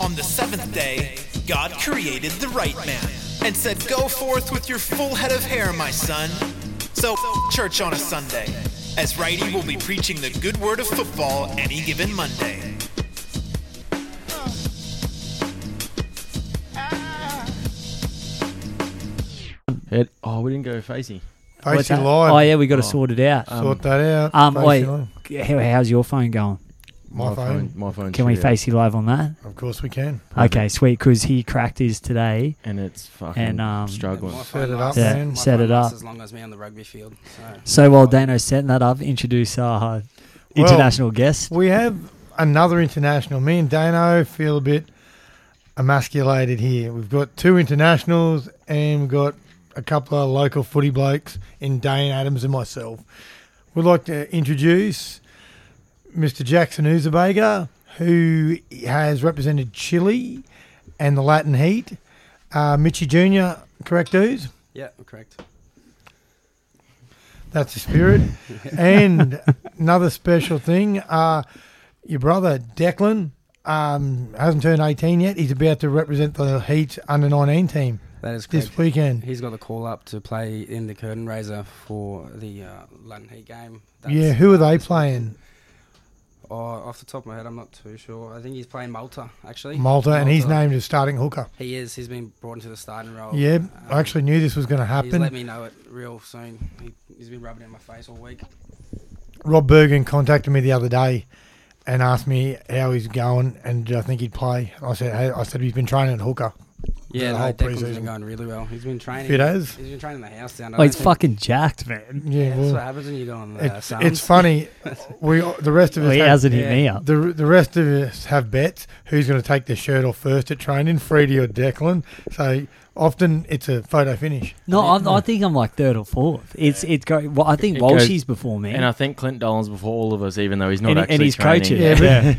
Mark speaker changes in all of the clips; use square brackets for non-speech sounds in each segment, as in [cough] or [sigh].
Speaker 1: On the seventh day, God created the right man and said, Go forth with your full head of hair, my son. So, church on a Sunday, as Righty will be preaching the good word of football any given Monday.
Speaker 2: It, oh, we didn't go facey.
Speaker 3: Face
Speaker 4: What's
Speaker 3: you
Speaker 4: that?
Speaker 3: live.
Speaker 4: Oh yeah, we got to sort it out.
Speaker 3: Sort that out.
Speaker 4: Um,
Speaker 3: Face
Speaker 4: wait,
Speaker 3: you live.
Speaker 4: how, how's your phone going?
Speaker 3: My phone.
Speaker 2: My phone.
Speaker 4: Can we
Speaker 2: shit out.
Speaker 4: face you live on that?
Speaker 3: Of course we can.
Speaker 4: Okay, sweet. Because he cracked his today.
Speaker 2: And it's fucking
Speaker 4: And, um,
Speaker 2: struggling.
Speaker 5: My
Speaker 3: Set
Speaker 5: phone
Speaker 3: it up,
Speaker 5: lasts-
Speaker 3: Yeah,
Speaker 5: my
Speaker 4: set
Speaker 5: phone
Speaker 4: it
Speaker 5: lasts
Speaker 4: up.
Speaker 5: As long as me on the rugby field. So.
Speaker 4: So while Dano's setting that up, introduce our uh, international guest.
Speaker 3: We have another international. Me and Dano feel a bit emasculated here. We've got two internationals and we've got a couple of local footy blokes in Dane Adams and myself. We'd like to introduce Mr. Jackson Uzabega, who has represented Chile and the Latin Heat. Uh, Mitchie Jr., correct, Uz?
Speaker 5: Yeah, correct.
Speaker 3: That's the spirit. and another special thing, uh, your brother Declan um, hasn't turned 18 yet. He's about to represent the Heat under 19 team
Speaker 5: That is correct.
Speaker 3: this weekend.
Speaker 5: He's got the call up to play in the curtain raiser for the uh, London Heat game.
Speaker 3: yeah, who are they playing?
Speaker 5: Oh, off the top of my head, I'm not too sure. I think he's playing Malta actually.
Speaker 3: Malta, and he's named as starting hooker.
Speaker 5: He is. He's been brought into the starting role.
Speaker 3: Yeah,
Speaker 5: Um,
Speaker 3: I actually knew this was going to
Speaker 5: He's let
Speaker 3: happen.
Speaker 5: me know it real soon. He, he's been rubbing it in my face all week.
Speaker 3: Rob Bergen contacted me the other day and asked me how he's going and did I think he'd play. I said, hey, I said he's been training at hooker.
Speaker 5: Yeah,
Speaker 3: The
Speaker 5: no,
Speaker 3: whole
Speaker 5: Declan's
Speaker 3: preseason.
Speaker 5: been going really well. He's been training.
Speaker 3: Fit as?
Speaker 5: He's been training the house down. I
Speaker 4: Oh, he's
Speaker 5: don't think-
Speaker 4: fucking jacked, man.
Speaker 3: Yeah,
Speaker 5: That's what
Speaker 3: well,
Speaker 5: happens when you go on the
Speaker 2: uh,
Speaker 3: it's,
Speaker 5: Suns.
Speaker 3: it's funny. We the rest of
Speaker 4: Well,
Speaker 3: us
Speaker 4: he
Speaker 3: had-
Speaker 4: hasn't hit
Speaker 5: yeah.
Speaker 4: me up.
Speaker 3: The, the rest of us have bets who's going to take the shirt off first at training, Freddie or Declan. So often it's a photo finish.
Speaker 4: No, I, I think I'm like third or fourth. It's it go. Well, I think
Speaker 2: It goes-
Speaker 4: Walshy's before me.
Speaker 2: And I think Clint Dolan's before all of us, even though he's not
Speaker 4: And- and
Speaker 2: actually
Speaker 4: he's
Speaker 2: training.
Speaker 4: coaching.
Speaker 3: Yeah,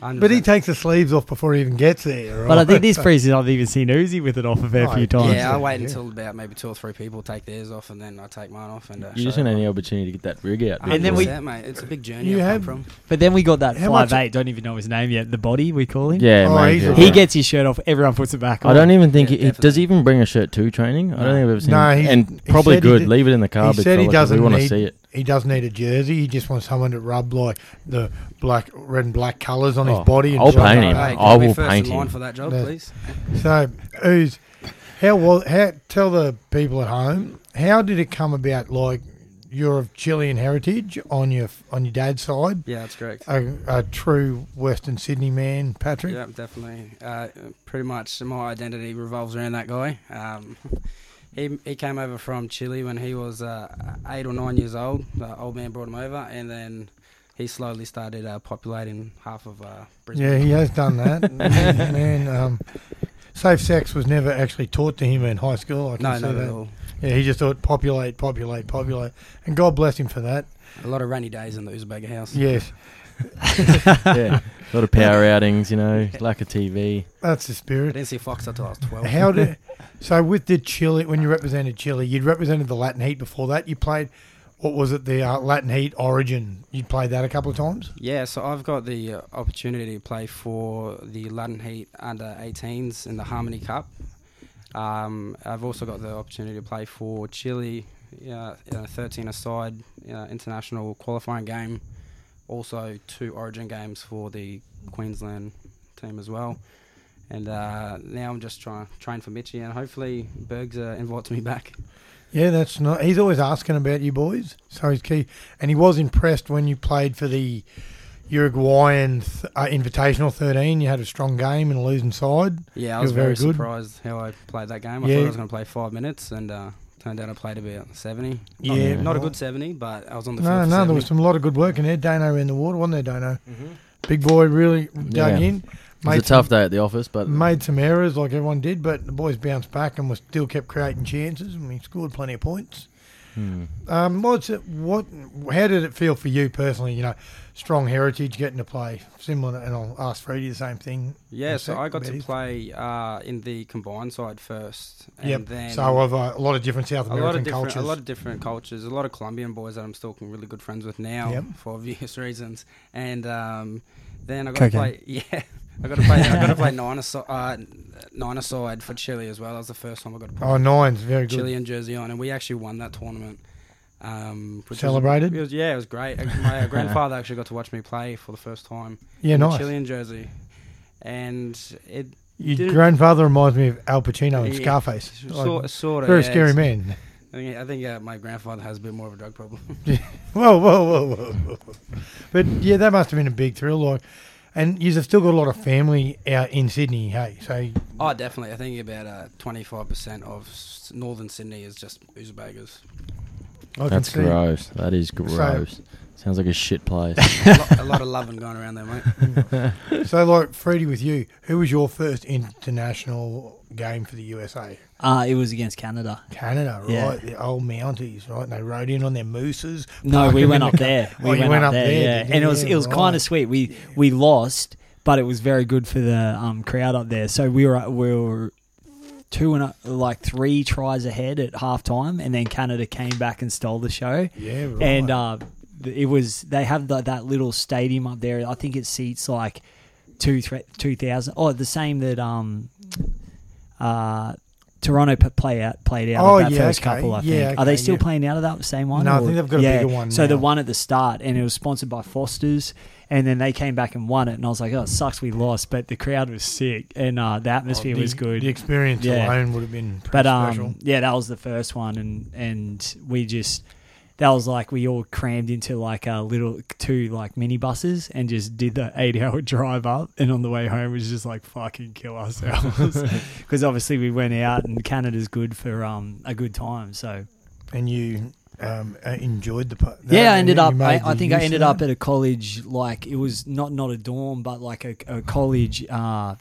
Speaker 3: but, but he
Speaker 5: 100%.
Speaker 3: takes the sleeves off before he even gets there.
Speaker 4: but I
Speaker 3: right? [laughs]
Speaker 4: think this preseason I've even seen Uzi with it off a fair
Speaker 3: Oh,
Speaker 4: few times.
Speaker 5: Yeah, I wait
Speaker 3: Yeah.
Speaker 5: until about maybe two or three people take theirs off, and then I take mine off. And uh,
Speaker 2: You just
Speaker 5: show
Speaker 2: want
Speaker 5: them.
Speaker 2: any opportunity to get that rig out.
Speaker 5: And then we,
Speaker 4: we-
Speaker 5: mate, it's a big journey
Speaker 3: You
Speaker 5: I've
Speaker 3: have-
Speaker 5: come from.
Speaker 4: But then we got that
Speaker 3: How
Speaker 4: five
Speaker 3: much-
Speaker 4: eight. Don't even know his name yet. The body we call him.
Speaker 2: Yeah,
Speaker 3: Oh,
Speaker 2: mate,
Speaker 3: he's
Speaker 2: yeah.
Speaker 3: a-
Speaker 4: He gets his shirt off. Everyone puts it back.
Speaker 2: I
Speaker 4: on.
Speaker 2: don't e- even think
Speaker 5: Yeah,
Speaker 2: he, he does.
Speaker 5: definitely.
Speaker 2: He even bring a shirt to training. I don't think I've ever seen.
Speaker 3: No,
Speaker 2: him.
Speaker 3: he-
Speaker 2: and
Speaker 3: he
Speaker 2: probably
Speaker 3: said he
Speaker 2: good.
Speaker 3: did-
Speaker 2: Leave it in the car.
Speaker 3: he said he doesn't
Speaker 2: We want to
Speaker 3: need-
Speaker 2: see
Speaker 4: [laughs]
Speaker 2: it.
Speaker 3: he does need a jersey. He just wants someone to rub like the black, red and black colours on
Speaker 2: Oh,
Speaker 3: his body. And
Speaker 2: I'll
Speaker 3: shit like
Speaker 2: paint him.
Speaker 3: that.
Speaker 5: can
Speaker 2: I
Speaker 5: I be
Speaker 2: will
Speaker 5: first
Speaker 2: paint
Speaker 5: in line
Speaker 2: him.
Speaker 5: for that job,
Speaker 3: Yeah.
Speaker 5: please.
Speaker 3: So, Ooze, how was how? Tell the people at home how did it come about? Like you're of Chilean heritage on your on your dad's side.
Speaker 5: Yeah, that's correct.
Speaker 3: a, a true Western Sydney man, Patrick.
Speaker 5: Yeah, definitely. Uh, pretty much my identity revolves around that guy. Um, he, he came over from Chile when he was uh, eight or nine years old. The old man brought him over, and then he slowly started uh, populating half of uh, Brisbane.
Speaker 3: Yeah, he has done
Speaker 5: [laughs]
Speaker 3: that. man, um, safe sex was never actually taught to him in high school. I can
Speaker 5: no,
Speaker 3: see
Speaker 5: not
Speaker 3: that.
Speaker 5: at all.
Speaker 3: Yeah, he just thought populate, populate, populate, and God bless him for that.
Speaker 5: A lot of rainy days in the Uzbek house.
Speaker 3: Yes,
Speaker 2: yeah, a lot of power outings. You
Speaker 3: [laughs]
Speaker 2: know, lack of TV.
Speaker 3: that's the
Speaker 5: I
Speaker 3: spirit.
Speaker 5: didn't see Fox until I was 12.
Speaker 3: How did so with the Chile when you represented Chile, you'd represented the Latin Heat before that. You played what was it the uh, Latin Heat Origin? You played that a couple of times.
Speaker 5: Yeah, so I've got the uh, opportunity to play for the London Heat under 18s in the Harmony Cup. Um, I've also got the opportunity to play for Chile, uh, in a 13 aside uh, international qualifying game, also two Origin games for the Queensland team as well. And uh, now I'm just trying train for Mitchie, and hopefully Bergs uh, invites me back.
Speaker 3: Yeah, that's not. He's always asking about you boys, so he's key. And he was impressed when you played for the Uruguayan th- uh, Invitational 13. You had a strong game and a losing side.
Speaker 5: Yeah,
Speaker 3: You're
Speaker 5: I was very,
Speaker 3: very good.
Speaker 5: surprised how I played that game. I
Speaker 3: Yeah.
Speaker 5: thought I was going to play five minutes, and uh, turned out I played about 70. Not,
Speaker 3: Yeah.
Speaker 5: not a good 70, but I was on the
Speaker 3: No,
Speaker 5: field.
Speaker 3: no,
Speaker 5: for
Speaker 3: there was
Speaker 5: 70.
Speaker 3: some lot of good work in there. Dano in the water, wasn't there, Dano? Big boy really
Speaker 2: Mm-hmm. Yeah.
Speaker 3: dug in.
Speaker 2: It was a tough day at the office, but
Speaker 3: some, made some errors like everyone did, but the boys bounced back and was still kept creating chances, and we scored plenty of points.
Speaker 2: Hmm.
Speaker 3: Um, what's it, what? How did it feel for you personally? You know, strong heritage, getting to play similar, and I'll ask Freddie the same thing.
Speaker 5: Yeah,
Speaker 3: in a
Speaker 5: so
Speaker 3: sec
Speaker 5: I got
Speaker 3: about
Speaker 5: to
Speaker 3: his-
Speaker 5: play uh, in the combined side first. And
Speaker 3: Yep.
Speaker 5: then
Speaker 3: so of uh, a lot of different South
Speaker 5: a lot of
Speaker 3: American
Speaker 5: different,
Speaker 3: cultures.
Speaker 5: a lot of different cultures, a lot of Colombian boys that I'm still really [laughs] good friends with now
Speaker 3: Yep.
Speaker 5: for obvious reasons. And um, then I
Speaker 4: Cocaine.
Speaker 5: got to play, [laughs] yeah, I got to play. I got to play nine aside, uh, nine aside for Chile as well. That was the first time I got
Speaker 3: [laughs]
Speaker 5: to play
Speaker 3: Oh, nine's very good.
Speaker 5: Chile and Jersey on, and we actually won that tournament. Um, which was-
Speaker 3: Celebrated?
Speaker 5: it was, yeah, it was great. Uh,
Speaker 3: [laughs]
Speaker 5: My grandfather actually got to watch me play for the first time.
Speaker 3: Yeah,
Speaker 5: in
Speaker 3: nice.
Speaker 5: Chile and Jersey, and it
Speaker 3: Your
Speaker 5: didn't-
Speaker 3: grandfather reminds me of Al Pacino in
Speaker 5: Yeah,
Speaker 3: Scarface.
Speaker 5: sort,
Speaker 3: Like,
Speaker 5: sort of
Speaker 3: very
Speaker 5: yeah,
Speaker 3: scary
Speaker 5: it's-
Speaker 3: man.
Speaker 5: I think, I think uh, my grandfather has a bit more of a drug problem.
Speaker 3: Whoa, whoa, whoa, whoa, whoa. But yeah, that must have been a big thrill. Like, and you've still got a lot of family out in Sydney, hey? So
Speaker 5: oh, definitely. I think about twenty five percent of s- northern Sydney is just Uzbekers.
Speaker 3: I
Speaker 2: That's
Speaker 3: can see
Speaker 2: gross. That is gross. Sounds like a shit place.
Speaker 3: [laughs]
Speaker 5: a, lot, a lot of loving going around there, mate.
Speaker 3: So, like, Freddie, with you, who was your first international game for the USA?
Speaker 4: Uh, it was against Canada.
Speaker 3: Canada, right?
Speaker 4: Yeah.
Speaker 3: The old Mounties, right? And they rode in on their mooses.
Speaker 4: No,
Speaker 3: parked
Speaker 4: we
Speaker 3: them [laughs]
Speaker 4: went
Speaker 3: in
Speaker 4: up
Speaker 3: the
Speaker 4: there.
Speaker 3: car-
Speaker 4: We
Speaker 3: oh, you
Speaker 4: went, up there, yeah.
Speaker 3: did you?
Speaker 4: And it was it was
Speaker 3: right.
Speaker 4: kind of sweet. We we lost, but it was very good for the um, crowd up there. So we were uh, we were two and a, like three tries ahead at halftime, and then Canada came back and stole the show.
Speaker 3: Yeah, right. Oh,
Speaker 4: And uh, th- it was they have the, that little stadium up there. I think it seats like two thre- two thousand. Oh, the same that um uh. Toronto p- play out played out
Speaker 3: Oh,
Speaker 4: of that
Speaker 3: yeah,
Speaker 4: first
Speaker 3: okay.
Speaker 4: couple. I think
Speaker 3: Yeah,
Speaker 4: are
Speaker 3: okay,
Speaker 4: they still
Speaker 3: yeah.
Speaker 4: playing out of that same one?
Speaker 3: No, I
Speaker 4: or-
Speaker 3: think they've got a
Speaker 4: yeah.
Speaker 3: bigger one
Speaker 4: So the
Speaker 3: now.
Speaker 4: one at the start, and it was sponsored by Foster's, and then they came back and won it, and I was like, oh, it sucks we lost, but the crowd was sick, and uh, the atmosphere
Speaker 3: Oh, the,
Speaker 4: was good.
Speaker 3: The experience
Speaker 4: Yeah.
Speaker 3: alone would have been pretty
Speaker 4: But
Speaker 3: special.
Speaker 4: um, yeah, that was the first one, and and we just that was like we all crammed into like a little two like mini buses and just did the [laughs] eight hour drive up, and on the way home was just like fucking
Speaker 3: [laughs]
Speaker 4: kill ourselves [laughs] because obviously we went out and Canada's good for um a good time, so
Speaker 3: And you um, uh, enjoyed the part.
Speaker 4: yeah, I ended up. I, I think I ended up at a college like it was not not a dorm, but like a, a college uh,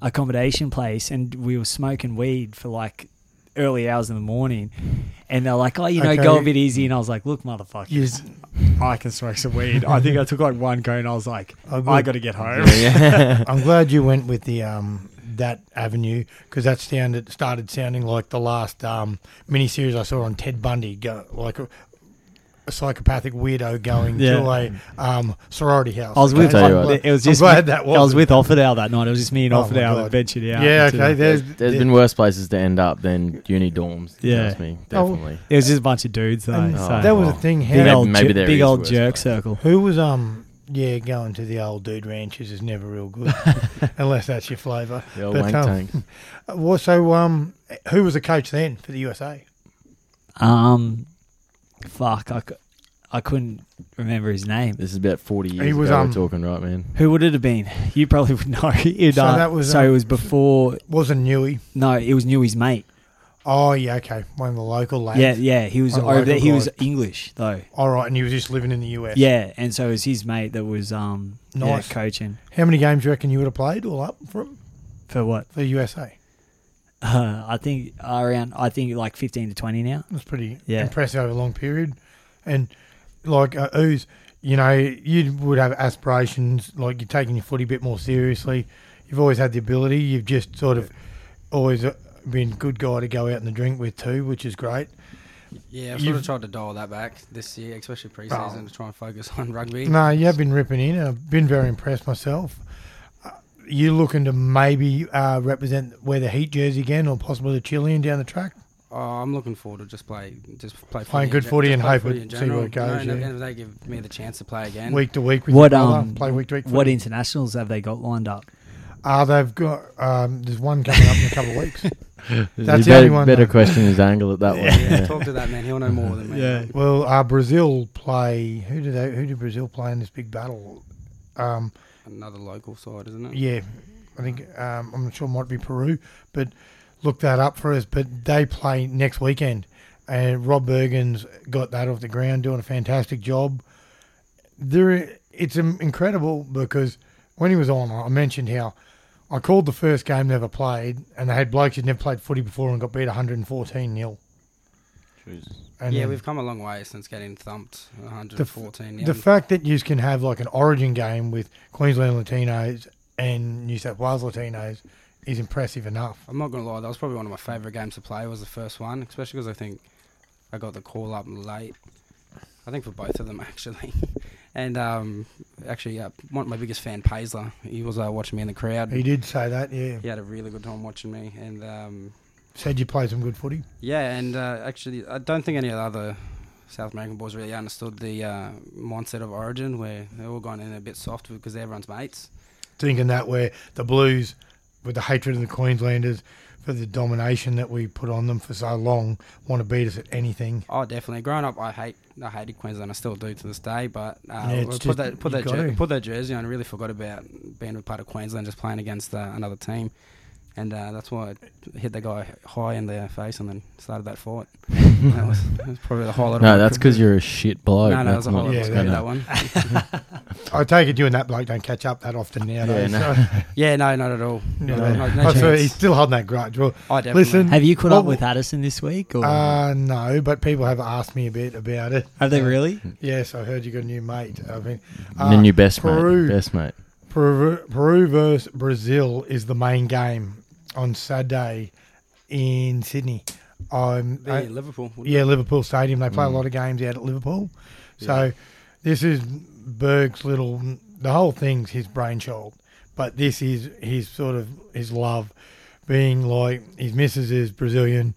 Speaker 4: accommodation place, and we were smoking weed for like early hours in the morning, and they're like, "Oh, you know,
Speaker 3: Okay.
Speaker 4: go a bit easy," and I was like, "Look, motherfucker."
Speaker 3: You,
Speaker 4: I can smoke some weed. I think I took like one cone. I was like,
Speaker 3: Oh, good.
Speaker 4: I got to get home.
Speaker 3: I'm glad you went with the um, that avenue because that sounded started sounding like the last um, miniseries I saw on Ted Bundy, go, like a, a psychopathic weirdo going to
Speaker 4: Yeah.
Speaker 3: a um, sorority house.
Speaker 4: I was with.
Speaker 2: Tell you
Speaker 4: I,
Speaker 2: what.
Speaker 4: it was
Speaker 3: I'm
Speaker 4: just.
Speaker 3: glad that
Speaker 4: I was
Speaker 3: wasn't.
Speaker 4: with Offerdale that night. It was just me and
Speaker 3: Oh my
Speaker 4: Offerdale
Speaker 3: God.
Speaker 4: that ventured out.
Speaker 3: Yeah,
Speaker 4: into
Speaker 3: okay.
Speaker 4: the-
Speaker 3: There's,
Speaker 2: There's been worse places to end up than uni dorms.
Speaker 4: Yeah.
Speaker 2: Yeah, me,
Speaker 3: Oh.
Speaker 2: definitely.
Speaker 4: It was just a bunch of dudes though.
Speaker 3: and
Speaker 4: so.
Speaker 2: Oh,
Speaker 3: that was a
Speaker 2: wow.
Speaker 3: thing.
Speaker 4: big
Speaker 3: How,
Speaker 4: old,
Speaker 2: maybe
Speaker 4: jer-
Speaker 2: there
Speaker 4: big
Speaker 2: is
Speaker 4: old
Speaker 2: worse
Speaker 4: jerk
Speaker 2: places.
Speaker 4: circle.
Speaker 3: who was um yeah going to the old dude ranches is never real
Speaker 4: [laughs]
Speaker 3: good unless that's your flavour.
Speaker 2: The old
Speaker 3: But,
Speaker 2: wank
Speaker 3: um,
Speaker 2: tank.
Speaker 3: Well, so um, who was the coach then for the USA?
Speaker 4: Um, fuck, I, cou- I couldn't remember his name.
Speaker 2: This is about 40 years
Speaker 3: was,
Speaker 2: ago
Speaker 3: um,
Speaker 2: we're talking, right, man?
Speaker 4: Who would it have been? [laughs] You probably would know. [laughs] You'd,
Speaker 3: So
Speaker 4: uh,
Speaker 3: that was,
Speaker 4: so
Speaker 3: um,
Speaker 4: it was before.
Speaker 3: Wasn't Newey.
Speaker 4: No, it was Newey's mate.
Speaker 3: Oh yeah, okay, one of the local lads.
Speaker 4: Yeah, yeah, he was
Speaker 3: Oh,
Speaker 4: over there.
Speaker 3: local
Speaker 4: He
Speaker 3: guy.
Speaker 4: was English though.
Speaker 3: All right, and he was just living in the US.
Speaker 4: Yeah, and so it was his mate that was um yeah,
Speaker 3: Nice.
Speaker 4: coaching
Speaker 3: How many games do you reckon you would have played all up from
Speaker 4: for what? [laughs]
Speaker 3: for the USA?
Speaker 4: Uh, I think around I think like fifteen to twenty now.
Speaker 3: That's pretty
Speaker 4: Yeah.
Speaker 3: impressive over a long period. And like uh, Ooze, you know, you would have aspirations. Like you're taking your footy a bit more seriously. You've always had the ability. You've just sort of always uh, been a good guy to go out and drink with too, which is great.
Speaker 5: Yeah, I've
Speaker 3: You've- Oh.
Speaker 5: sort of tried to dial that back this year, especially preseason, to try and focus [laughs] on rugby.
Speaker 3: No, you have been ripping in. and I've been very impressed myself. Uh, You looking to maybe uh, represent wear the Heat jersey again, or possibly the Chilean down the track?
Speaker 5: Oh, I'm looking forward to just play, just play
Speaker 3: Playing
Speaker 5: in
Speaker 3: good
Speaker 5: gen-
Speaker 3: footy
Speaker 5: just
Speaker 3: and
Speaker 5: play
Speaker 3: hope
Speaker 5: footy
Speaker 3: it-
Speaker 5: in
Speaker 3: see where it
Speaker 5: general.
Speaker 3: goes,
Speaker 5: You know, and
Speaker 3: yeah.
Speaker 5: if they give me the chance to play again.
Speaker 3: Week to week with
Speaker 4: What
Speaker 3: your brother,
Speaker 4: um
Speaker 3: play week to week.
Speaker 4: what
Speaker 3: footy.
Speaker 4: internationals have they got lined up?
Speaker 3: Uh, they've got um, there's one coming up in a couple
Speaker 2: [laughs]
Speaker 3: of weeks. That's
Speaker 2: you
Speaker 3: the
Speaker 2: better,
Speaker 3: only one,
Speaker 2: better
Speaker 3: though.
Speaker 2: question his angle at
Speaker 3: [laughs]
Speaker 2: that one.
Speaker 5: yeah,
Speaker 2: Yeah.
Speaker 5: talk to that man. He'll know more than me.
Speaker 4: Yeah.
Speaker 3: Well, uh, Brazil play who did they who did Brazil play in this big battle? Um,
Speaker 5: Another local side, isn't it?
Speaker 3: yeah, I think um, I'm not sure it might be Peru, but look that up for us. But they play next weekend, and Rob Bergen's got that off the ground, doing a fantastic job. There, it's im- incredible because when he was on, I mentioned how. I called the first game they ever played, and they had blokes who'd never played footy before and got beat 114 nil. And
Speaker 5: yeah,
Speaker 3: then-
Speaker 5: we've come a long way since getting thumped
Speaker 3: the,
Speaker 5: 114.
Speaker 3: f- the fact that you can have like an origin game with Queensland Latinos and New South Wales Latinos is impressive enough.
Speaker 5: I'm not gonna lie, that was probably one of my favourite games to play. Was the first one, especially because I think I got the call up late. I think for both of them [laughs] actually, And um, actually, uh, one of my biggest fan, Paisler, he was uh, watching me in the crowd.
Speaker 3: He did say that, yeah.
Speaker 5: He had a really good time watching me, and um,
Speaker 3: Said you play some good footy.
Speaker 5: yeah, and uh, actually, I don't think any of the other South American boys really understood the uh, mindset of Origin, where they all gone in a bit soft because everyone's mates.
Speaker 3: Thinking that where the Blues, with the hatred of the Queenslanders for the domination that we put on them for so long, want to beat us at anything.
Speaker 5: Oh, definitely. Growing up, I hate I hated Queensland. I still do to this day. But uh,
Speaker 3: Yeah, it's
Speaker 5: put
Speaker 3: just-
Speaker 5: that put
Speaker 3: you
Speaker 5: that
Speaker 3: gotta.
Speaker 5: jer- put that jersey on. and really forgot about being a part of Queensland, just playing against uh, another team, and uh, that's why I hit the guy high in the face and then started
Speaker 3: [laughs]
Speaker 5: that fight. that, was, that was probably the highlight. of my
Speaker 2: No, that's
Speaker 5: career.
Speaker 2: because you're a shit bloke.
Speaker 5: No, no, that was a
Speaker 2: not
Speaker 5: highlight.
Speaker 3: Yeah,
Speaker 5: Yeah,
Speaker 2: what's
Speaker 3: that-
Speaker 2: gonna-
Speaker 3: [laughs]
Speaker 5: that one.
Speaker 3: I take it you and that bloke don't catch up that often nowadays.
Speaker 2: Yeah, no.
Speaker 3: so-
Speaker 5: yeah, no, not at all.
Speaker 3: No,
Speaker 5: No, no, no
Speaker 3: I feel he's
Speaker 5: chance.
Speaker 3: still holding that grudge. Well,
Speaker 5: I definitely.
Speaker 3: listen,
Speaker 4: Have you caught
Speaker 3: Well,
Speaker 4: up with Addison this week? Or
Speaker 3: uh, no, but people have asked me a bit about it.
Speaker 4: have they really?
Speaker 3: Yes, I heard you got a new mate. I mean,
Speaker 2: And
Speaker 3: Ah,
Speaker 2: then your best
Speaker 3: Peru.
Speaker 2: mate. Best mate.
Speaker 3: Peru, Peru versus Brazil is the main game on Saturday in Sydney. I'm
Speaker 5: Be Liverpool. wouldn't
Speaker 3: yeah, Liverpool Stadium. They play a lot of games out at Liverpool. So this is Berg's little. The whole thing's his brainchild, but this is his sort of his love, being like his missus is Brazilian,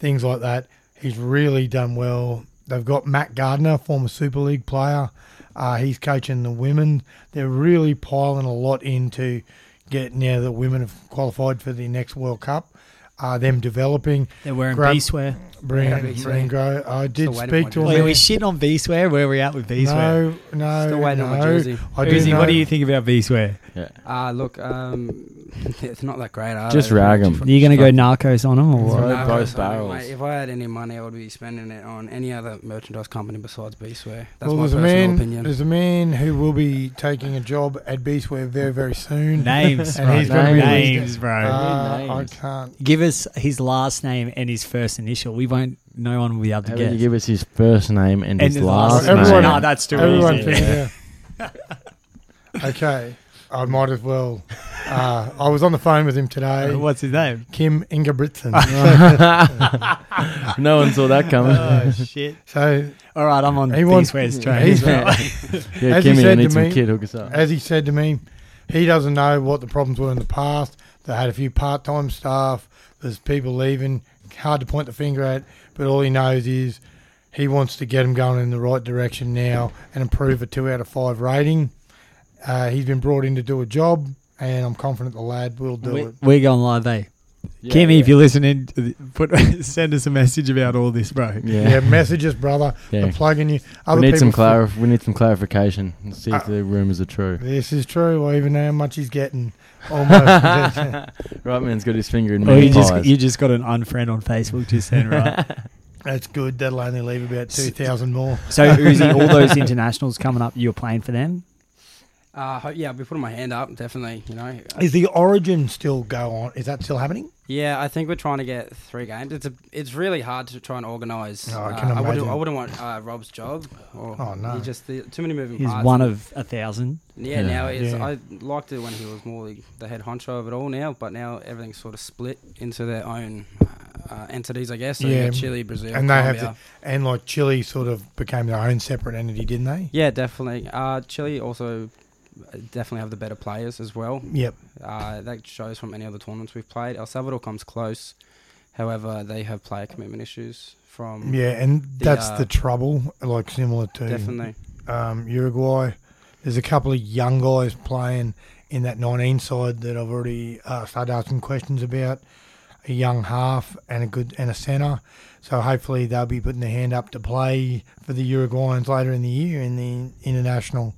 Speaker 3: things like that. He's really done well. They've got Matt Gardner, former Super League player. Uh, he's coaching the women. They're really piling a lot into getting now the women have qualified for the next World Cup. Uh, them developing
Speaker 4: They're wearing
Speaker 3: Grab-
Speaker 4: B swear.
Speaker 5: Yeah,
Speaker 3: Bring,
Speaker 5: big
Speaker 3: bring,
Speaker 5: thing.
Speaker 3: grow. I did
Speaker 5: waiting
Speaker 3: speak
Speaker 5: for
Speaker 3: to
Speaker 5: my
Speaker 3: him.
Speaker 4: Wait,
Speaker 5: jersey.
Speaker 4: are we shit on V swear? Where are we at with V swear?
Speaker 3: No, no,
Speaker 5: Still waiting
Speaker 3: no.
Speaker 5: on my jersey.
Speaker 3: I do
Speaker 4: Uzi,
Speaker 3: know,
Speaker 4: what do you think about V swear?
Speaker 2: Yeah.
Speaker 5: Ah, look, um, [laughs] it's not that great. Are
Speaker 2: Just
Speaker 5: they?
Speaker 2: rag 'em.
Speaker 4: Are you going to go narcos on him or
Speaker 2: Throw
Speaker 4: what?
Speaker 5: No,
Speaker 2: both
Speaker 5: sorry,
Speaker 2: barrels.
Speaker 5: mate, if I had any money, I would be spending it on any other merchandise company besides Beesware. That's
Speaker 3: Well,
Speaker 5: my
Speaker 3: there's a
Speaker 5: personal
Speaker 3: man.
Speaker 5: opinion.
Speaker 3: There's a man who will be taking a job at Beastware very, very soon.
Speaker 4: Names,
Speaker 3: And
Speaker 4: bro.
Speaker 3: he's
Speaker 2: gonna
Speaker 4: names,
Speaker 2: be-
Speaker 4: bro.
Speaker 3: Uh,
Speaker 2: Weird
Speaker 3: I
Speaker 2: names.
Speaker 3: can't.
Speaker 4: give us his last name and his first initial. We won't. No one will be able to
Speaker 2: How
Speaker 4: guess.
Speaker 2: about you give us his first name and, his, last
Speaker 3: name. Everyone-
Speaker 2: name?
Speaker 4: no, that's too
Speaker 3: Everyone,
Speaker 4: easy. [laughs]
Speaker 3: figure it out. okay, I might as well. Uh, I was on the phone with him
Speaker 5: [laughs]
Speaker 3: today.
Speaker 4: What's his name?
Speaker 3: Kim Ingebrigtsen.
Speaker 2: [laughs] no one saw that
Speaker 3: [laughs]
Speaker 2: coming.
Speaker 4: Oh shit!
Speaker 3: so,
Speaker 4: All right, I'm on
Speaker 3: He
Speaker 4: V
Speaker 3: wants-
Speaker 4: swear's train. [laughs]
Speaker 3: he's,
Speaker 2: yeah,
Speaker 3: As he
Speaker 2: Kimmy, I
Speaker 3: said
Speaker 2: need
Speaker 3: to
Speaker 2: some
Speaker 3: me- uh,
Speaker 2: kid hook us up.
Speaker 3: as he said to me, he doesn't know what the problems were in the past. They had a few part time staff, there's people leaving, hard to point the finger at, but all he knows is he wants to get them going in the right direction now and improve a two out of five rating. Uh, he's been brought in to do a job, and I'm confident the lad will do
Speaker 4: We,
Speaker 3: it.
Speaker 4: we're going live, eh?
Speaker 2: Yeah,
Speaker 4: Kimmy,
Speaker 2: yeah.
Speaker 4: if you're listening, th- put [laughs] send us a message about all this, bro.
Speaker 3: Yeah,
Speaker 2: yeah.
Speaker 3: messages, brother.
Speaker 2: Yeah.
Speaker 3: They're plugging you.
Speaker 2: we need some
Speaker 3: people-
Speaker 2: clarif- We need some clarification and see if
Speaker 3: Uh,
Speaker 2: the rumours are true.
Speaker 3: This is true. I even know how much he's getting. Almost.
Speaker 2: [laughs] Right man's got his finger in
Speaker 4: Or you
Speaker 2: many
Speaker 4: Oh, just
Speaker 2: pies.
Speaker 4: you just got an unfriend on Facebook just then, right?
Speaker 3: That's good. That'll only leave about 2,000 more.
Speaker 4: so Uzi, all those internationals coming up, you're playing for them.
Speaker 5: uh, ho- yeah, I'll be putting my hand up, definitely. You know,
Speaker 3: Is the origin still go on? Is that still happening?
Speaker 5: yeah, I think we're trying to get three games. It's a, it's really hard to try and organise.
Speaker 3: No, Oh, I
Speaker 5: Uh,
Speaker 3: can
Speaker 5: I wouldn't,
Speaker 3: imagine.
Speaker 5: I wouldn't want uh, Rob's job. Or
Speaker 3: Oh, no.
Speaker 5: he just the, too many moving
Speaker 4: He's
Speaker 5: parts.
Speaker 4: one of a thousand.
Speaker 5: yeah,
Speaker 2: Yeah.
Speaker 5: now it's,
Speaker 3: Yeah.
Speaker 5: I liked it when he was more the, the head honcho of it all now, but now everything's sort of split into their own uh, entities, I guess. So
Speaker 3: Yeah,
Speaker 5: yeah, Chile, Brazil,
Speaker 3: and they have
Speaker 5: Colombia.
Speaker 3: to, and like Chile sort of became their own separate entity, didn't they?
Speaker 5: Yeah, definitely. Uh, Chile also uh, definitely have the better players as well.
Speaker 3: Yep.
Speaker 5: Uh, that shows from any other tournaments we've played. El Salvador comes close. However, they have player commitment issues from
Speaker 3: Yeah, and
Speaker 5: The,
Speaker 3: that's
Speaker 5: uh,
Speaker 3: the trouble. Like similar to
Speaker 5: definitely.
Speaker 3: um, Uruguay, there's a couple of young guys playing in that 19 side that I've already uh, started asking questions about. A young half and a good and a centre. So hopefully they'll be putting their hand up to play for the Uruguayans later in the year in the international.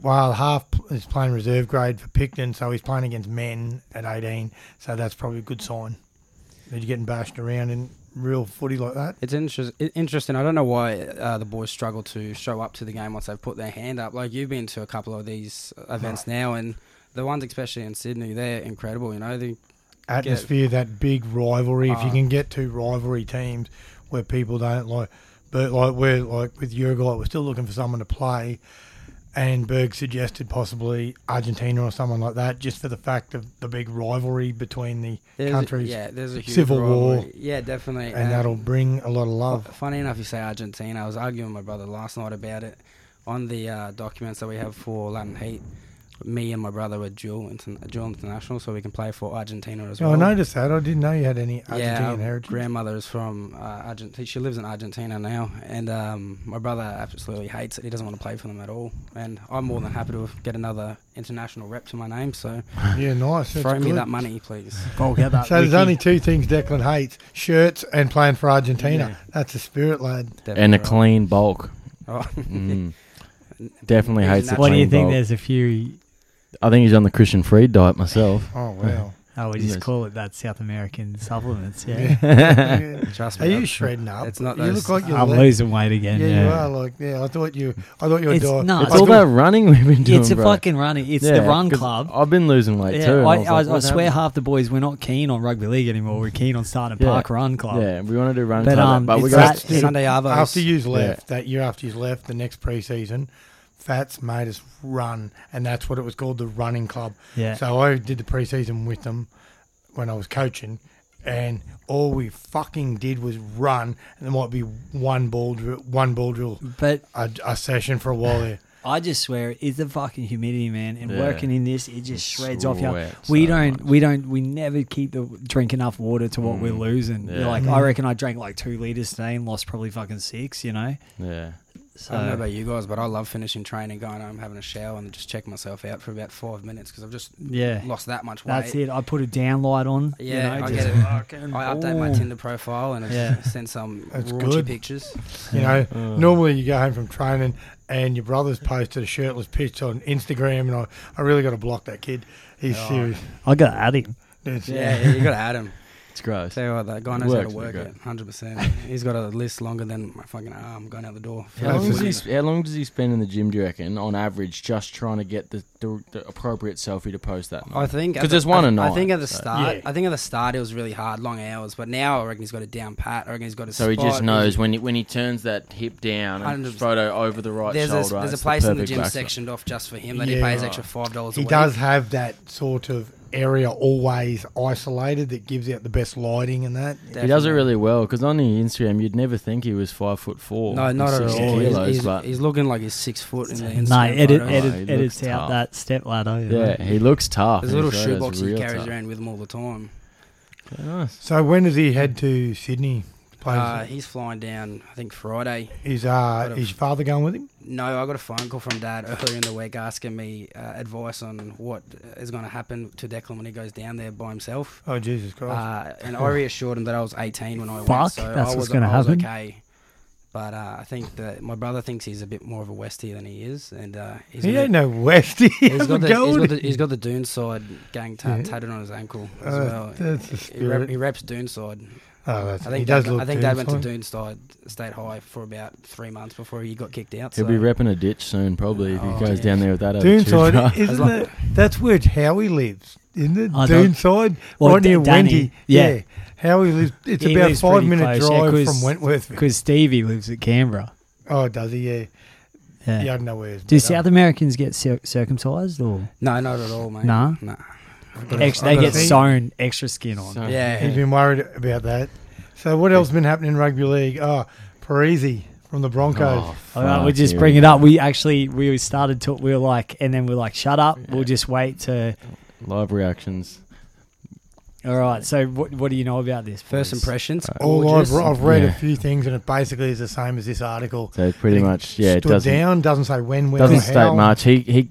Speaker 3: While half is playing reserve grade for Picton, so he's playing against men at 18. So that's probably a good sign that you're getting bashed around in real footy like that.
Speaker 5: It's inter- i- interesting. I don't know why uh, the boys struggle to show up to the game once they've put their hand up. Like you've been to a couple of these uh, events now, and the ones especially in Sydney, they're incredible. You know, they,
Speaker 3: atmosphere, that big rivalry. if you
Speaker 5: Ah.
Speaker 3: can get two rivalry teams where people don't like, but like we're like with Uruguay, we're still looking for someone to play, and Berg suggested possibly Argentina or someone like that, just for the fact of the big rivalry between the
Speaker 5: there's
Speaker 3: countries,
Speaker 5: yeah, there's a huge
Speaker 3: Civil War.
Speaker 5: rivalry. Yeah, definitely.
Speaker 3: and that'll bring a lot of love.
Speaker 5: Funny enough, you say Argentina. I was arguing with my brother last night about it. on the uh, documents that we have for Latin Heat, me and my brother were dual, inter- dual international, so we can play for Argentina as
Speaker 3: Oh,
Speaker 5: well.
Speaker 3: I noticed that. I didn't know you had any Argentinian
Speaker 5: yeah, our
Speaker 3: heritage.
Speaker 5: grandmother is from uh, Argentina. She lives in Argentina now, and um, my brother absolutely hates it. He doesn't want to play for them at all. And I'm more than happy to get another international rep to my name. So
Speaker 3: yeah, nice. That's
Speaker 5: throw me
Speaker 3: good.
Speaker 5: that money, please.
Speaker 4: Go get that.
Speaker 3: [laughs] So there's
Speaker 4: Ricky.
Speaker 3: only two things Declan hates: shirts and playing for Argentina. That's a spirit, lad.
Speaker 2: and a
Speaker 5: Definitely.
Speaker 2: clean bulk.
Speaker 5: Oh.
Speaker 4: [laughs]
Speaker 2: Mm. Definitely
Speaker 5: He's
Speaker 2: hates the
Speaker 5: natural.
Speaker 4: What do you
Speaker 2: clean
Speaker 4: think?
Speaker 2: bulk.
Speaker 4: There's a few.
Speaker 2: I think he's on the Christian Freed diet
Speaker 4: [laughs]
Speaker 2: myself.
Speaker 3: Oh wow.
Speaker 4: Oh, we just
Speaker 2: Yes.
Speaker 4: call it that South American supplements. Yeah.
Speaker 3: Yeah.
Speaker 5: Trust
Speaker 3: Are
Speaker 5: me.
Speaker 3: you shredding up?
Speaker 5: It's not
Speaker 3: You
Speaker 5: those-
Speaker 3: look like you're.
Speaker 4: I'm
Speaker 3: le-
Speaker 4: losing weight again.
Speaker 3: Yeah,
Speaker 4: Yeah,
Speaker 3: you
Speaker 4: [laughs]
Speaker 3: are. Like, yeah, I thought you. I thought you were
Speaker 4: It's
Speaker 3: dying.
Speaker 4: not.
Speaker 2: It's
Speaker 4: I
Speaker 2: all
Speaker 4: thought-
Speaker 2: that running we've been doing.
Speaker 4: It's a
Speaker 2: bro.
Speaker 4: fucking running. It's the
Speaker 2: Yeah,
Speaker 4: run
Speaker 2: 'cause
Speaker 4: club.
Speaker 2: I've been losing weight
Speaker 4: yeah,
Speaker 2: too. and
Speaker 4: I, I,
Speaker 2: was like,
Speaker 4: I
Speaker 2: what
Speaker 4: swear
Speaker 2: happened?
Speaker 4: half the boys we're not keen on rugby league anymore. We're keen on starting a
Speaker 2: Yeah.
Speaker 4: park run club.
Speaker 2: Yeah, we want to do run
Speaker 4: But,
Speaker 2: but,
Speaker 4: um,
Speaker 2: but we
Speaker 4: it's
Speaker 2: got
Speaker 4: that-
Speaker 3: Yeah.
Speaker 5: Sunday Arvos.
Speaker 3: After you's left, that year after you's left, the next pre-season, Fats made us run, and that's what it was called, the running club.
Speaker 4: Yeah.
Speaker 3: So I did the pre-season with them when I was coaching, and all we fucking did was run, and there might be one ball drill, one ball drill
Speaker 4: But
Speaker 3: a, a session for a while there.
Speaker 4: I just swear it's the fucking humidity, man. And
Speaker 2: Yeah.
Speaker 4: working in this, it just shreds off you.
Speaker 2: Sweat
Speaker 4: We
Speaker 2: so
Speaker 4: don't,
Speaker 2: much. Mm.
Speaker 4: we don't, we never keep the drink enough water to what we're losing.
Speaker 2: Yeah.
Speaker 4: Like
Speaker 5: Mm.
Speaker 4: I reckon I drank like two liters today and lost probably fucking six. You know.
Speaker 2: yeah.
Speaker 5: I
Speaker 2: Uh,
Speaker 5: don't know
Speaker 4: So
Speaker 5: about you guys, but I love finishing training, going home, having a shower, and just checking myself out for about five minutes because I've just
Speaker 4: yeah,
Speaker 5: lost that much weight.
Speaker 4: that's it. I put a downlight on. you
Speaker 5: Yeah,
Speaker 4: know,
Speaker 5: I
Speaker 4: just
Speaker 5: get it.
Speaker 4: fucking
Speaker 5: I update my
Speaker 4: boom.
Speaker 5: Tinder profile and I
Speaker 4: Yeah.
Speaker 5: send some
Speaker 3: That's
Speaker 5: raunchy
Speaker 3: good.
Speaker 5: pictures.
Speaker 3: You
Speaker 5: [laughs]
Speaker 3: know,
Speaker 5: Mm.
Speaker 3: normally you go home from training and your brother's posted a shirtless picture on Instagram, and I, I really got to block that kid. He's
Speaker 5: Oh.
Speaker 3: serious.
Speaker 4: I got at him.
Speaker 3: It's-
Speaker 5: Yeah, yeah you got to add him.
Speaker 2: It's gross.
Speaker 5: Tell you what, that guy
Speaker 2: It
Speaker 5: knows how to
Speaker 2: works,
Speaker 5: work
Speaker 2: okay.
Speaker 5: it, hundred percent. He's got a list longer than my fucking arm going out the door.
Speaker 2: How long,
Speaker 3: Yeah.
Speaker 2: does he, sp- how long does he spend in the gym, do you reckon, on average, just trying to get the, the, the appropriate selfie to post that?
Speaker 5: I
Speaker 2: Night?
Speaker 5: think at
Speaker 2: 'Cause
Speaker 5: the-
Speaker 2: there's one
Speaker 5: I,
Speaker 2: a night,
Speaker 5: I think at the
Speaker 2: so-
Speaker 5: start,
Speaker 3: Yeah.
Speaker 5: I think at the start it was really hard, long hours. But now I reckon he's got it down pat. I reckon he's got a.
Speaker 2: so he just
Speaker 5: spot.
Speaker 2: knows when he, when he turns that hip down and
Speaker 5: 100%.
Speaker 2: photo over the right
Speaker 5: There's
Speaker 2: shoulder.
Speaker 5: a, there's a
Speaker 2: it's
Speaker 5: place in the
Speaker 2: perfect
Speaker 5: gym
Speaker 2: backshot.
Speaker 5: sectioned off just for him that he
Speaker 3: Yeah.
Speaker 5: pays extra five dollars.
Speaker 3: He does have that sort of area always isolated that gives out the best lighting and that.
Speaker 2: He does it really well because on his Instagram, you'd never think he was five foot four.
Speaker 5: No,
Speaker 2: and
Speaker 5: not at
Speaker 2: 60
Speaker 5: all. He's,
Speaker 2: Kilos,
Speaker 5: he's-
Speaker 2: but
Speaker 5: he's looking like he's six foot in the Instagram
Speaker 4: No, edit,
Speaker 5: photos.
Speaker 2: edit-
Speaker 4: edit,
Speaker 2: Oh, he edits
Speaker 4: edits
Speaker 2: looks out
Speaker 4: out
Speaker 2: tough.
Speaker 4: that step ladder.
Speaker 2: yeah, he looks tough.
Speaker 5: There's a little
Speaker 2: His photos
Speaker 5: shoebox
Speaker 2: are
Speaker 5: he
Speaker 2: real
Speaker 5: carries
Speaker 2: tough.
Speaker 5: around with him all the time.
Speaker 2: Very nice.
Speaker 3: So when does he head to Sydney? Plays,
Speaker 5: Uh, he's flying down, I think Friday.
Speaker 3: is uh,
Speaker 5: got a-
Speaker 3: his father going with him?
Speaker 5: No, I got a phone call from Dad earlier in the week asking me uh, advice on what is going to happen to Declan when he goes down there by himself.
Speaker 3: Oh Jesus Christ!
Speaker 5: Uh, and I reassured him that I was 18 when I
Speaker 4: Fuck,
Speaker 5: went, so
Speaker 4: that's
Speaker 5: I
Speaker 4: what's
Speaker 5: was,
Speaker 4: gonna
Speaker 5: I was
Speaker 4: happen.
Speaker 5: okay. But uh, I think that my brother thinks he's a bit more of a Westie than he is, and uh, he's
Speaker 3: he
Speaker 5: got
Speaker 3: ain't
Speaker 5: the-
Speaker 3: no Westie. [laughs] He
Speaker 5: he's
Speaker 3: hasn't
Speaker 5: got the, he's got
Speaker 3: gold.
Speaker 5: the he's got the Doonside gang ta-
Speaker 3: Yeah.
Speaker 5: tatted on his ankle as
Speaker 3: Uh,
Speaker 5: well.
Speaker 3: That's the
Speaker 5: He, rap, he
Speaker 3: spirit.
Speaker 5: raps Doonside.
Speaker 3: Oh, that's,
Speaker 5: I think
Speaker 3: he does
Speaker 5: Dad,
Speaker 3: look.
Speaker 5: I think Dad went to
Speaker 3: terrifying.
Speaker 5: Doonside State High for about three months before he got kicked out.
Speaker 2: He'll
Speaker 5: so.
Speaker 2: be repping a ditch soon, probably, if he
Speaker 5: Oh,
Speaker 2: goes
Speaker 5: yeah.
Speaker 2: down there with that attitude. bro. [laughs]
Speaker 3: Doonside, isn't
Speaker 5: like-
Speaker 3: it? That's where Howie lives, isn't it?
Speaker 4: I don't-
Speaker 3: Doonside,
Speaker 4: Well,
Speaker 3: right
Speaker 4: D-
Speaker 3: near
Speaker 4: Danny,
Speaker 3: Wendy.
Speaker 4: yeah.
Speaker 3: Howie lives. It's
Speaker 4: He
Speaker 3: about
Speaker 4: lives
Speaker 3: five
Speaker 4: pretty
Speaker 3: minute
Speaker 4: close, yeah,
Speaker 3: drive
Speaker 4: 'cause-
Speaker 3: from Wentworth.
Speaker 4: because Stevie lives at Canberra.
Speaker 3: Oh, does he? Yeah, yeah.
Speaker 4: Yeah.
Speaker 3: I don't know where. his
Speaker 4: Do
Speaker 3: brother-
Speaker 4: South Americans get cir- circumcised or
Speaker 5: No, not at all, mate.
Speaker 4: Nah.
Speaker 5: nah.
Speaker 4: Ex-
Speaker 3: I've
Speaker 4: they
Speaker 3: got
Speaker 4: get
Speaker 3: a thing.
Speaker 4: sewn extra skin on?
Speaker 2: So-
Speaker 3: He's
Speaker 5: Yeah,
Speaker 3: been worried about that. So what else has been happening in rugby league? Oh, Parisi from the Broncos.
Speaker 2: Oh,
Speaker 4: All right, we
Speaker 2: fuck,
Speaker 4: just
Speaker 2: here
Speaker 4: bring
Speaker 2: we
Speaker 4: it
Speaker 2: go.
Speaker 4: up. We actually we started to we were like, and then we are like, shut up. We'll just wait to.
Speaker 2: Live reactions.
Speaker 4: All right. So what what do you know about this?
Speaker 5: first
Speaker 4: boys?
Speaker 5: impressions.
Speaker 4: Oh,
Speaker 3: All Oh, I've,
Speaker 5: gorgeous.
Speaker 3: I've read a
Speaker 2: Yeah.
Speaker 3: few things, and it basically is the same as this article.
Speaker 2: So pretty
Speaker 3: He
Speaker 2: much, yeah, it
Speaker 3: stood
Speaker 2: doesn't
Speaker 3: down. Doesn't say when, where,
Speaker 2: doesn't
Speaker 3: or
Speaker 2: state
Speaker 3: how.
Speaker 2: much. He he,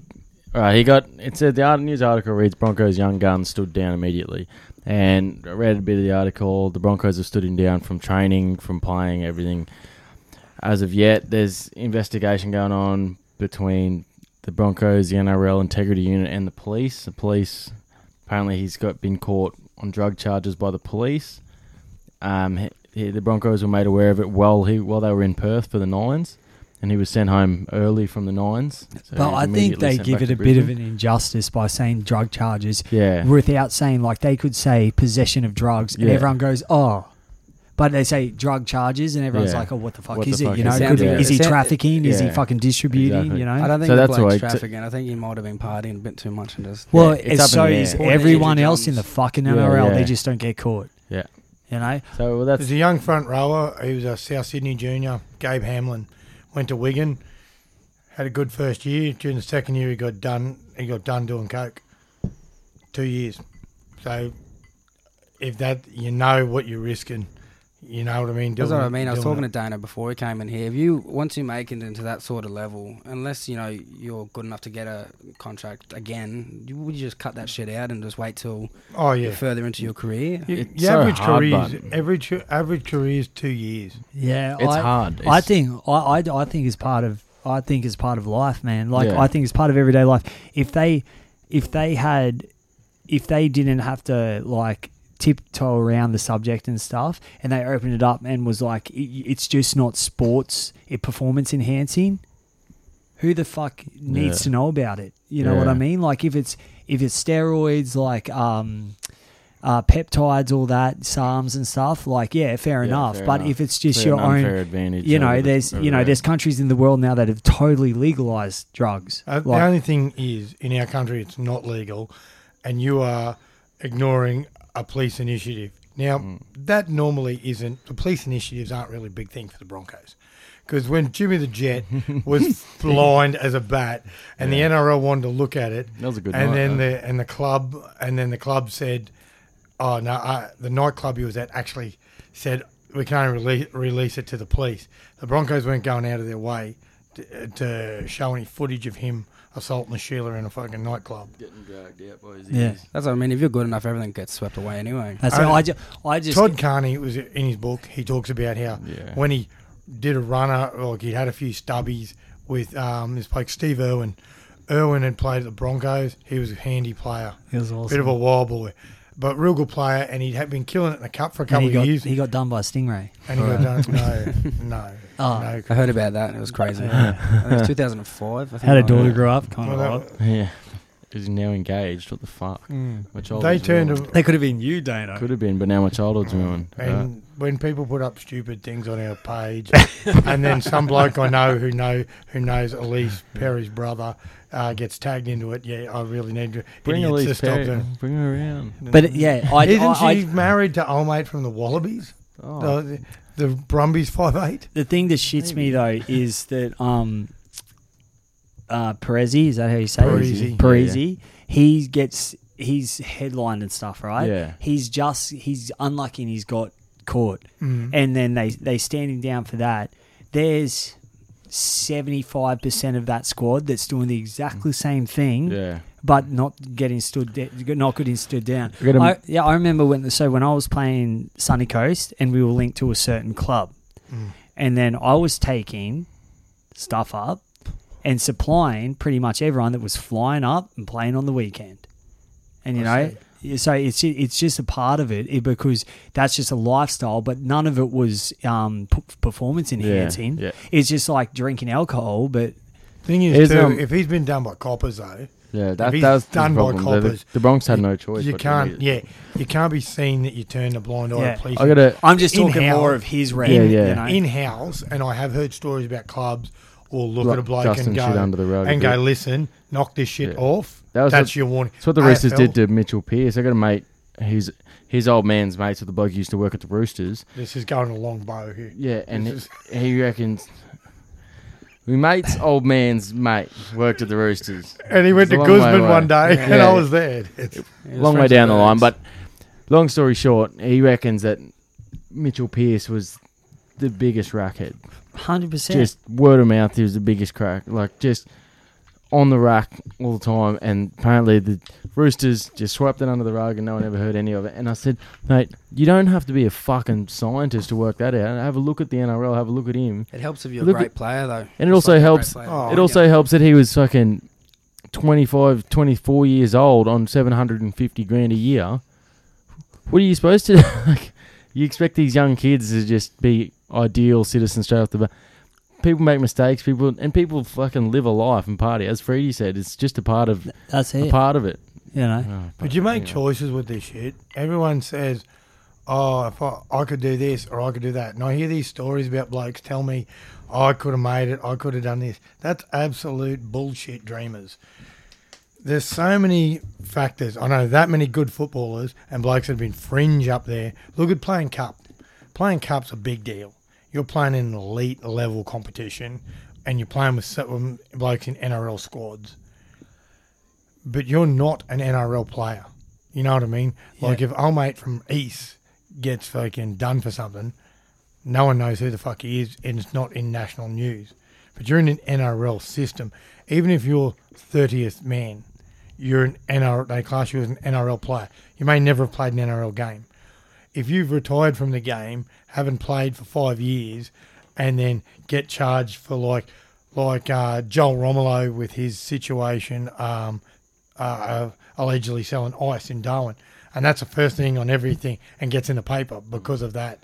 Speaker 2: all right, he got it said the art- news article reads Broncos young gun stood down immediately, and I read a bit of the article. The Broncos have stood him down from training, from playing, everything. As of yet, there's investigation going on between the Broncos, the NRL integrity unit, and the police. The police apparently he's got been caught on drug charges by the police. Um, he- he- the Broncos were made aware of it while he while they were in Perth for the Nines, and he was sent home early from the Nines. So he
Speaker 4: But
Speaker 2: was
Speaker 4: I think
Speaker 2: immediately
Speaker 4: they
Speaker 2: sent
Speaker 4: give
Speaker 2: back
Speaker 4: it
Speaker 2: to
Speaker 4: a bit of
Speaker 2: Brisbane.
Speaker 4: an injustice by saying drug charges
Speaker 2: yeah.
Speaker 4: without saying like they could say possession of drugs and
Speaker 2: Yeah.
Speaker 4: everyone goes oh but they say drug charges and everyone's
Speaker 2: Yeah.
Speaker 4: like oh what the fuck
Speaker 2: What
Speaker 4: is
Speaker 2: the
Speaker 4: it
Speaker 2: fuck
Speaker 4: you
Speaker 2: is
Speaker 4: know
Speaker 5: it?
Speaker 4: could-
Speaker 5: Yeah.
Speaker 4: is he
Speaker 5: It's-
Speaker 4: trafficking is he
Speaker 2: yeah.
Speaker 4: fucking distributing
Speaker 2: Exactly.
Speaker 4: you know
Speaker 5: I don't think
Speaker 2: So
Speaker 5: the
Speaker 2: that's why
Speaker 5: bloke's
Speaker 2: it t-
Speaker 5: trafficking. I think he might have been partying a bit too much and just.
Speaker 4: well
Speaker 2: Yeah, it's
Speaker 4: and
Speaker 2: up in
Speaker 4: so
Speaker 2: the
Speaker 4: is
Speaker 2: air.
Speaker 5: Poor
Speaker 4: everyone
Speaker 5: Andrew
Speaker 4: else in the
Speaker 5: Johns.
Speaker 4: fucking
Speaker 2: Yeah,
Speaker 4: NRL they
Speaker 2: yeah.
Speaker 4: just don't get caught
Speaker 2: Yeah.
Speaker 4: you know
Speaker 2: So well, that's
Speaker 3: There's a young front rower. He was a South Sydney junior, Gabe Hamlin. Went to Wigan, had a good first year. During the second year, he got done. He got done doing coke. Two years. So if that you know what you're risking, you know what I mean.
Speaker 5: That's
Speaker 3: doing
Speaker 5: what I
Speaker 3: it-
Speaker 5: mean. I was
Speaker 3: doing
Speaker 5: talking
Speaker 3: it.
Speaker 5: to Dana before he came in here. If you once you make it into that sort of level, unless you know you're good enough to get a contract again, you would you just cut that shit out and just wait till
Speaker 3: Oh
Speaker 5: you're
Speaker 3: yeah.
Speaker 5: further into your career.
Speaker 3: You-
Speaker 2: It's
Speaker 3: your
Speaker 2: so
Speaker 3: average
Speaker 2: hard,
Speaker 3: career is
Speaker 2: but-
Speaker 3: average average career is two years.
Speaker 4: Yeah,
Speaker 2: It's
Speaker 4: I,
Speaker 2: hard.
Speaker 4: I
Speaker 2: It's-
Speaker 4: think I, I, I think it's part of I think it's part of life, man. Like
Speaker 2: Yeah.
Speaker 4: I think it's part of everyday life. If they if they had if they didn't have to like tiptoe around the subject and stuff, and they opened it up and was like, "I- it's just not sports, it performance enhancing. Who the fuck needs
Speaker 2: Yeah.
Speaker 4: to know about it? You know what I
Speaker 2: Yeah.
Speaker 4: mean? Like if it's if it's steroids, like um, uh, peptides, all that, psalms and stuff. Like yeah, fair
Speaker 2: Yeah,
Speaker 4: enough.
Speaker 2: fair
Speaker 4: but
Speaker 2: enough.
Speaker 4: if it's just
Speaker 2: So
Speaker 4: your
Speaker 2: an unfair
Speaker 4: own,
Speaker 2: advantage.
Speaker 4: you know,
Speaker 2: over the-
Speaker 4: there's
Speaker 2: over
Speaker 4: you know,
Speaker 2: the
Speaker 4: there's countries in the world now that have totally legalized drugs.
Speaker 3: Uh,
Speaker 4: Like-
Speaker 3: the only thing is, in our country, it's not legal, and you are ignoring a police initiative. Now, that normally isn't. The police initiatives aren't really a big thing for the Broncos, because when Jimmy the Jet was blind as a bat, and the NRL wanted to look at it,
Speaker 2: That was a good
Speaker 3: And
Speaker 2: night,
Speaker 3: then
Speaker 2: though.
Speaker 3: the and the club and then the club said, "Oh no!" I, the nightclub he was at actually said, "We can't release release it to the police." The Broncos weren't going out of their way to, to show any footage of him assaulting Sheila in a fucking nightclub.
Speaker 2: Getting dragged out by his
Speaker 4: yeah,
Speaker 2: ears.
Speaker 5: That's what I mean. If you're good enough, everything gets swept away anyway.
Speaker 4: that's I, I just I just
Speaker 3: Todd Carney was in his book. He talks about how
Speaker 2: Yeah.
Speaker 3: when he did a runner, like he had a few stubbies with um, this bloke Steve Irwin. Irwin had played at the Broncos. He was a handy player.
Speaker 4: He was awesome.
Speaker 3: Bit of a wild boy, but real good player, and he had been killing it in the cup for a
Speaker 4: and
Speaker 3: couple of
Speaker 4: he got
Speaker 3: years.
Speaker 4: he got done by a stingray.
Speaker 3: and he got done.
Speaker 4: [laughs]
Speaker 3: No, no,
Speaker 4: Oh.
Speaker 3: no.
Speaker 5: I heard about that. It
Speaker 2: [laughs]
Speaker 5: was crazy. I think it was 2005. I think Oh,
Speaker 4: Had a
Speaker 5: like that.
Speaker 4: daughter grow up, kind
Speaker 3: Well,
Speaker 4: of
Speaker 3: that-
Speaker 4: like.
Speaker 2: Yeah. [laughs] He's now engaged. What the fuck?
Speaker 4: Mm.
Speaker 2: My child
Speaker 3: they
Speaker 2: is
Speaker 3: turned
Speaker 2: ruined.
Speaker 3: a,
Speaker 4: They could have been you, Dana.
Speaker 2: Could have been, but now my childhood's ruined. Uh,
Speaker 3: and when people put up stupid things on our page,
Speaker 4: [laughs]
Speaker 3: and then some bloke I know who know who knows Elise Perry's brother uh, gets tagged into it. Yeah, I really need to
Speaker 2: bring
Speaker 3: idiots to
Speaker 2: Elise
Speaker 3: stop
Speaker 2: Perry.
Speaker 3: them.
Speaker 2: Bring her around.
Speaker 4: But yeah, I,
Speaker 3: Isn't
Speaker 4: I, I-
Speaker 3: she married to old mate from the Wallabies?
Speaker 2: Oh,
Speaker 3: The, the Brumbies five eight.
Speaker 4: the thing that shits me though is that um uh Perezi, is that how you say
Speaker 3: Perezi.
Speaker 4: it? Perezi. He gets he's headlined and stuff, right?
Speaker 2: Yeah.
Speaker 4: He's just he's unlucky and he's got caught. And then they they stand him down for that. There's 75% of that squad that's doing the exactly same thing
Speaker 2: yeah.
Speaker 4: but not getting stood de- not getting stood down.
Speaker 2: We're gonna-
Speaker 4: I, yeah, I remember when so when I was playing Sunny Coast and we were linked to a certain club,
Speaker 2: Mm.
Speaker 4: and then I was taking stuff up and supplying pretty much everyone that was flying up and playing on the weekend, and you know. yeah, So it's ju- it's just a part of it it- because that's just a lifestyle, but none of it was um, p- performance enhancing.
Speaker 2: yeah.
Speaker 4: It's just like drinking alcohol, but
Speaker 3: Thing is,
Speaker 2: Is,
Speaker 3: too,
Speaker 2: um,
Speaker 3: if he's been done by coppers though,
Speaker 2: Yeah,
Speaker 3: if
Speaker 2: that,
Speaker 3: he's
Speaker 2: that's
Speaker 3: done
Speaker 2: the
Speaker 3: by
Speaker 2: problem. The-
Speaker 3: coppers,
Speaker 2: The, Bronx had
Speaker 3: you-
Speaker 2: no choice.
Speaker 3: you
Speaker 2: but to
Speaker 3: can't.
Speaker 2: leave it.
Speaker 3: Yeah, you can't be seen that you turn a blind eye.
Speaker 4: Yeah.
Speaker 3: to police.
Speaker 2: I gotta.
Speaker 4: I'm just
Speaker 3: In
Speaker 4: talking
Speaker 3: how-
Speaker 4: more of his rep.
Speaker 2: Yeah, yeah.
Speaker 4: You know?
Speaker 3: in house, and I have heard stories about clubs will look
Speaker 2: Like
Speaker 3: at a bloke
Speaker 2: dust
Speaker 3: and
Speaker 2: and
Speaker 3: go
Speaker 2: shit under the rug a
Speaker 3: and go,
Speaker 2: bit.
Speaker 3: listen, knock this
Speaker 2: Yeah.
Speaker 3: shit off.
Speaker 2: That was
Speaker 3: That's
Speaker 2: what-
Speaker 3: your warning.
Speaker 2: That's what the Roosters
Speaker 3: AFL
Speaker 2: did to Mitchell Pearce. I got a mate. His his old man's mates with the bloke who used to work at the Roosters.
Speaker 3: This is going a long bow here.
Speaker 2: Yeah, and
Speaker 3: This
Speaker 2: he, he reckons. We mate's old man's mate worked at the Roosters.
Speaker 3: And he
Speaker 2: It's
Speaker 3: went
Speaker 2: a
Speaker 3: to
Speaker 2: long way
Speaker 3: Guzman
Speaker 2: away.
Speaker 3: one day, and
Speaker 2: Yeah.
Speaker 3: I was there. It's,
Speaker 5: It was
Speaker 2: long way
Speaker 5: friends
Speaker 2: down the
Speaker 5: with
Speaker 2: line.
Speaker 5: birds.
Speaker 2: But long story short, he reckons that Mitchell Pearce was the biggest racket.
Speaker 4: Hundred percent.
Speaker 2: Just word of mouth, he was the biggest crack. Like just on the rack all the time. And apparently the Roosters just swept it under the rug, and no one ever heard any of it. And I said, mate, you don't have to be a fucking scientist to work that out. Have a look at the NRL. Have a look at him.
Speaker 5: it helps if you're a
Speaker 2: Look
Speaker 5: great
Speaker 2: at-
Speaker 5: player though.
Speaker 2: and it
Speaker 5: Just
Speaker 2: also
Speaker 5: like a great
Speaker 2: helps-
Speaker 5: player.
Speaker 3: Oh,
Speaker 2: It also helps that he was fucking 25, 24 years old on 750 grand a year. What are you supposed to [laughs] like? You expect these young kids to just be ideal citizens straight off the bat. People make mistakes, people and people fucking live a life and party. As Freddie said, it's just a part of
Speaker 4: That's
Speaker 2: a
Speaker 4: it.
Speaker 2: part of it.
Speaker 4: You know.
Speaker 2: Oh,
Speaker 3: But you make
Speaker 2: anyway.
Speaker 3: choices with this shit. Everyone says, "Oh, if I, I could do this or I could do that," and I hear these stories about blokes tell me, oh, "I could have made it. I could have done this." That's absolute bullshit, dreamers. There's so many factors. I know that many good footballers and blokes that have been fringe up there. Look at playing cup. Playing cup's a big deal. You're playing in an elite level competition and you're playing with certain blokes in NRL squads, but you're not an NRL player. You know what I mean? Like if old mate from East gets fucking done for something, no one knows who the fuck he is, and it's not in national news. But you're in an NRL system. Even if you're thirtieth man, you're an NRL. They class you as an NRL player. You may never have played an NRL game if you've retired from the game, haven't played for five years, and then get charged for like like uh, Joel Romolo with his situation um, uh, allegedly selling ice in Darwin, and that's the first thing on everything and gets in the paper because of that.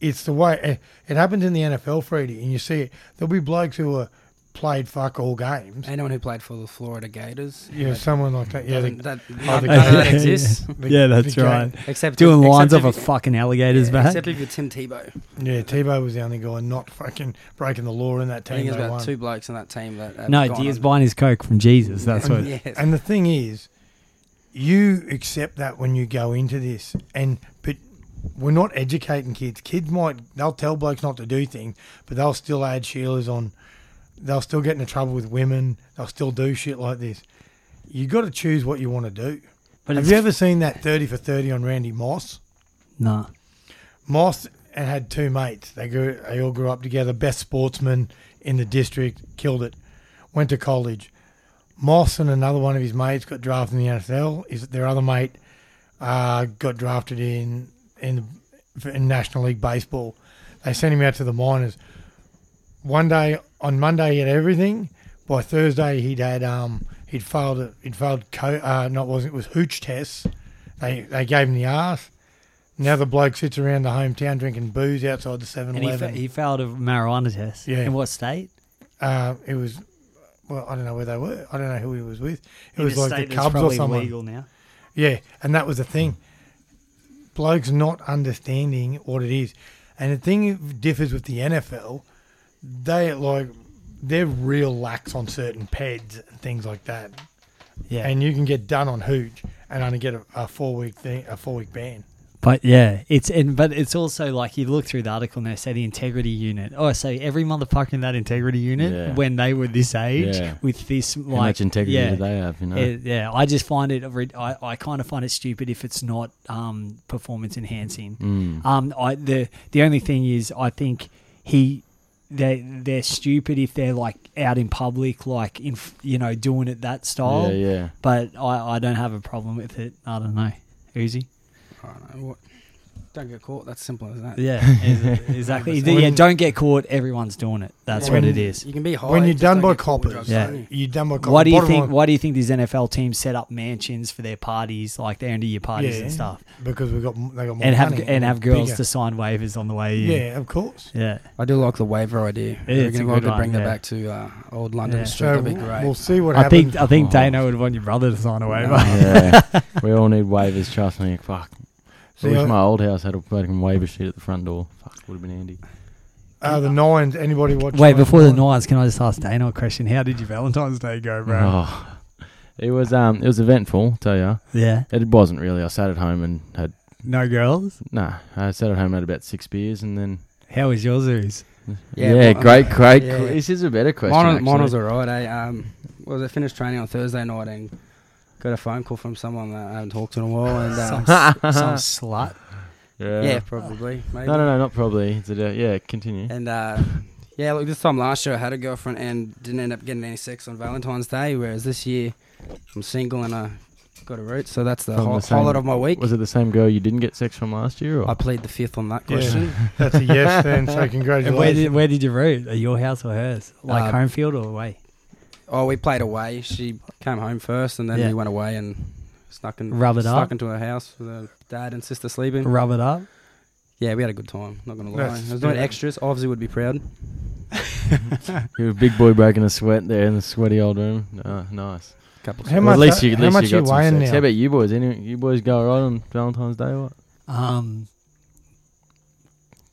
Speaker 3: It's the way it, it happens in the NFL, Freddie, and you see it. There'll be blokes who are played fuck all games.
Speaker 5: Anyone who played for the Florida Gators,
Speaker 3: Yeah, someone like that. Yeah,
Speaker 5: yeah,
Speaker 3: the-
Speaker 5: that, that,
Speaker 3: the-
Speaker 5: none of
Speaker 4: [laughs]
Speaker 5: that exists.
Speaker 3: the-
Speaker 4: yeah, that's
Speaker 3: the game.
Speaker 4: right.
Speaker 5: Except
Speaker 4: Doing lines
Speaker 5: except
Speaker 4: off a
Speaker 5: if-
Speaker 4: fucking alligator's
Speaker 5: yeah,
Speaker 4: back.
Speaker 5: Except if you're Tim Tebow.
Speaker 3: [laughs] Yeah, Tebow was the only guy not fucking breaking the law in that team.
Speaker 5: I think there's
Speaker 3: they
Speaker 5: about
Speaker 3: won.
Speaker 5: two blokes on that team that have
Speaker 4: no,
Speaker 5: gone
Speaker 4: he was
Speaker 5: on.
Speaker 4: buying his coke from Jesus.
Speaker 5: [laughs]
Speaker 4: That's what.
Speaker 5: Yes.
Speaker 3: And the thing is, you accept that when you go into this, and but we're not educating kids. Kids might they'll tell blokes not to do things, but they'll still add sheilas on. They'll still get into trouble with women. They'll still do shit like this. You got to choose what you want to do.
Speaker 4: But
Speaker 3: Have
Speaker 4: it's-
Speaker 3: you ever seen that thirty for thirty on Randy Moss?
Speaker 4: Nah.
Speaker 3: Moss and had two mates. They grew, they all grew up together. Best sportsman in the district, killed it. Went to college. Moss and another one of his mates got drafted in the NFL. Is their other mate uh, got drafted in in, in National League baseball. They sent him out to the minors. One day on Monday he had everything. By Thursday he'd had um he'd failed it. He'd failed co- uh, not wasn't it was hooch tests. They they gave him the arse. Now the bloke sits around the hometown drinking booze outside the Seven
Speaker 4: And he, fa-
Speaker 3: Eleven.
Speaker 4: he failed a marijuana test.
Speaker 3: Yeah.
Speaker 4: In what state?
Speaker 3: uh, it was, well, I don't know where they were. I don't know who he was with. It
Speaker 4: In
Speaker 3: was
Speaker 4: a
Speaker 3: like
Speaker 4: state
Speaker 3: the
Speaker 4: that's
Speaker 3: Cubs or
Speaker 4: probably
Speaker 3: someone.
Speaker 4: Legal now.
Speaker 3: Yeah, and that was the thing. Blokes not understanding what it is, and the thing differs with the NFL. They like they're real lax on certain peds and things like that,
Speaker 4: Yeah.
Speaker 3: and you can get done on hooch and only get a, a four week thing, a four week ban.
Speaker 4: But yeah, it's and but it's also like you look through the article and they say the integrity unit. Oh, so every motherfucker in that integrity unit
Speaker 2: Yeah.
Speaker 4: when they were this age
Speaker 2: Yeah.
Speaker 4: with this like
Speaker 2: How much integrity
Speaker 4: yeah,
Speaker 2: do they have? You know,
Speaker 4: It- yeah, I just find it. re- I, I kind of find it stupid if it's not um, performance enhancing.
Speaker 2: Mm.
Speaker 4: Um, I the the only thing is, I think he they they're stupid if they're like out in public, like in f- you know doing it that style.
Speaker 2: yeah, yeah.
Speaker 4: But I, I don't have a problem with it. I don't know, Uzi.
Speaker 5: I don't know what- Don't get caught. That's simple as
Speaker 3: [laughs]
Speaker 5: that.
Speaker 4: Yeah, ex- exactly.
Speaker 3: When-
Speaker 4: yeah, don't get caught. Everyone's doing it. That's
Speaker 3: When-
Speaker 4: what it is.
Speaker 5: You can be high.
Speaker 3: when you're
Speaker 5: just
Speaker 3: done
Speaker 5: don't
Speaker 3: by
Speaker 5: get caught with
Speaker 3: coppers,
Speaker 5: drugs,
Speaker 4: Yeah.
Speaker 5: don't you?
Speaker 3: you're done by coppers.
Speaker 4: Why do you
Speaker 3: Bottom
Speaker 4: think?
Speaker 3: line-
Speaker 4: Why do you think these NFL teams set up mansions for their parties, like their end of year parties
Speaker 3: Yeah.
Speaker 4: and stuff,
Speaker 3: Because we got m- they got more
Speaker 4: and have
Speaker 3: money
Speaker 4: and have girls
Speaker 3: bigger.
Speaker 4: to sign waivers on the way in?
Speaker 3: yeah, of course.
Speaker 4: yeah.
Speaker 5: I do like the waiver idea.
Speaker 4: Yeah,
Speaker 5: We're
Speaker 4: it's a
Speaker 5: gonna- I
Speaker 4: good
Speaker 5: could
Speaker 4: one,
Speaker 5: bring that
Speaker 4: yeah.
Speaker 5: back to uh, old London
Speaker 4: Yeah.
Speaker 5: Street.
Speaker 3: So
Speaker 5: That'd be
Speaker 3: we'll-
Speaker 5: great.
Speaker 3: we'll see what
Speaker 4: I
Speaker 3: happens.
Speaker 4: think I think Dana would want your brother to sign a waiver.
Speaker 2: yeah. We all need waivers. Trust me. Fuck.
Speaker 3: See,
Speaker 2: I wish
Speaker 3: I-
Speaker 2: my old house had a fucking waiver sheet at the front door. Fuck, would have been handy.
Speaker 3: uh, the nines. Anybody watching?
Speaker 4: [laughs] Wait, before the
Speaker 3: nines.
Speaker 4: Knights, can I just ask Dana a question? How did your Valentine's Day go, bro?
Speaker 2: Oh, it was um, it was eventful. Tell ya,
Speaker 4: Yeah,
Speaker 2: it wasn't really. I sat at home and had
Speaker 4: no girls.
Speaker 2: nah. I sat at home had about six beers and then
Speaker 4: How was yours, Uz?
Speaker 2: yeah,
Speaker 5: mine-
Speaker 2: great, great.
Speaker 5: yeah.
Speaker 2: que- This is a better question.
Speaker 5: Mine, mine
Speaker 2: actually.
Speaker 5: was alright. I um, well, I finished training on Thursday night and got a phone call from someone that I haven't talked to in a while.
Speaker 4: [laughs]
Speaker 5: And
Speaker 4: Some,
Speaker 5: um,
Speaker 4: s- some slut.
Speaker 2: yeah.
Speaker 5: yeah, probably. Maybe.
Speaker 2: No, no, no, not probably. It's a, yeah, continue.
Speaker 5: And uh, yeah, look, this time last year I had a girlfriend and didn't end up getting any sex on Valentine's Day, whereas this year I'm single and I got a root. So that's the
Speaker 2: From
Speaker 5: whole
Speaker 2: the same-
Speaker 5: highlight of my week.
Speaker 2: Was it the same girl you didn't get sex from last year? Or?
Speaker 5: I plead the fifth on that
Speaker 3: Yeah. [laughs]
Speaker 5: question.
Speaker 3: That's a yes, then. So
Speaker 4: [laughs] And where
Speaker 3: congratulations.
Speaker 4: did where did you root? At your house or hers? Like
Speaker 5: Uh,
Speaker 4: home field or away?
Speaker 5: Oh, we played away. She came home first, and then
Speaker 4: Yeah.
Speaker 5: we went away and snuck in,
Speaker 4: Rub it
Speaker 5: snuck
Speaker 4: up.
Speaker 5: into her house with her dad and sister sleeping.
Speaker 4: Rub it up.
Speaker 5: Yeah, we had a good time. Not gonna lie,
Speaker 3: That's
Speaker 5: I was doing
Speaker 3: good.
Speaker 5: extras. Obviously, would be proud.
Speaker 2: You're a big boy breaking a sweat there in the sweaty old room. Uh, nice.
Speaker 5: Couple.
Speaker 3: How
Speaker 5: of-
Speaker 2: Well,
Speaker 3: much-
Speaker 2: at least you, at
Speaker 3: how
Speaker 2: least
Speaker 3: much
Speaker 2: you got
Speaker 3: you
Speaker 2: some
Speaker 3: weighing
Speaker 2: sex.
Speaker 3: now?
Speaker 2: How about you boys? Any you boys go right on Valentine's Day? What?
Speaker 4: Um,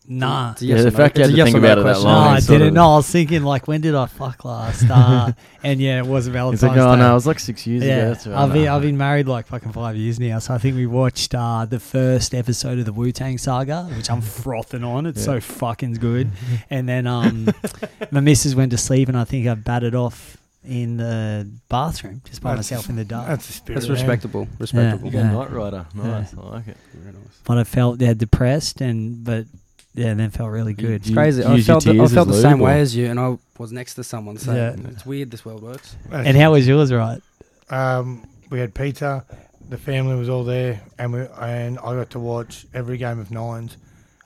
Speaker 4: Nah.
Speaker 5: It's a
Speaker 2: Yeah,
Speaker 5: yes
Speaker 2: the
Speaker 5: or no.
Speaker 2: fact you had
Speaker 5: It's a
Speaker 2: to
Speaker 5: yes
Speaker 2: think
Speaker 5: or no
Speaker 2: about it that
Speaker 5: question.
Speaker 2: long.
Speaker 4: No, I
Speaker 2: sort
Speaker 4: didn't.
Speaker 2: of-
Speaker 4: No, I was thinking like, when did I fuck last?
Speaker 2: [laughs]
Speaker 4: Uh, and yeah, it was Valentine's
Speaker 2: It's like, oh
Speaker 4: Day.
Speaker 2: no, it was like six years ago.
Speaker 4: yeah,
Speaker 2: That's right.
Speaker 4: I've been,
Speaker 2: No.
Speaker 4: I've been married like fucking five years now, so I think we watched uh, the first episode of the Wu Tang Saga, which I'm frothing on. It's
Speaker 2: Yeah.
Speaker 4: so fucking good.
Speaker 2: [laughs]
Speaker 4: And then um, my missus went to sleep, and I think I batted off in the bathroom just by
Speaker 3: That's-
Speaker 4: myself in the dark.
Speaker 3: That's a spirit.
Speaker 5: That's
Speaker 3: man.
Speaker 5: respectable.
Speaker 2: You
Speaker 5: Respectable.
Speaker 2: got
Speaker 4: Yeah.
Speaker 2: Knight Rider. Nice. I like it.
Speaker 5: Very nice.
Speaker 4: But I felt yeah depressed, and but yeah, then felt really
Speaker 2: You-
Speaker 4: good.
Speaker 2: you-
Speaker 5: Crazy. I
Speaker 2: use your
Speaker 5: felt, the, I
Speaker 2: tears as
Speaker 5: felt the same
Speaker 2: lube,
Speaker 5: way
Speaker 2: or-
Speaker 5: as you, and I was next to someone. So
Speaker 4: Yeah.
Speaker 5: it's weird this world works.
Speaker 3: That's-
Speaker 4: And how was yours, right?
Speaker 3: um, we had pizza. The family was all there, and we and I got to watch every game of nines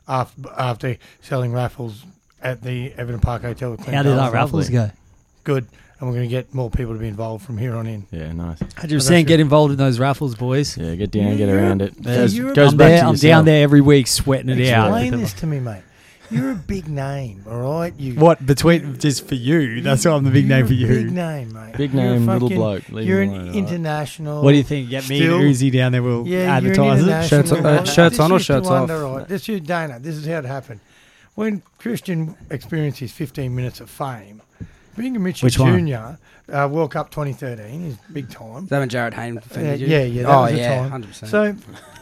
Speaker 3: after after selling raffles at the Everton Park Hotel. With Clint
Speaker 4: How did
Speaker 3: Carlson.
Speaker 4: our raffles go?
Speaker 3: Good, and we're going to get more people to be involved from here on in.
Speaker 2: Yeah, nice.
Speaker 4: Hundred
Speaker 3: That's
Speaker 4: percent. Get involved in those raffles, boys.
Speaker 2: Yeah, get down, get around it.
Speaker 4: Yeah.
Speaker 2: Goes,
Speaker 3: Europe-
Speaker 2: goes
Speaker 4: I'm,
Speaker 2: back
Speaker 4: there,
Speaker 2: to
Speaker 4: I'm
Speaker 2: yourself.
Speaker 4: down there every week sweating it out.
Speaker 2: Yeah.
Speaker 3: Explain this to me, mate. You're a big name, all right? You
Speaker 4: What between just for you? That's why I'm the big
Speaker 3: you're
Speaker 4: name for
Speaker 3: a Big
Speaker 4: you.
Speaker 3: name, mate.
Speaker 2: Big
Speaker 3: You're a
Speaker 2: name, little
Speaker 3: fucking-
Speaker 2: bloke. Leave
Speaker 3: You're
Speaker 2: him
Speaker 3: an
Speaker 2: alone, alright?
Speaker 3: international.
Speaker 4: What do you think? Get me
Speaker 3: Still-
Speaker 4: and Uzi down there. We'll
Speaker 3: Yeah, you're an
Speaker 4: advertise it.
Speaker 3: international
Speaker 5: Shirts on- uh,
Speaker 3: guy.
Speaker 5: shirts
Speaker 3: This
Speaker 5: on or
Speaker 3: used to
Speaker 5: shirts
Speaker 3: wonder,
Speaker 5: off?
Speaker 3: right? This is Dana. This is how it happened. When Christian experienced his 15 minutes of fame, Bingham Mitchell
Speaker 4: Which
Speaker 3: Jr.
Speaker 4: one?
Speaker 3: Uh, World Cup 2013 is big time.
Speaker 5: Is that when Jared Hayne defended you?
Speaker 3: Uh, yeah, yeah, that
Speaker 5: oh,
Speaker 3: was the
Speaker 5: yeah,
Speaker 3: time.
Speaker 5: 100%.
Speaker 3: So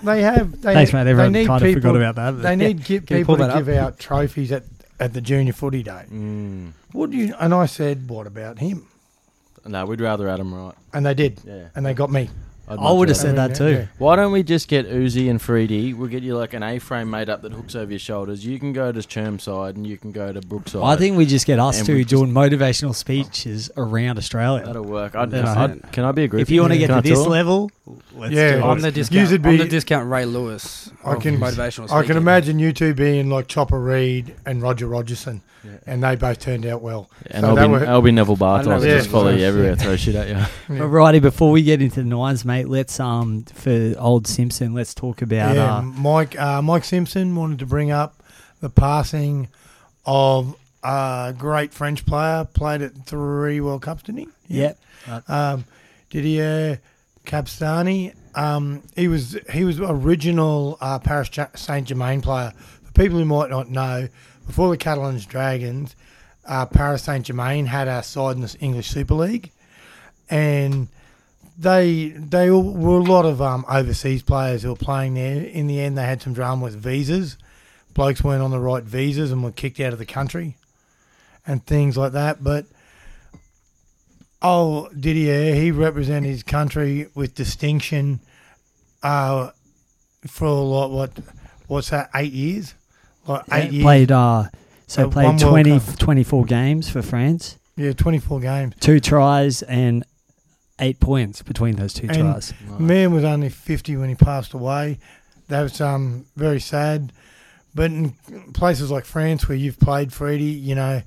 Speaker 3: they have. They,
Speaker 4: Thanks, mate. Everyone
Speaker 3: they need
Speaker 4: kind of
Speaker 3: people,
Speaker 4: forgot about that.
Speaker 3: They need gi-
Speaker 5: Can you
Speaker 3: people
Speaker 5: pull
Speaker 3: to
Speaker 5: that
Speaker 3: give out trophies at, at the junior footy day.
Speaker 2: Mm.
Speaker 3: What do you? And I said, what about him?
Speaker 2: No, we'd rather Adam right.
Speaker 3: And they did.
Speaker 2: Yeah.
Speaker 3: And they got me.
Speaker 2: I'd
Speaker 4: I
Speaker 2: much rather.
Speaker 4: would have said that
Speaker 3: Yeah, yeah.
Speaker 4: too.
Speaker 2: Why don't we just get Uzi and 3D? We'll get you like an A-frame made up that hooks over your shoulders. You can go to Chermside and you can go to Brookside.
Speaker 4: I think we just get us
Speaker 2: And
Speaker 4: two
Speaker 2: we just-
Speaker 4: doing motivational speeces around Australia.
Speaker 2: that'll work. I'd,
Speaker 4: Yeah.
Speaker 2: I'd- can I be a group?
Speaker 4: If you want to get
Speaker 2: Can
Speaker 4: to
Speaker 2: I
Speaker 4: this
Speaker 2: tour?
Speaker 4: level, let's
Speaker 3: Yeah.
Speaker 4: do it.
Speaker 5: I'm the discount.
Speaker 3: You'd
Speaker 5: I'm
Speaker 3: be-
Speaker 5: the discount Ray Lewis.
Speaker 3: I
Speaker 5: of
Speaker 3: can-
Speaker 5: motivational.
Speaker 3: I can
Speaker 5: speaking.
Speaker 3: imagine you two being like Chopper Reed and Roger Rogerson,
Speaker 2: Yeah.
Speaker 3: and they both turned out well.
Speaker 2: and
Speaker 3: So
Speaker 2: I'll,
Speaker 3: that
Speaker 2: be,
Speaker 3: were-
Speaker 2: I'll be Neville
Speaker 5: don't know
Speaker 2: Bartos.
Speaker 3: if
Speaker 2: just
Speaker 3: it's-
Speaker 2: follow you
Speaker 3: Yeah.
Speaker 2: everywhere, throw shit
Speaker 4: [laughs]
Speaker 2: at you.
Speaker 4: But righty, before we get into the nines, mate, let's um for old Simpson, let's talk about
Speaker 3: yeah,
Speaker 4: uh,
Speaker 3: Mike uh, Mike Simpson wanted to bring up the passing of a great French player, played at three World Cups, didn't he?
Speaker 4: yep.
Speaker 3: Um, Didier Capstani. Um, he was he was original uh, Paris Saint Germain player. For people who might not know, before the Catalans Dragons, uh, Paris Saint Germain had our side in the English Super League, and they they all, were a lot of um, overseas players who were playing there. In the end, they had some drama with visas. Blokes weren't on the right visas and were kicked out of the country, and things like that. But Oh, Didier, he represented his country with distinction uh, for like what what's that, eight years? Like eight years.
Speaker 4: played uh so
Speaker 3: Uh,
Speaker 4: played
Speaker 3: one World
Speaker 4: 20,
Speaker 3: Cup.
Speaker 4: 24 games for France,
Speaker 3: Yeah, twenty four games.
Speaker 4: two tries and eight points between those two
Speaker 3: And-
Speaker 4: tries.
Speaker 3: Man was only fifty when he passed away. That was um very sad. But in places like France where you've played Freddie, you know,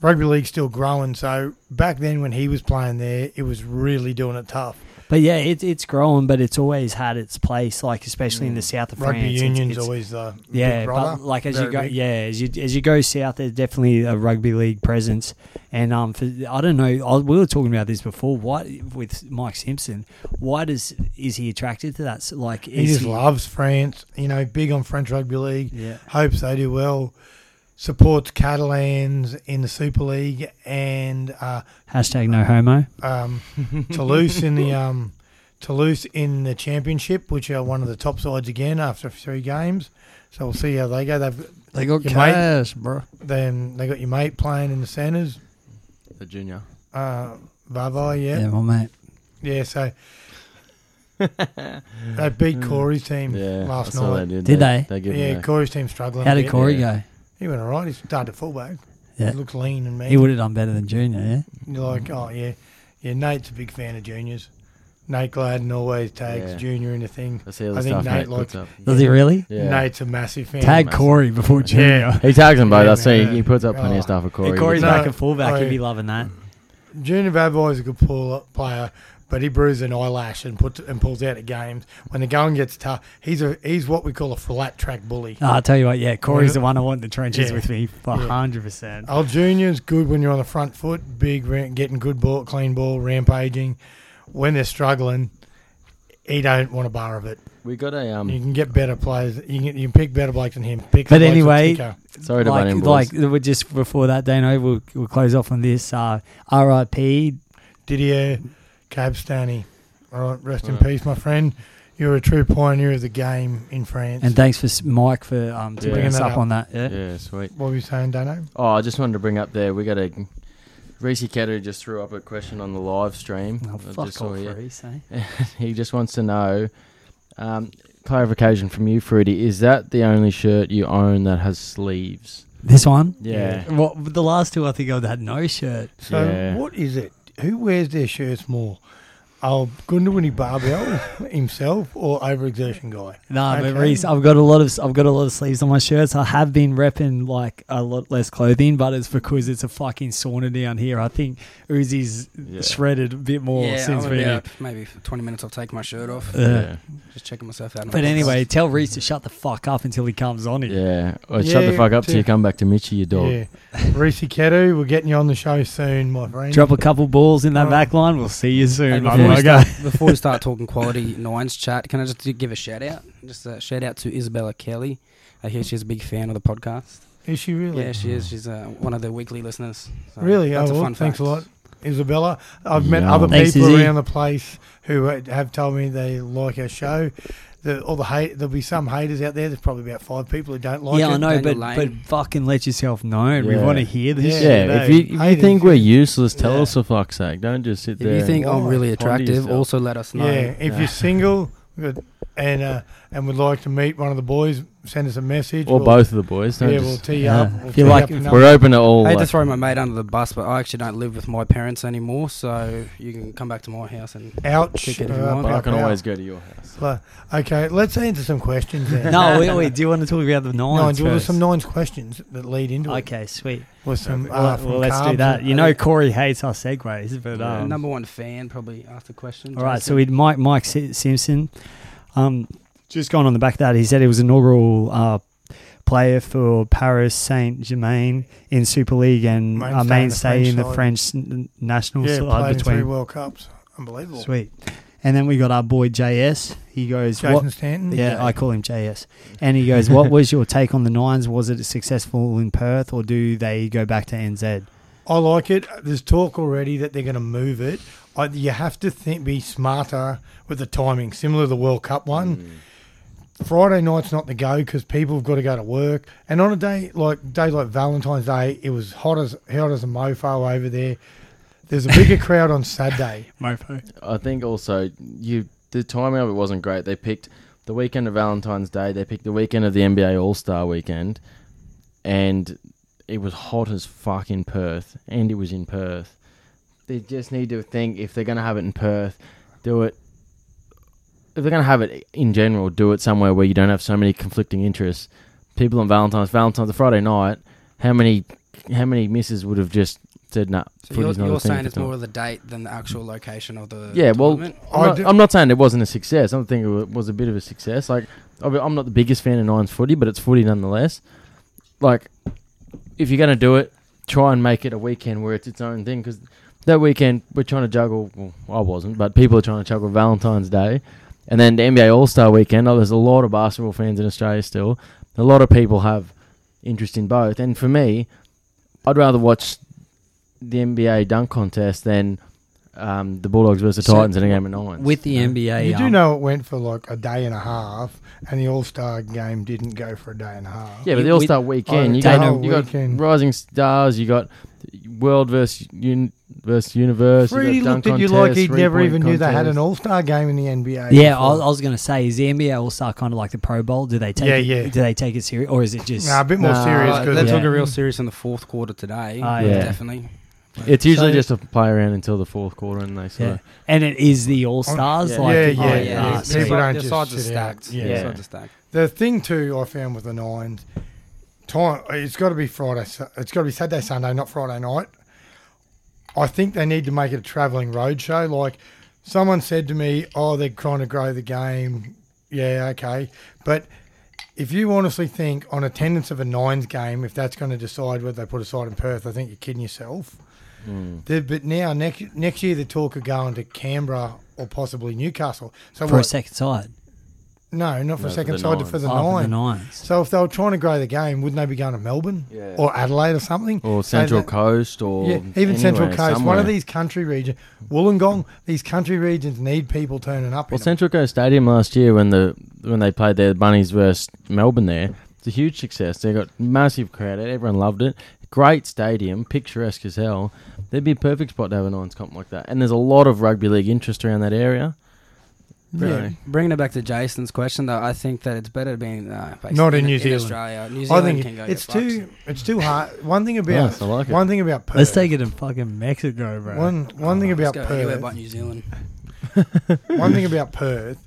Speaker 3: rugby league's still growing, so back then when he was playing there, it was really doing it tough.
Speaker 4: But yeah, it, it's growing, but it's always had its place, like especially in the south of
Speaker 3: Mm. Rugby
Speaker 4: France. it's-
Speaker 3: union's
Speaker 4: it's-
Speaker 3: always the
Speaker 4: yeah,
Speaker 3: big brother.
Speaker 4: but like as you
Speaker 3: very
Speaker 4: go,
Speaker 3: big.
Speaker 4: yeah, as you as you go south, there's definitely a rugby league presence. And um, for, I don't know, I, we were talking about this before. Why with Mike Simpson? Why does is he attracted to that? So, Like,
Speaker 3: He
Speaker 4: is
Speaker 3: just loves France. You know, big on French rugby league.
Speaker 4: Yeah.
Speaker 3: Hopes they do well. Supports Catalans in the Super League and uh,
Speaker 4: hashtag no homo.
Speaker 3: um, Toulouse in the um, Toulouse in the Championship, which are one of the top sides again after three games. So we'll see how they go. They've
Speaker 5: They got
Speaker 3: Your
Speaker 5: cash, bro.
Speaker 3: then they got your mate playing in the centres.
Speaker 2: The junior.
Speaker 3: Uh, Vavai,
Speaker 4: Yeah,
Speaker 3: yeah. yeah,
Speaker 4: my mate.
Speaker 3: So they beat Corey's team
Speaker 2: Yeah.
Speaker 3: last
Speaker 2: that's all
Speaker 3: night.
Speaker 2: They did
Speaker 4: Did they?
Speaker 2: They give
Speaker 3: Yeah,
Speaker 2: yeah,
Speaker 3: Corey's team struggling.
Speaker 4: How
Speaker 3: a
Speaker 4: did
Speaker 3: bit.
Speaker 4: Corey
Speaker 2: Yeah.
Speaker 4: go?
Speaker 3: He went all right. He started fullback.
Speaker 4: Yeah.
Speaker 3: He looked lean and mean.
Speaker 4: He would have done better than Junior. Yeah.
Speaker 3: You're like, oh yeah, yeah. Nate's a big fan of juniors. Nate Gladden always tags
Speaker 2: Yeah.
Speaker 3: Junior in the thing.
Speaker 2: Let's see how the
Speaker 3: I think
Speaker 2: stuff
Speaker 3: Nate
Speaker 2: Nate puts
Speaker 3: liked-
Speaker 2: up.
Speaker 4: Does he really?
Speaker 2: Yeah.
Speaker 3: Nate's a massive fan.
Speaker 4: Tag
Speaker 2: massive.
Speaker 4: Corey before Junior.
Speaker 2: He tags them both.
Speaker 3: Yeah,
Speaker 2: I see.
Speaker 3: man.
Speaker 2: He puts up plenty
Speaker 3: Oh.
Speaker 2: of stuff for Corey.
Speaker 4: If Corey's
Speaker 3: No.
Speaker 4: back and fullback,
Speaker 3: Oh,
Speaker 4: he'd be
Speaker 3: yeah.
Speaker 4: loving that.
Speaker 3: Junior Bavoy is a good pull, player, but he brews an eyelash and puts and pulls out at games when the going gets tough. He's a he's what we call a flat track bully.
Speaker 4: Oh, I'll tell you what, [laughs] yeah, Corey's the one I want in the trenches
Speaker 3: Yeah.
Speaker 4: with me, for hundred percent.
Speaker 3: Old Junior's good when you're on the front foot, big, ra- getting good ball, clean ball, rampaging. When they're struggling, he don't want a bar of it.
Speaker 2: We got a
Speaker 3: You
Speaker 2: um.
Speaker 3: can get better players. You can, you can pick better blokes than him. Pick
Speaker 4: Mm. But
Speaker 3: blokes with
Speaker 4: anyway-
Speaker 3: ticker.
Speaker 2: Sorry to butt in,
Speaker 4: like,
Speaker 2: boys.
Speaker 4: like we're just before that, Dano, we'll, we'll close off on this. Uh, RIP,
Speaker 3: Didier Cabstani. All right, rest
Speaker 2: All
Speaker 3: in
Speaker 2: right.
Speaker 3: peace, my friend. You're a true pioneer of the game in France.
Speaker 4: and thanks for s- Mike for um, to
Speaker 2: Yeah.
Speaker 4: bring us
Speaker 3: Bringing
Speaker 4: up,
Speaker 3: that
Speaker 4: on that. Yeah.
Speaker 2: yeah, sweet.
Speaker 3: what were you saying, Dano?
Speaker 2: Oh, I just wanted to bring up there. We got a Reese Caddo just threw up a question on the live stream.
Speaker 4: Oh,
Speaker 2: I just
Speaker 4: fuck
Speaker 2: saw
Speaker 4: off,
Speaker 2: here.
Speaker 4: Reece, eh?
Speaker 2: [laughs] He just wants to know um, clarification from you, Fruity. Is that the only shirt you own that has sleeves?
Speaker 4: This one?
Speaker 2: Yeah.
Speaker 4: Well, the last two I think I had no shirt.
Speaker 3: So
Speaker 2: Yeah.
Speaker 3: what is it? Who wears their shirts more? Oh, Gundawini Barbell [laughs] himself or overexertion guy?
Speaker 4: No, but
Speaker 3: Okay.
Speaker 4: Reese, I've got a lot of I've got a lot of sleeves on my shirts. I have been repping like a lot less clothing, but it's because it's a fucking sauna down here. I think Uzi's
Speaker 2: Yeah.
Speaker 4: shredded a bit more
Speaker 5: yeah,
Speaker 4: since
Speaker 5: I'm
Speaker 4: we.
Speaker 5: about maybe 20 minutes. I'll take my shirt off.
Speaker 3: Uh,
Speaker 4: Yeah.
Speaker 5: Just checking myself out. on
Speaker 4: But
Speaker 5: the- [laughs]
Speaker 4: anyway, tell Reese to shut the fuck up until he comes on
Speaker 2: Yeah.
Speaker 4: here.
Speaker 2: yeah. Well, shut the
Speaker 3: Yeah,
Speaker 2: fuck up till
Speaker 3: too.
Speaker 2: you come back to Mitchie, your dog.
Speaker 3: Yeah. Reese Kedu, we're getting you on the show soon, my friend.
Speaker 4: Drop a couple balls in that
Speaker 3: Oh.
Speaker 4: back line. We'll see you soon.
Speaker 5: Hey,
Speaker 4: my [laughs]
Speaker 5: before, we
Speaker 4: bugger.
Speaker 5: start, before we start talking quality nines chat, can I just give a shout out? Just a shout out to Isabella Kelly. I hear she's a big fan of the podcast.
Speaker 3: Is she really?
Speaker 5: Yeah, she is. She's uh, one of the weekly listeners. So
Speaker 3: Really?
Speaker 5: That's
Speaker 3: oh,
Speaker 5: a
Speaker 3: well,
Speaker 5: fun
Speaker 3: thanks
Speaker 5: fact.
Speaker 3: a lot, Isabella. I've met
Speaker 2: Yum.
Speaker 3: other
Speaker 4: Thanks,
Speaker 3: people
Speaker 4: Izzy.
Speaker 3: around the place who uh, have told me they like our show. The, all the hate, there'll be some haters out there. There's probably about five people who don't like
Speaker 4: yeah,
Speaker 3: it.
Speaker 4: I know,
Speaker 5: Daniel
Speaker 4: but
Speaker 5: Lane.
Speaker 4: but fucking let yourself known. We
Speaker 2: Yeah.
Speaker 4: want to hear this.
Speaker 3: Yeah,
Speaker 4: shit.
Speaker 2: Yeah,
Speaker 3: no,
Speaker 2: if you, if you
Speaker 3: haters,
Speaker 2: think we're useless, tell
Speaker 3: Yeah.
Speaker 2: us for fuck's sake. Don't just sit
Speaker 5: If
Speaker 2: there.
Speaker 5: you think I'm
Speaker 3: Why?
Speaker 5: really
Speaker 2: Why do you
Speaker 5: attractive,
Speaker 2: still-
Speaker 5: also let us know.
Speaker 3: Yeah, if
Speaker 2: Nah.
Speaker 3: you're single good, and uh, and would like to meet one of the boys, send us a message.
Speaker 2: or
Speaker 3: We'll-
Speaker 2: both of the boys.
Speaker 3: Yeah,
Speaker 2: Don't
Speaker 3: we'll
Speaker 2: just,
Speaker 3: tee you
Speaker 4: Yeah.
Speaker 3: up.
Speaker 4: If
Speaker 3: We'll
Speaker 4: you
Speaker 3: tee
Speaker 4: like-
Speaker 3: up enough.
Speaker 2: we're open to all.
Speaker 5: I hate
Speaker 2: like-
Speaker 5: to throw my mate under the bus, but I actually don't live with my parents anymore, so you can come back to my house and
Speaker 3: Ouch.
Speaker 5: Kick it if you
Speaker 3: Uh,
Speaker 5: want.
Speaker 2: but I
Speaker 3: pow,
Speaker 2: can
Speaker 3: pow.
Speaker 2: always go to your house.
Speaker 3: Well, Okay, let's answer some questions. Then.
Speaker 4: no, wait,
Speaker 3: [laughs]
Speaker 4: wait. Do you want to talk about the nines?
Speaker 3: Nines, well, there's
Speaker 4: first?
Speaker 3: some nines questions that lead into it.
Speaker 4: Okay, sweet.
Speaker 3: With some,
Speaker 4: Well,
Speaker 3: uh,
Speaker 4: well,
Speaker 3: from
Speaker 4: let's
Speaker 3: Carbs
Speaker 4: do
Speaker 3: and-
Speaker 4: that. You know, Corey hates our segues, but
Speaker 2: Yeah.
Speaker 4: um,
Speaker 5: number one fan probably asked the question.
Speaker 4: all right. So
Speaker 5: Jason.
Speaker 4: we Mike Mike Si- Simpson, um, just going on the back of that, he said he was inaugural uh, player for Paris Saint Germain in Super League and
Speaker 3: Mainstay
Speaker 4: mainstay, uh,
Speaker 3: in the
Speaker 4: mainstay in the French,
Speaker 3: French
Speaker 4: n- national
Speaker 3: yeah,
Speaker 4: side
Speaker 3: played in three
Speaker 4: between.
Speaker 3: World Cups. Unbelievable.
Speaker 4: Sweet. And then we got our boy JS. He goes,
Speaker 3: Jason
Speaker 4: what,
Speaker 3: Stanton.
Speaker 4: Yeah, I call him JS. And he goes, What was your take on the nines? Was it successful in Perth or do they go back to NZ?
Speaker 3: I like it. There's talk already that they're going to move it. I, you have to think, be smarter with the timing, similar to the World Cup one.
Speaker 2: Mm.
Speaker 3: Friday night's not the go because people have got to go to work. And on a day like day like Valentine's Day, it was hot as hot as a mofo over there. There's a bigger crowd on
Speaker 2: [laughs]
Speaker 3: Saturday.
Speaker 4: Mofo.
Speaker 2: I think also you the timing of it wasn't great. They picked the weekend of Valentine's Day. They picked the weekend of the NBA All Star Weekend, and it was hot as fuck in Perth, and it was in Perth. They just need to think if they're going to have it in Perth, do it. If they're going to have it in general, do it somewhere where you don't have so many conflicting interests. People on Valentine's Valentine's a Friday night. How many how many misses would have just said no?
Speaker 5: So
Speaker 2: footy's not
Speaker 5: you're,
Speaker 2: a thing
Speaker 5: you're saying
Speaker 2: for
Speaker 5: it's
Speaker 2: tonight."
Speaker 5: more of the date than the actual location of the
Speaker 2: Yeah, well,
Speaker 5: tournament?
Speaker 3: I
Speaker 2: I'm not,
Speaker 3: do-
Speaker 2: I'm not saying it wasn't a success. I'm thinking it wa- was a bit of a success. Like, ob- I'm not the biggest fan of Nine's footy, but it's footy nonetheless. Like, if you're going to do it, try and make it a weekend where it's its own thing. Because that weekend, we're trying to juggle. Well, I wasn't, but people are trying to juggle Valentine's Day. And then the NBA All Star weekend. Oh, there's a lot of basketball fans in Australia still. A lot of people have interest in both. And for me, I'd rather watch the NBA dunk contest than um, the Bulldogs versus the
Speaker 5: So,
Speaker 2: Titans in a game of nines.
Speaker 4: With the NBA.
Speaker 3: You do
Speaker 4: um,
Speaker 3: know it went for like a day and a half, and the All Star game didn't go for a day and a half.
Speaker 2: yeah, but the
Speaker 4: With-
Speaker 2: All Star weekend,
Speaker 3: Oh,
Speaker 2: you
Speaker 3: the
Speaker 2: got,
Speaker 3: whole
Speaker 2: you got
Speaker 3: weekend.
Speaker 2: Rising Stars, you got World versus, un- versus Universe.
Speaker 3: Freddie
Speaker 2: you got dunk
Speaker 3: looked at you like
Speaker 2: contest,
Speaker 3: he'd never
Speaker 2: three-point
Speaker 3: even knew they had
Speaker 2: contest.
Speaker 3: an All Star game in the NBA.
Speaker 4: Yeah, I,
Speaker 3: before.
Speaker 4: was- I was going to say, is the NBA All Star kind of like the Pro Bowl? Do they take
Speaker 3: Yeah,
Speaker 4: it,
Speaker 3: yeah.
Speaker 4: Do they take it serious, or is it just?
Speaker 3: Nah, a bit more
Speaker 2: Nah,
Speaker 3: serious
Speaker 5: Uh,
Speaker 3: because
Speaker 5: they
Speaker 4: Yeah.
Speaker 5: took it real serious in the fourth quarter today.
Speaker 4: Ah,
Speaker 2: yeah.
Speaker 5: Definitely.
Speaker 2: It's usually
Speaker 3: So-
Speaker 2: just a play around until the fourth quarter, and they say,
Speaker 4: yeah. And it is the All Stars.
Speaker 2: Yeah,
Speaker 4: like,
Speaker 3: yeah,
Speaker 4: oh,
Speaker 3: yeah,
Speaker 5: yeah.
Speaker 4: ah,
Speaker 3: yeah.
Speaker 4: sweet.
Speaker 3: People
Speaker 5: People
Speaker 3: don't
Speaker 5: Their
Speaker 3: just
Speaker 5: sides are
Speaker 3: sit out.
Speaker 5: stacked.
Speaker 3: Yeah.
Speaker 5: Their
Speaker 2: Yeah.
Speaker 5: sides are stacked.
Speaker 3: The thing too, I found with the nines, time it's got to be Friday. Su- It's got to be Saturday, Sunday, not Friday night. I think they need to make it a travelling road show. Like someone said to me, "Oh, they're trying to grow the game." Yeah, okay, but if you honestly think on attendance of a nines game, if that's going to decide whether they put a side in Perth, I think you're kidding yourself.
Speaker 4: Hmm.
Speaker 3: The- but now next next year the talk of going to Canberra or possibly Newcastle. So
Speaker 4: for a
Speaker 3: what?
Speaker 4: second side.
Speaker 3: no, not for
Speaker 2: No, for
Speaker 3: a second
Speaker 2: the
Speaker 3: side
Speaker 2: nines.
Speaker 3: for the
Speaker 4: Oh, for
Speaker 3: nine.
Speaker 4: the nines.
Speaker 3: So if they were trying to grow the game, wouldn't they be going to Melbourne
Speaker 2: Yeah.
Speaker 3: or Adelaide or something?
Speaker 2: or
Speaker 3: So
Speaker 2: Central
Speaker 3: that-
Speaker 2: Coast, or
Speaker 3: Yeah, even Central
Speaker 2: anywhere,
Speaker 3: Coast. One
Speaker 2: somewhere.
Speaker 3: of these country regions, Wollongong. These country regions need people turning up.
Speaker 2: Well,
Speaker 3: in 'em.
Speaker 2: Central Coast Stadium last year when the when they played their bunnies versus Melbourne there, it's a huge success. They got massive crowd. Everyone loved it. Great stadium, picturesque as hell. There'd be a perfect spot to have a nines comp like that. And there's a lot of rugby league interest around that area.
Speaker 3: Yeah.
Speaker 5: Bringing it back to Jason's question, though, I think that it's better being uh, based
Speaker 3: Not in New Zealand.
Speaker 5: Australia. New
Speaker 3: I
Speaker 5: Zealand
Speaker 3: think
Speaker 5: can go
Speaker 3: it's
Speaker 5: get fucked.
Speaker 3: too it's too hard. One thing about
Speaker 2: Nice, I like it.
Speaker 3: one thing about Perth.
Speaker 4: Let's take it to fucking Mexico, bro.
Speaker 3: one one thing
Speaker 5: Let's
Speaker 3: about
Speaker 5: go anywhere but
Speaker 3: Perth.
Speaker 5: New Zealand.
Speaker 3: One thing about Perth.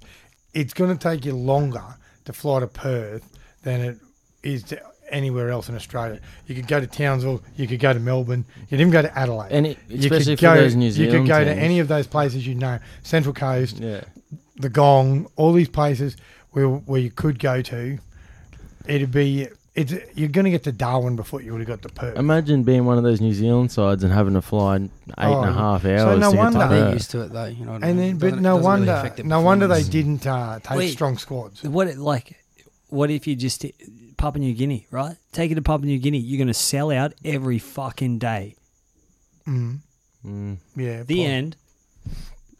Speaker 3: It's going to take you longer to fly to Perth than it is to anywhere else in Australia. You could go to Townsville. You could go to Melbourne. You could even go to Adelaide.
Speaker 2: And it,
Speaker 3: you
Speaker 2: especially
Speaker 3: could
Speaker 2: for those New Zealand
Speaker 3: You could go to
Speaker 2: teams.
Speaker 3: any of those places you know, Central Coast,
Speaker 2: Yeah.
Speaker 3: the Gong, all these places where where you could go to. It'd be it's you're going to get to Darwin before you would have got to Perth.
Speaker 2: Imagine being one of those New Zealand sides and having to fly eight
Speaker 3: Oh,
Speaker 2: and a half
Speaker 3: so
Speaker 2: hours
Speaker 3: no
Speaker 2: to get to
Speaker 3: wonder- Yeah.
Speaker 5: They're
Speaker 2: Perth.
Speaker 5: used to it, though. You know what I
Speaker 3: and then,
Speaker 5: mean? Doesn't-
Speaker 3: but no
Speaker 5: doesn't really
Speaker 3: wonder,
Speaker 5: affect their
Speaker 3: no wonder they
Speaker 5: performance.
Speaker 3: didn't uh, take
Speaker 5: Wait.
Speaker 3: strong squads.
Speaker 4: What it- like? What if you just Papua New Guinea, right? Take it to Papua New Guinea. You're gonna sell out every fucking day.
Speaker 3: Mm.
Speaker 2: Mm.
Speaker 3: Yeah,
Speaker 4: The
Speaker 3: probably.
Speaker 4: end.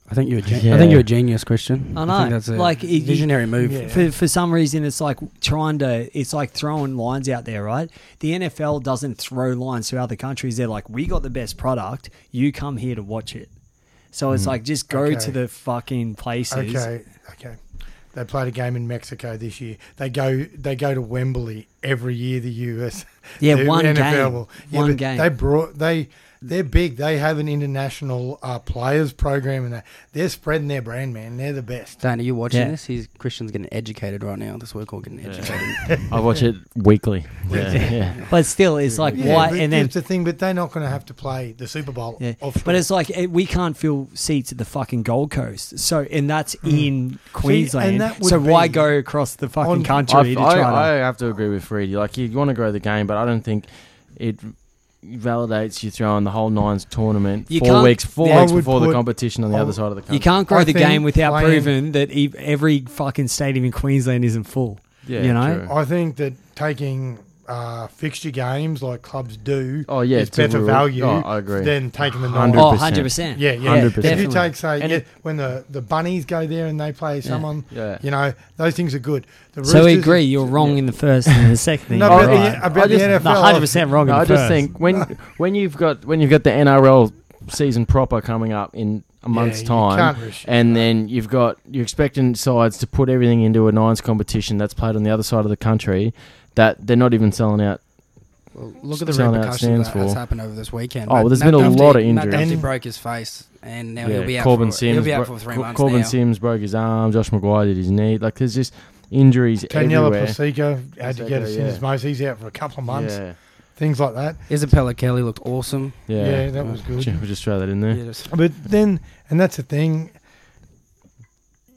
Speaker 5: I think you're. A gen-
Speaker 2: Yeah.
Speaker 5: I think you're a genius, Christian.
Speaker 4: I
Speaker 5: think
Speaker 4: know.
Speaker 5: that's a
Speaker 4: Like, it- you-
Speaker 5: visionary move.
Speaker 3: Yeah.
Speaker 4: For, for some reason, it's like trying to, it's like throwing lines out there, right? The NFL doesn't throw lines to other countries. They're like, we got the best product. You come here to watch it. So it's like, just go
Speaker 3: Mm. Okay.
Speaker 4: to the fucking places.
Speaker 3: Okay, okay. They played a game in Mexico this year. They go they go to Wembley every year. The US,
Speaker 4: Yeah,
Speaker 3: the
Speaker 4: one game.
Speaker 3: will.
Speaker 4: One
Speaker 3: but
Speaker 4: game.
Speaker 3: They brought they they're big. They have an international uh, players program and that they're spreading their brand, man. They're the best.
Speaker 5: Dan, are you watching
Speaker 4: Yeah.
Speaker 5: this? He's Christian's getting educated right now. That's what we call getting educated.
Speaker 2: I watch it weekly. Yeah, yeah.
Speaker 4: But still, it's like,
Speaker 3: Yeah,
Speaker 4: why?
Speaker 3: but
Speaker 4: And then,
Speaker 3: it's the thing. But they're not going to have to play the Super Bowl.
Speaker 4: yeah.
Speaker 3: offshore.
Speaker 4: but it's like, eh, we can't fill seats at the fucking Gold Coast. So, and that's in
Speaker 3: Mm. and
Speaker 4: Queensland.
Speaker 3: that would
Speaker 4: so why
Speaker 3: be
Speaker 4: go across the fucking
Speaker 3: on-
Speaker 4: country
Speaker 2: I've-
Speaker 4: to
Speaker 2: I,
Speaker 4: try to?
Speaker 2: I have to agree with Freddie. Like you want to grow the game, but I don't think it validates you throwing the whole nines tournament
Speaker 4: You
Speaker 2: 4
Speaker 4: can't-
Speaker 2: weeks four
Speaker 3: Yeah.
Speaker 2: weeks
Speaker 3: I would
Speaker 2: before the
Speaker 3: put-
Speaker 2: competition on the
Speaker 3: I
Speaker 2: other
Speaker 3: would-
Speaker 2: side of the country.
Speaker 4: You can't grow
Speaker 3: I
Speaker 4: the
Speaker 3: think
Speaker 4: game without
Speaker 3: playing-
Speaker 4: proving that ev- every fucking stadium in Queensland isn't full.
Speaker 2: Yeah,
Speaker 4: you know?
Speaker 2: true.
Speaker 3: I think that taking uh, fixture games like clubs do
Speaker 2: Oh, yeah,
Speaker 3: is
Speaker 2: to
Speaker 3: better
Speaker 2: rule-
Speaker 3: value
Speaker 2: oh, I agree.
Speaker 3: than taking the
Speaker 2: Hundred
Speaker 3: nine.
Speaker 4: Oh,
Speaker 2: 100%.
Speaker 4: 100%.
Speaker 3: Yeah, yeah.
Speaker 2: 100%.
Speaker 3: If you
Speaker 4: definitely.
Speaker 3: take, say,
Speaker 2: And
Speaker 3: yeah,
Speaker 2: it-
Speaker 3: when the, the bunnies go there and they play someone,
Speaker 2: Yeah.
Speaker 3: you know, those things are good. The
Speaker 4: So we
Speaker 3: Roosters-
Speaker 4: agree, you're wrong in the first and the second thing.
Speaker 3: No,
Speaker 4: you're
Speaker 3: about,
Speaker 4: right.
Speaker 3: the, about
Speaker 2: I just-
Speaker 3: the NFL.
Speaker 4: No, 100% wrong
Speaker 2: No,
Speaker 4: in the
Speaker 2: I just
Speaker 4: first.
Speaker 2: think when when you've got when you've got the NRL season proper coming up in a month's
Speaker 3: you
Speaker 2: time,
Speaker 3: can't risk it,
Speaker 2: and then you've got you're expecting sides to put everything into a nines competition that's played on the other side of the country, that they're not even selling out.
Speaker 5: [laughs] Well, look at the
Speaker 2: Sound out
Speaker 5: repercussions
Speaker 2: stands
Speaker 5: that, that's
Speaker 2: for-
Speaker 5: happened over this weekend.
Speaker 2: Oh,
Speaker 5: Matt-
Speaker 2: well, there's
Speaker 5: Matt
Speaker 2: been a
Speaker 5: Duffy-
Speaker 2: lot of
Speaker 5: Matt Duffy
Speaker 2: injuries.
Speaker 5: broke his face, and now
Speaker 2: yeah,
Speaker 5: he'll be out.
Speaker 2: Corbin
Speaker 5: for,
Speaker 2: Sims,
Speaker 5: he'll be out
Speaker 2: bro-
Speaker 5: for three
Speaker 2: Cor-
Speaker 5: months
Speaker 2: Corbin
Speaker 5: now.
Speaker 2: Sims broke his arm. Josh Maguire did his knee. Like there's just injuries
Speaker 3: Daniela
Speaker 2: everywhere.
Speaker 3: Placica had to get a
Speaker 2: Exactly,
Speaker 3: sinus
Speaker 2: yeah.
Speaker 3: most. He's out for a couple of months.
Speaker 2: Yeah,
Speaker 3: Things like that.
Speaker 5: Isabella Kelly looked awesome.
Speaker 2: yeah, Oh,
Speaker 3: Yeah, that was good.
Speaker 2: Ju- Just throw that in there.
Speaker 5: Yeah, just-
Speaker 3: But then, and that's the thing.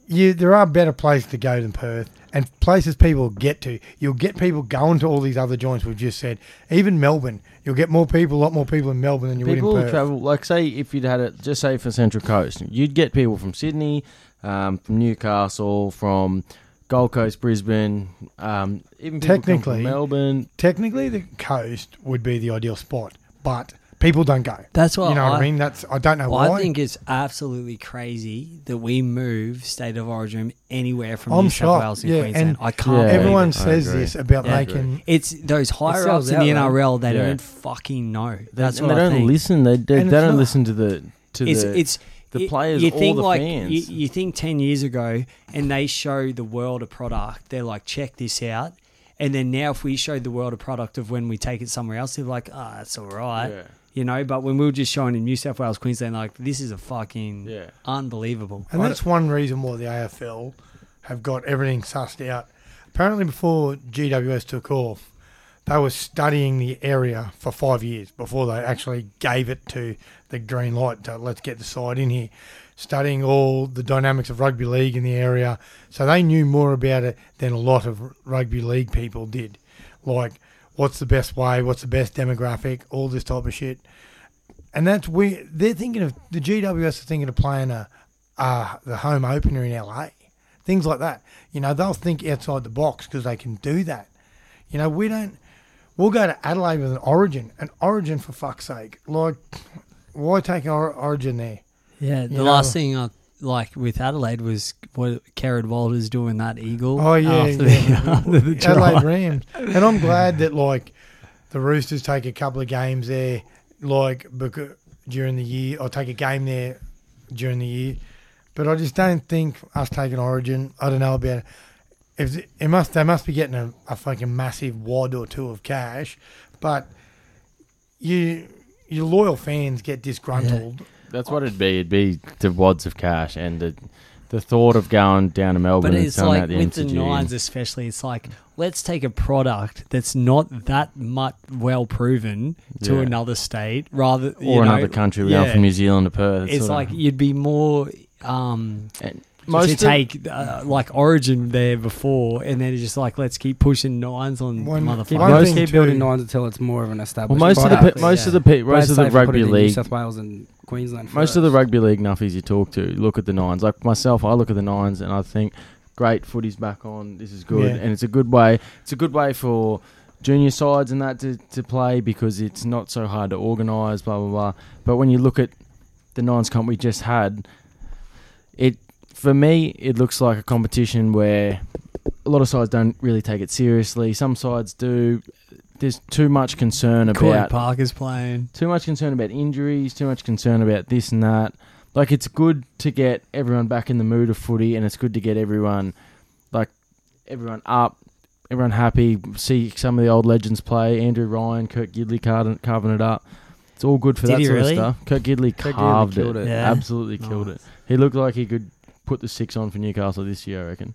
Speaker 3: You there are better places to go than Perth, and places people get to. You'll get people going to all these other joints we've just said. Even Melbourne, you'll get more people, a lot more people in Melbourne than you
Speaker 2: people
Speaker 3: would in
Speaker 2: will
Speaker 3: Perth.
Speaker 2: travel like say if you'd had it just say for central coast you'd get people from sydney um, from newcastle from gold coast brisbane um, even people come from
Speaker 3: Technically-
Speaker 2: melbourne
Speaker 3: Technically, the coast would be the ideal spot, but people don't go.
Speaker 4: That's what
Speaker 3: you know
Speaker 4: I,
Speaker 3: what I mean. That's I don't know
Speaker 4: well,
Speaker 3: why.
Speaker 4: I think it's absolutely crazy that we move state of origin anywhere from
Speaker 3: I'm
Speaker 4: New South
Speaker 3: shocked,
Speaker 4: Wales and
Speaker 3: yeah,
Speaker 4: Queensland.
Speaker 3: and
Speaker 4: I
Speaker 2: Yeah.
Speaker 4: can't. believe
Speaker 3: Everyone
Speaker 2: I
Speaker 3: says
Speaker 2: agree.
Speaker 3: this about
Speaker 4: Yeah. I
Speaker 3: making.
Speaker 4: it. It's those higher ups
Speaker 5: sells
Speaker 4: in the
Speaker 5: out, though.
Speaker 4: NRL. They
Speaker 2: Yeah.
Speaker 4: don't fucking know.
Speaker 2: They-
Speaker 4: That's
Speaker 2: and
Speaker 4: what
Speaker 2: they
Speaker 4: I
Speaker 2: don't
Speaker 4: think.
Speaker 2: listen they, they,
Speaker 3: And
Speaker 2: they
Speaker 3: it's
Speaker 2: don't
Speaker 3: not-
Speaker 2: listen to the to
Speaker 4: it's
Speaker 2: the
Speaker 4: it's
Speaker 2: the
Speaker 4: it-
Speaker 2: players
Speaker 4: You
Speaker 2: or
Speaker 4: think
Speaker 2: the
Speaker 4: like
Speaker 2: fans.
Speaker 4: You, you think ten years ago, and they show the world a product. They're like, check this out. And then now, if we showed the world a product of when we take it somewhere else, they're like, ah, that's all right,
Speaker 2: Yeah.
Speaker 4: you know. But when we were just showing in New South Wales, Queensland, like this is a fucking
Speaker 2: Yeah.
Speaker 4: unbelievable.
Speaker 3: And that's one reason why the AFL have got everything sussed out. Apparently, before GWS took off, they were studying the area for five years before they actually gave it to the green light to let's get the side in here. Studying all the dynamics of rugby league in the area. So they knew more about it than a lot of r- rugby league people did. Like, what's the best way? What's the best demographic? All this type of shit and that's where they're thinking of the GWS are thinking of playing a uh, the home opener in LA, things like that. You know, they'll think outside the box because they can do that. You know, we don't. We'll go to Adelaide with an Origin, an Origin for fuck's sake. Like, why take our Origin there?
Speaker 4: Yeah, the
Speaker 3: You
Speaker 4: last
Speaker 3: know-
Speaker 4: thing I like with Adelaide was what Carrot Walters doing that eagle.
Speaker 3: Oh, yeah,
Speaker 4: after
Speaker 3: yeah.
Speaker 4: the, [laughs] after the try.
Speaker 3: Adelaide Rams. And I'm glad that like the Roosters take a couple of games there, like becau- during the year, or take a game there during the year. But I just don't think us taking Origin. I don't know about it. If th- it must, they must be getting a, a fucking massive wad or two of cash. But you, your loyal fans get disgruntled.
Speaker 2: That's what it'd be. It'd be the wads of cash and the the thought of going down to Melbourne
Speaker 4: But
Speaker 2: and
Speaker 4: it's
Speaker 2: selling
Speaker 4: like
Speaker 2: out the
Speaker 4: with the
Speaker 2: MCG.
Speaker 4: nines, especially, it's like let's take a product that's not that much well proven to
Speaker 2: Yeah.
Speaker 4: another state, rather
Speaker 2: or another country. We're going from New Zealand to Perth.
Speaker 4: It's
Speaker 2: sort
Speaker 4: like
Speaker 2: of-
Speaker 4: you'd be more um,
Speaker 2: and
Speaker 4: to
Speaker 2: most of,
Speaker 4: take uh, like Origin there before, and then it's just like let's keep pushing nines on
Speaker 3: One-
Speaker 4: motherfuckers.
Speaker 3: one
Speaker 5: Most
Speaker 3: thing
Speaker 5: keep
Speaker 3: too-
Speaker 5: building nines until it's more of an
Speaker 2: well,
Speaker 5: established.
Speaker 2: most of the
Speaker 5: product.
Speaker 2: pe- most of the
Speaker 4: yeah.
Speaker 2: pe- most of
Speaker 5: I'd
Speaker 2: the
Speaker 5: say put it
Speaker 2: rugby
Speaker 5: in New
Speaker 2: league
Speaker 5: South Wales and Queensland.
Speaker 2: Most
Speaker 5: first.
Speaker 2: of the rugby league nuffies you talk to look at the nines. Like myself, I look at the nines and I think, great, footy's back on. This is good,
Speaker 3: Yeah.
Speaker 2: and it's a good way. It's a good way for junior sides and that to, to play because it's not so hard to organise. Blah blah blah. But when you look at the nines comp we just had, it for me it looks like a competition where a lot of sides don't really take it seriously. Some sides do. There's too much concern
Speaker 4: Corey
Speaker 2: about
Speaker 4: Parker's playing.
Speaker 2: too much concern about injuries, too much concern about this and that. Like it's good to get everyone back in the mood of footy, and it's good to get everyone, like everyone up, everyone happy. See some of the old legends play. Andrew Ryan, Kirk Gidley carving, carving it up. It's all good for
Speaker 4: Did
Speaker 2: that
Speaker 4: he
Speaker 2: sort
Speaker 4: really?
Speaker 2: of stuff. Kirk Gidley
Speaker 5: Kirk Gidley
Speaker 2: carved
Speaker 5: killed
Speaker 2: it.
Speaker 5: it.
Speaker 4: Yeah.
Speaker 2: Absolutely killed
Speaker 4: Nice.
Speaker 2: it. He looked like he could put the six on for Newcastle this year, I reckon.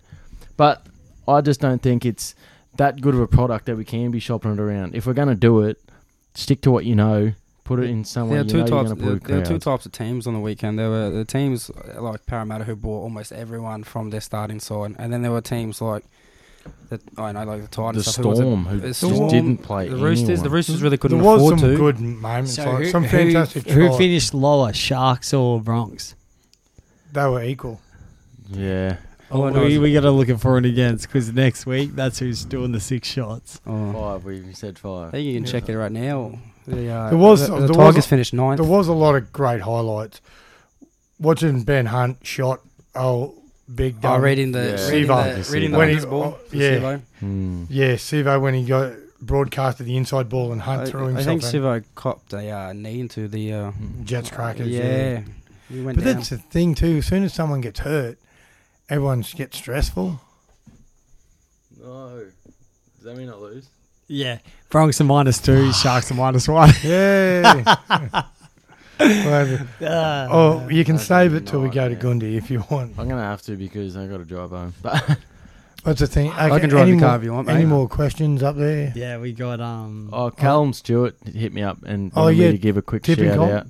Speaker 2: But I just don't think it's that good of a product that we can be shopping it around. If we're going to do it, stick to what you know. Put it in somewhere
Speaker 5: There are
Speaker 2: you know
Speaker 5: two
Speaker 2: you're going
Speaker 5: types.
Speaker 2: to
Speaker 5: There,
Speaker 2: put
Speaker 5: there are two
Speaker 2: crowds.
Speaker 5: types of teams on the weekend. There were the teams uh, like Parramatta who bought almost everyone from their starting side, and then there were teams like the I know like the
Speaker 2: The
Speaker 5: Titans. who was it?
Speaker 2: Storm, who
Speaker 5: the
Speaker 2: just
Speaker 5: Storm,
Speaker 2: didn't play
Speaker 5: the Roosters. The
Speaker 2: anyone.
Speaker 5: Roosters really couldn't
Speaker 3: there was
Speaker 5: afford
Speaker 3: some
Speaker 5: to.
Speaker 3: good moments, like some
Speaker 4: who-
Speaker 3: fantastic
Speaker 4: who,
Speaker 3: tries.
Speaker 4: finished lower, Sharks or Bronx?
Speaker 3: They were equal.
Speaker 2: Yeah.
Speaker 5: Oh, no,
Speaker 4: we
Speaker 5: it's-
Speaker 4: we got to look it for and against because next week that's who's doing the six shots.
Speaker 5: Oh.
Speaker 2: Five, we we said
Speaker 5: I
Speaker 2: five.
Speaker 5: think you can
Speaker 3: Yeah.
Speaker 5: check it right now. The, uh,
Speaker 3: There was-
Speaker 5: the, the
Speaker 3: there was-
Speaker 5: Tigers finished ninth.
Speaker 3: There was a lot of great highlights. Watching Ben Hunt shot, oh, big
Speaker 5: Oh,
Speaker 3: dumb.
Speaker 5: reading the
Speaker 2: Yeah.
Speaker 5: reading
Speaker 2: Sivo.
Speaker 5: the, reading the
Speaker 2: When he-
Speaker 5: unders ball.
Speaker 3: oh, yeah.
Speaker 5: Sivo.
Speaker 2: Hmm.
Speaker 3: Yeah, Sivo when he got broadcasted the inside ball and Hunt
Speaker 5: I,
Speaker 3: threw
Speaker 5: I
Speaker 3: himself
Speaker 5: think
Speaker 3: in.
Speaker 5: Sivo copped a uh, knee into the uh,
Speaker 3: Jets crackers.
Speaker 5: Yeah,
Speaker 3: Yeah.
Speaker 5: He went
Speaker 3: But
Speaker 5: down.
Speaker 3: that's the thing, too. As soon as someone gets hurt, everyone gets
Speaker 5: [laughs]
Speaker 3: stressful.
Speaker 2: No. Does that mean I lose?
Speaker 4: Yeah, Bronx are minus
Speaker 2: [sighs]
Speaker 4: two, Sharks are
Speaker 2: [laughs]
Speaker 4: minus one. [laughs]
Speaker 3: Yeah.
Speaker 5: [laughs]
Speaker 3: Whatever.
Speaker 2: Ah.
Speaker 3: oh, you can
Speaker 2: That's
Speaker 3: save it till we go to
Speaker 2: nightmare.
Speaker 3: Gundi if you want.
Speaker 2: I'm going to have to because i got to drive home. [laughs] But oh,
Speaker 3: That's the thing.
Speaker 5: I
Speaker 3: Okay,
Speaker 5: can drive
Speaker 3: any
Speaker 5: the car
Speaker 3: more-
Speaker 5: if you want,
Speaker 3: Any
Speaker 5: mate.
Speaker 3: more questions up there?
Speaker 4: yeah, we got um.
Speaker 2: oh, Callum Stewart hit me up and
Speaker 3: Oh,
Speaker 2: wanted me
Speaker 3: yeah,
Speaker 2: to give a quick
Speaker 3: tipping
Speaker 2: shout
Speaker 3: comp.
Speaker 2: out.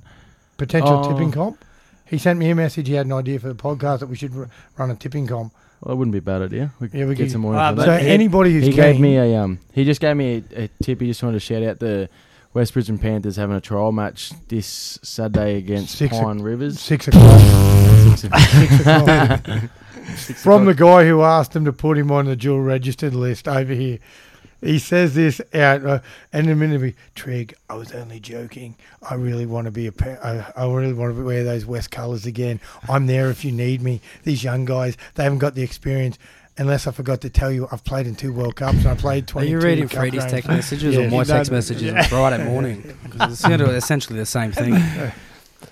Speaker 3: Potential
Speaker 2: Oh.
Speaker 3: tipping comp? He sent me a message. He had an idea for the podcast that we should r- run a tipping comp.
Speaker 2: Well, it wouldn't be a bad idea. We
Speaker 3: Yeah, we
Speaker 2: get
Speaker 3: could-
Speaker 2: some more
Speaker 4: Ah,
Speaker 2: info.
Speaker 4: But
Speaker 3: so
Speaker 4: he-
Speaker 3: anybody who's
Speaker 2: he
Speaker 3: keen,
Speaker 2: gave me a um. He just gave me a, a tip. He just wanted to shout out the West Brisbane Panthers having a trial match this Saturday against
Speaker 3: Six o-
Speaker 2: Pine Rivers. [laughs]
Speaker 3: six o'clock,
Speaker 2: Six o-
Speaker 3: six o'clock
Speaker 2: six
Speaker 3: from the
Speaker 2: o'clock.
Speaker 3: guy who asked him to put him on the dual registered list over here. He says this out, uh, and then minute Trig, I was only joking. I really want to be a, pa- uh, I, I really want to wear those West colours again. I'm there if you need me. These young guys, they haven't got the experience. Unless I forgot to tell you, I've played in two World Cups and I played
Speaker 5: Are
Speaker 3: twenty.
Speaker 5: you reading Freddie's text messages
Speaker 3: Yeah.
Speaker 5: or my text
Speaker 4: That-
Speaker 5: messages on Friday morning?
Speaker 2: [laughs]
Speaker 5: 'Cause it's sort of essentially the same thing.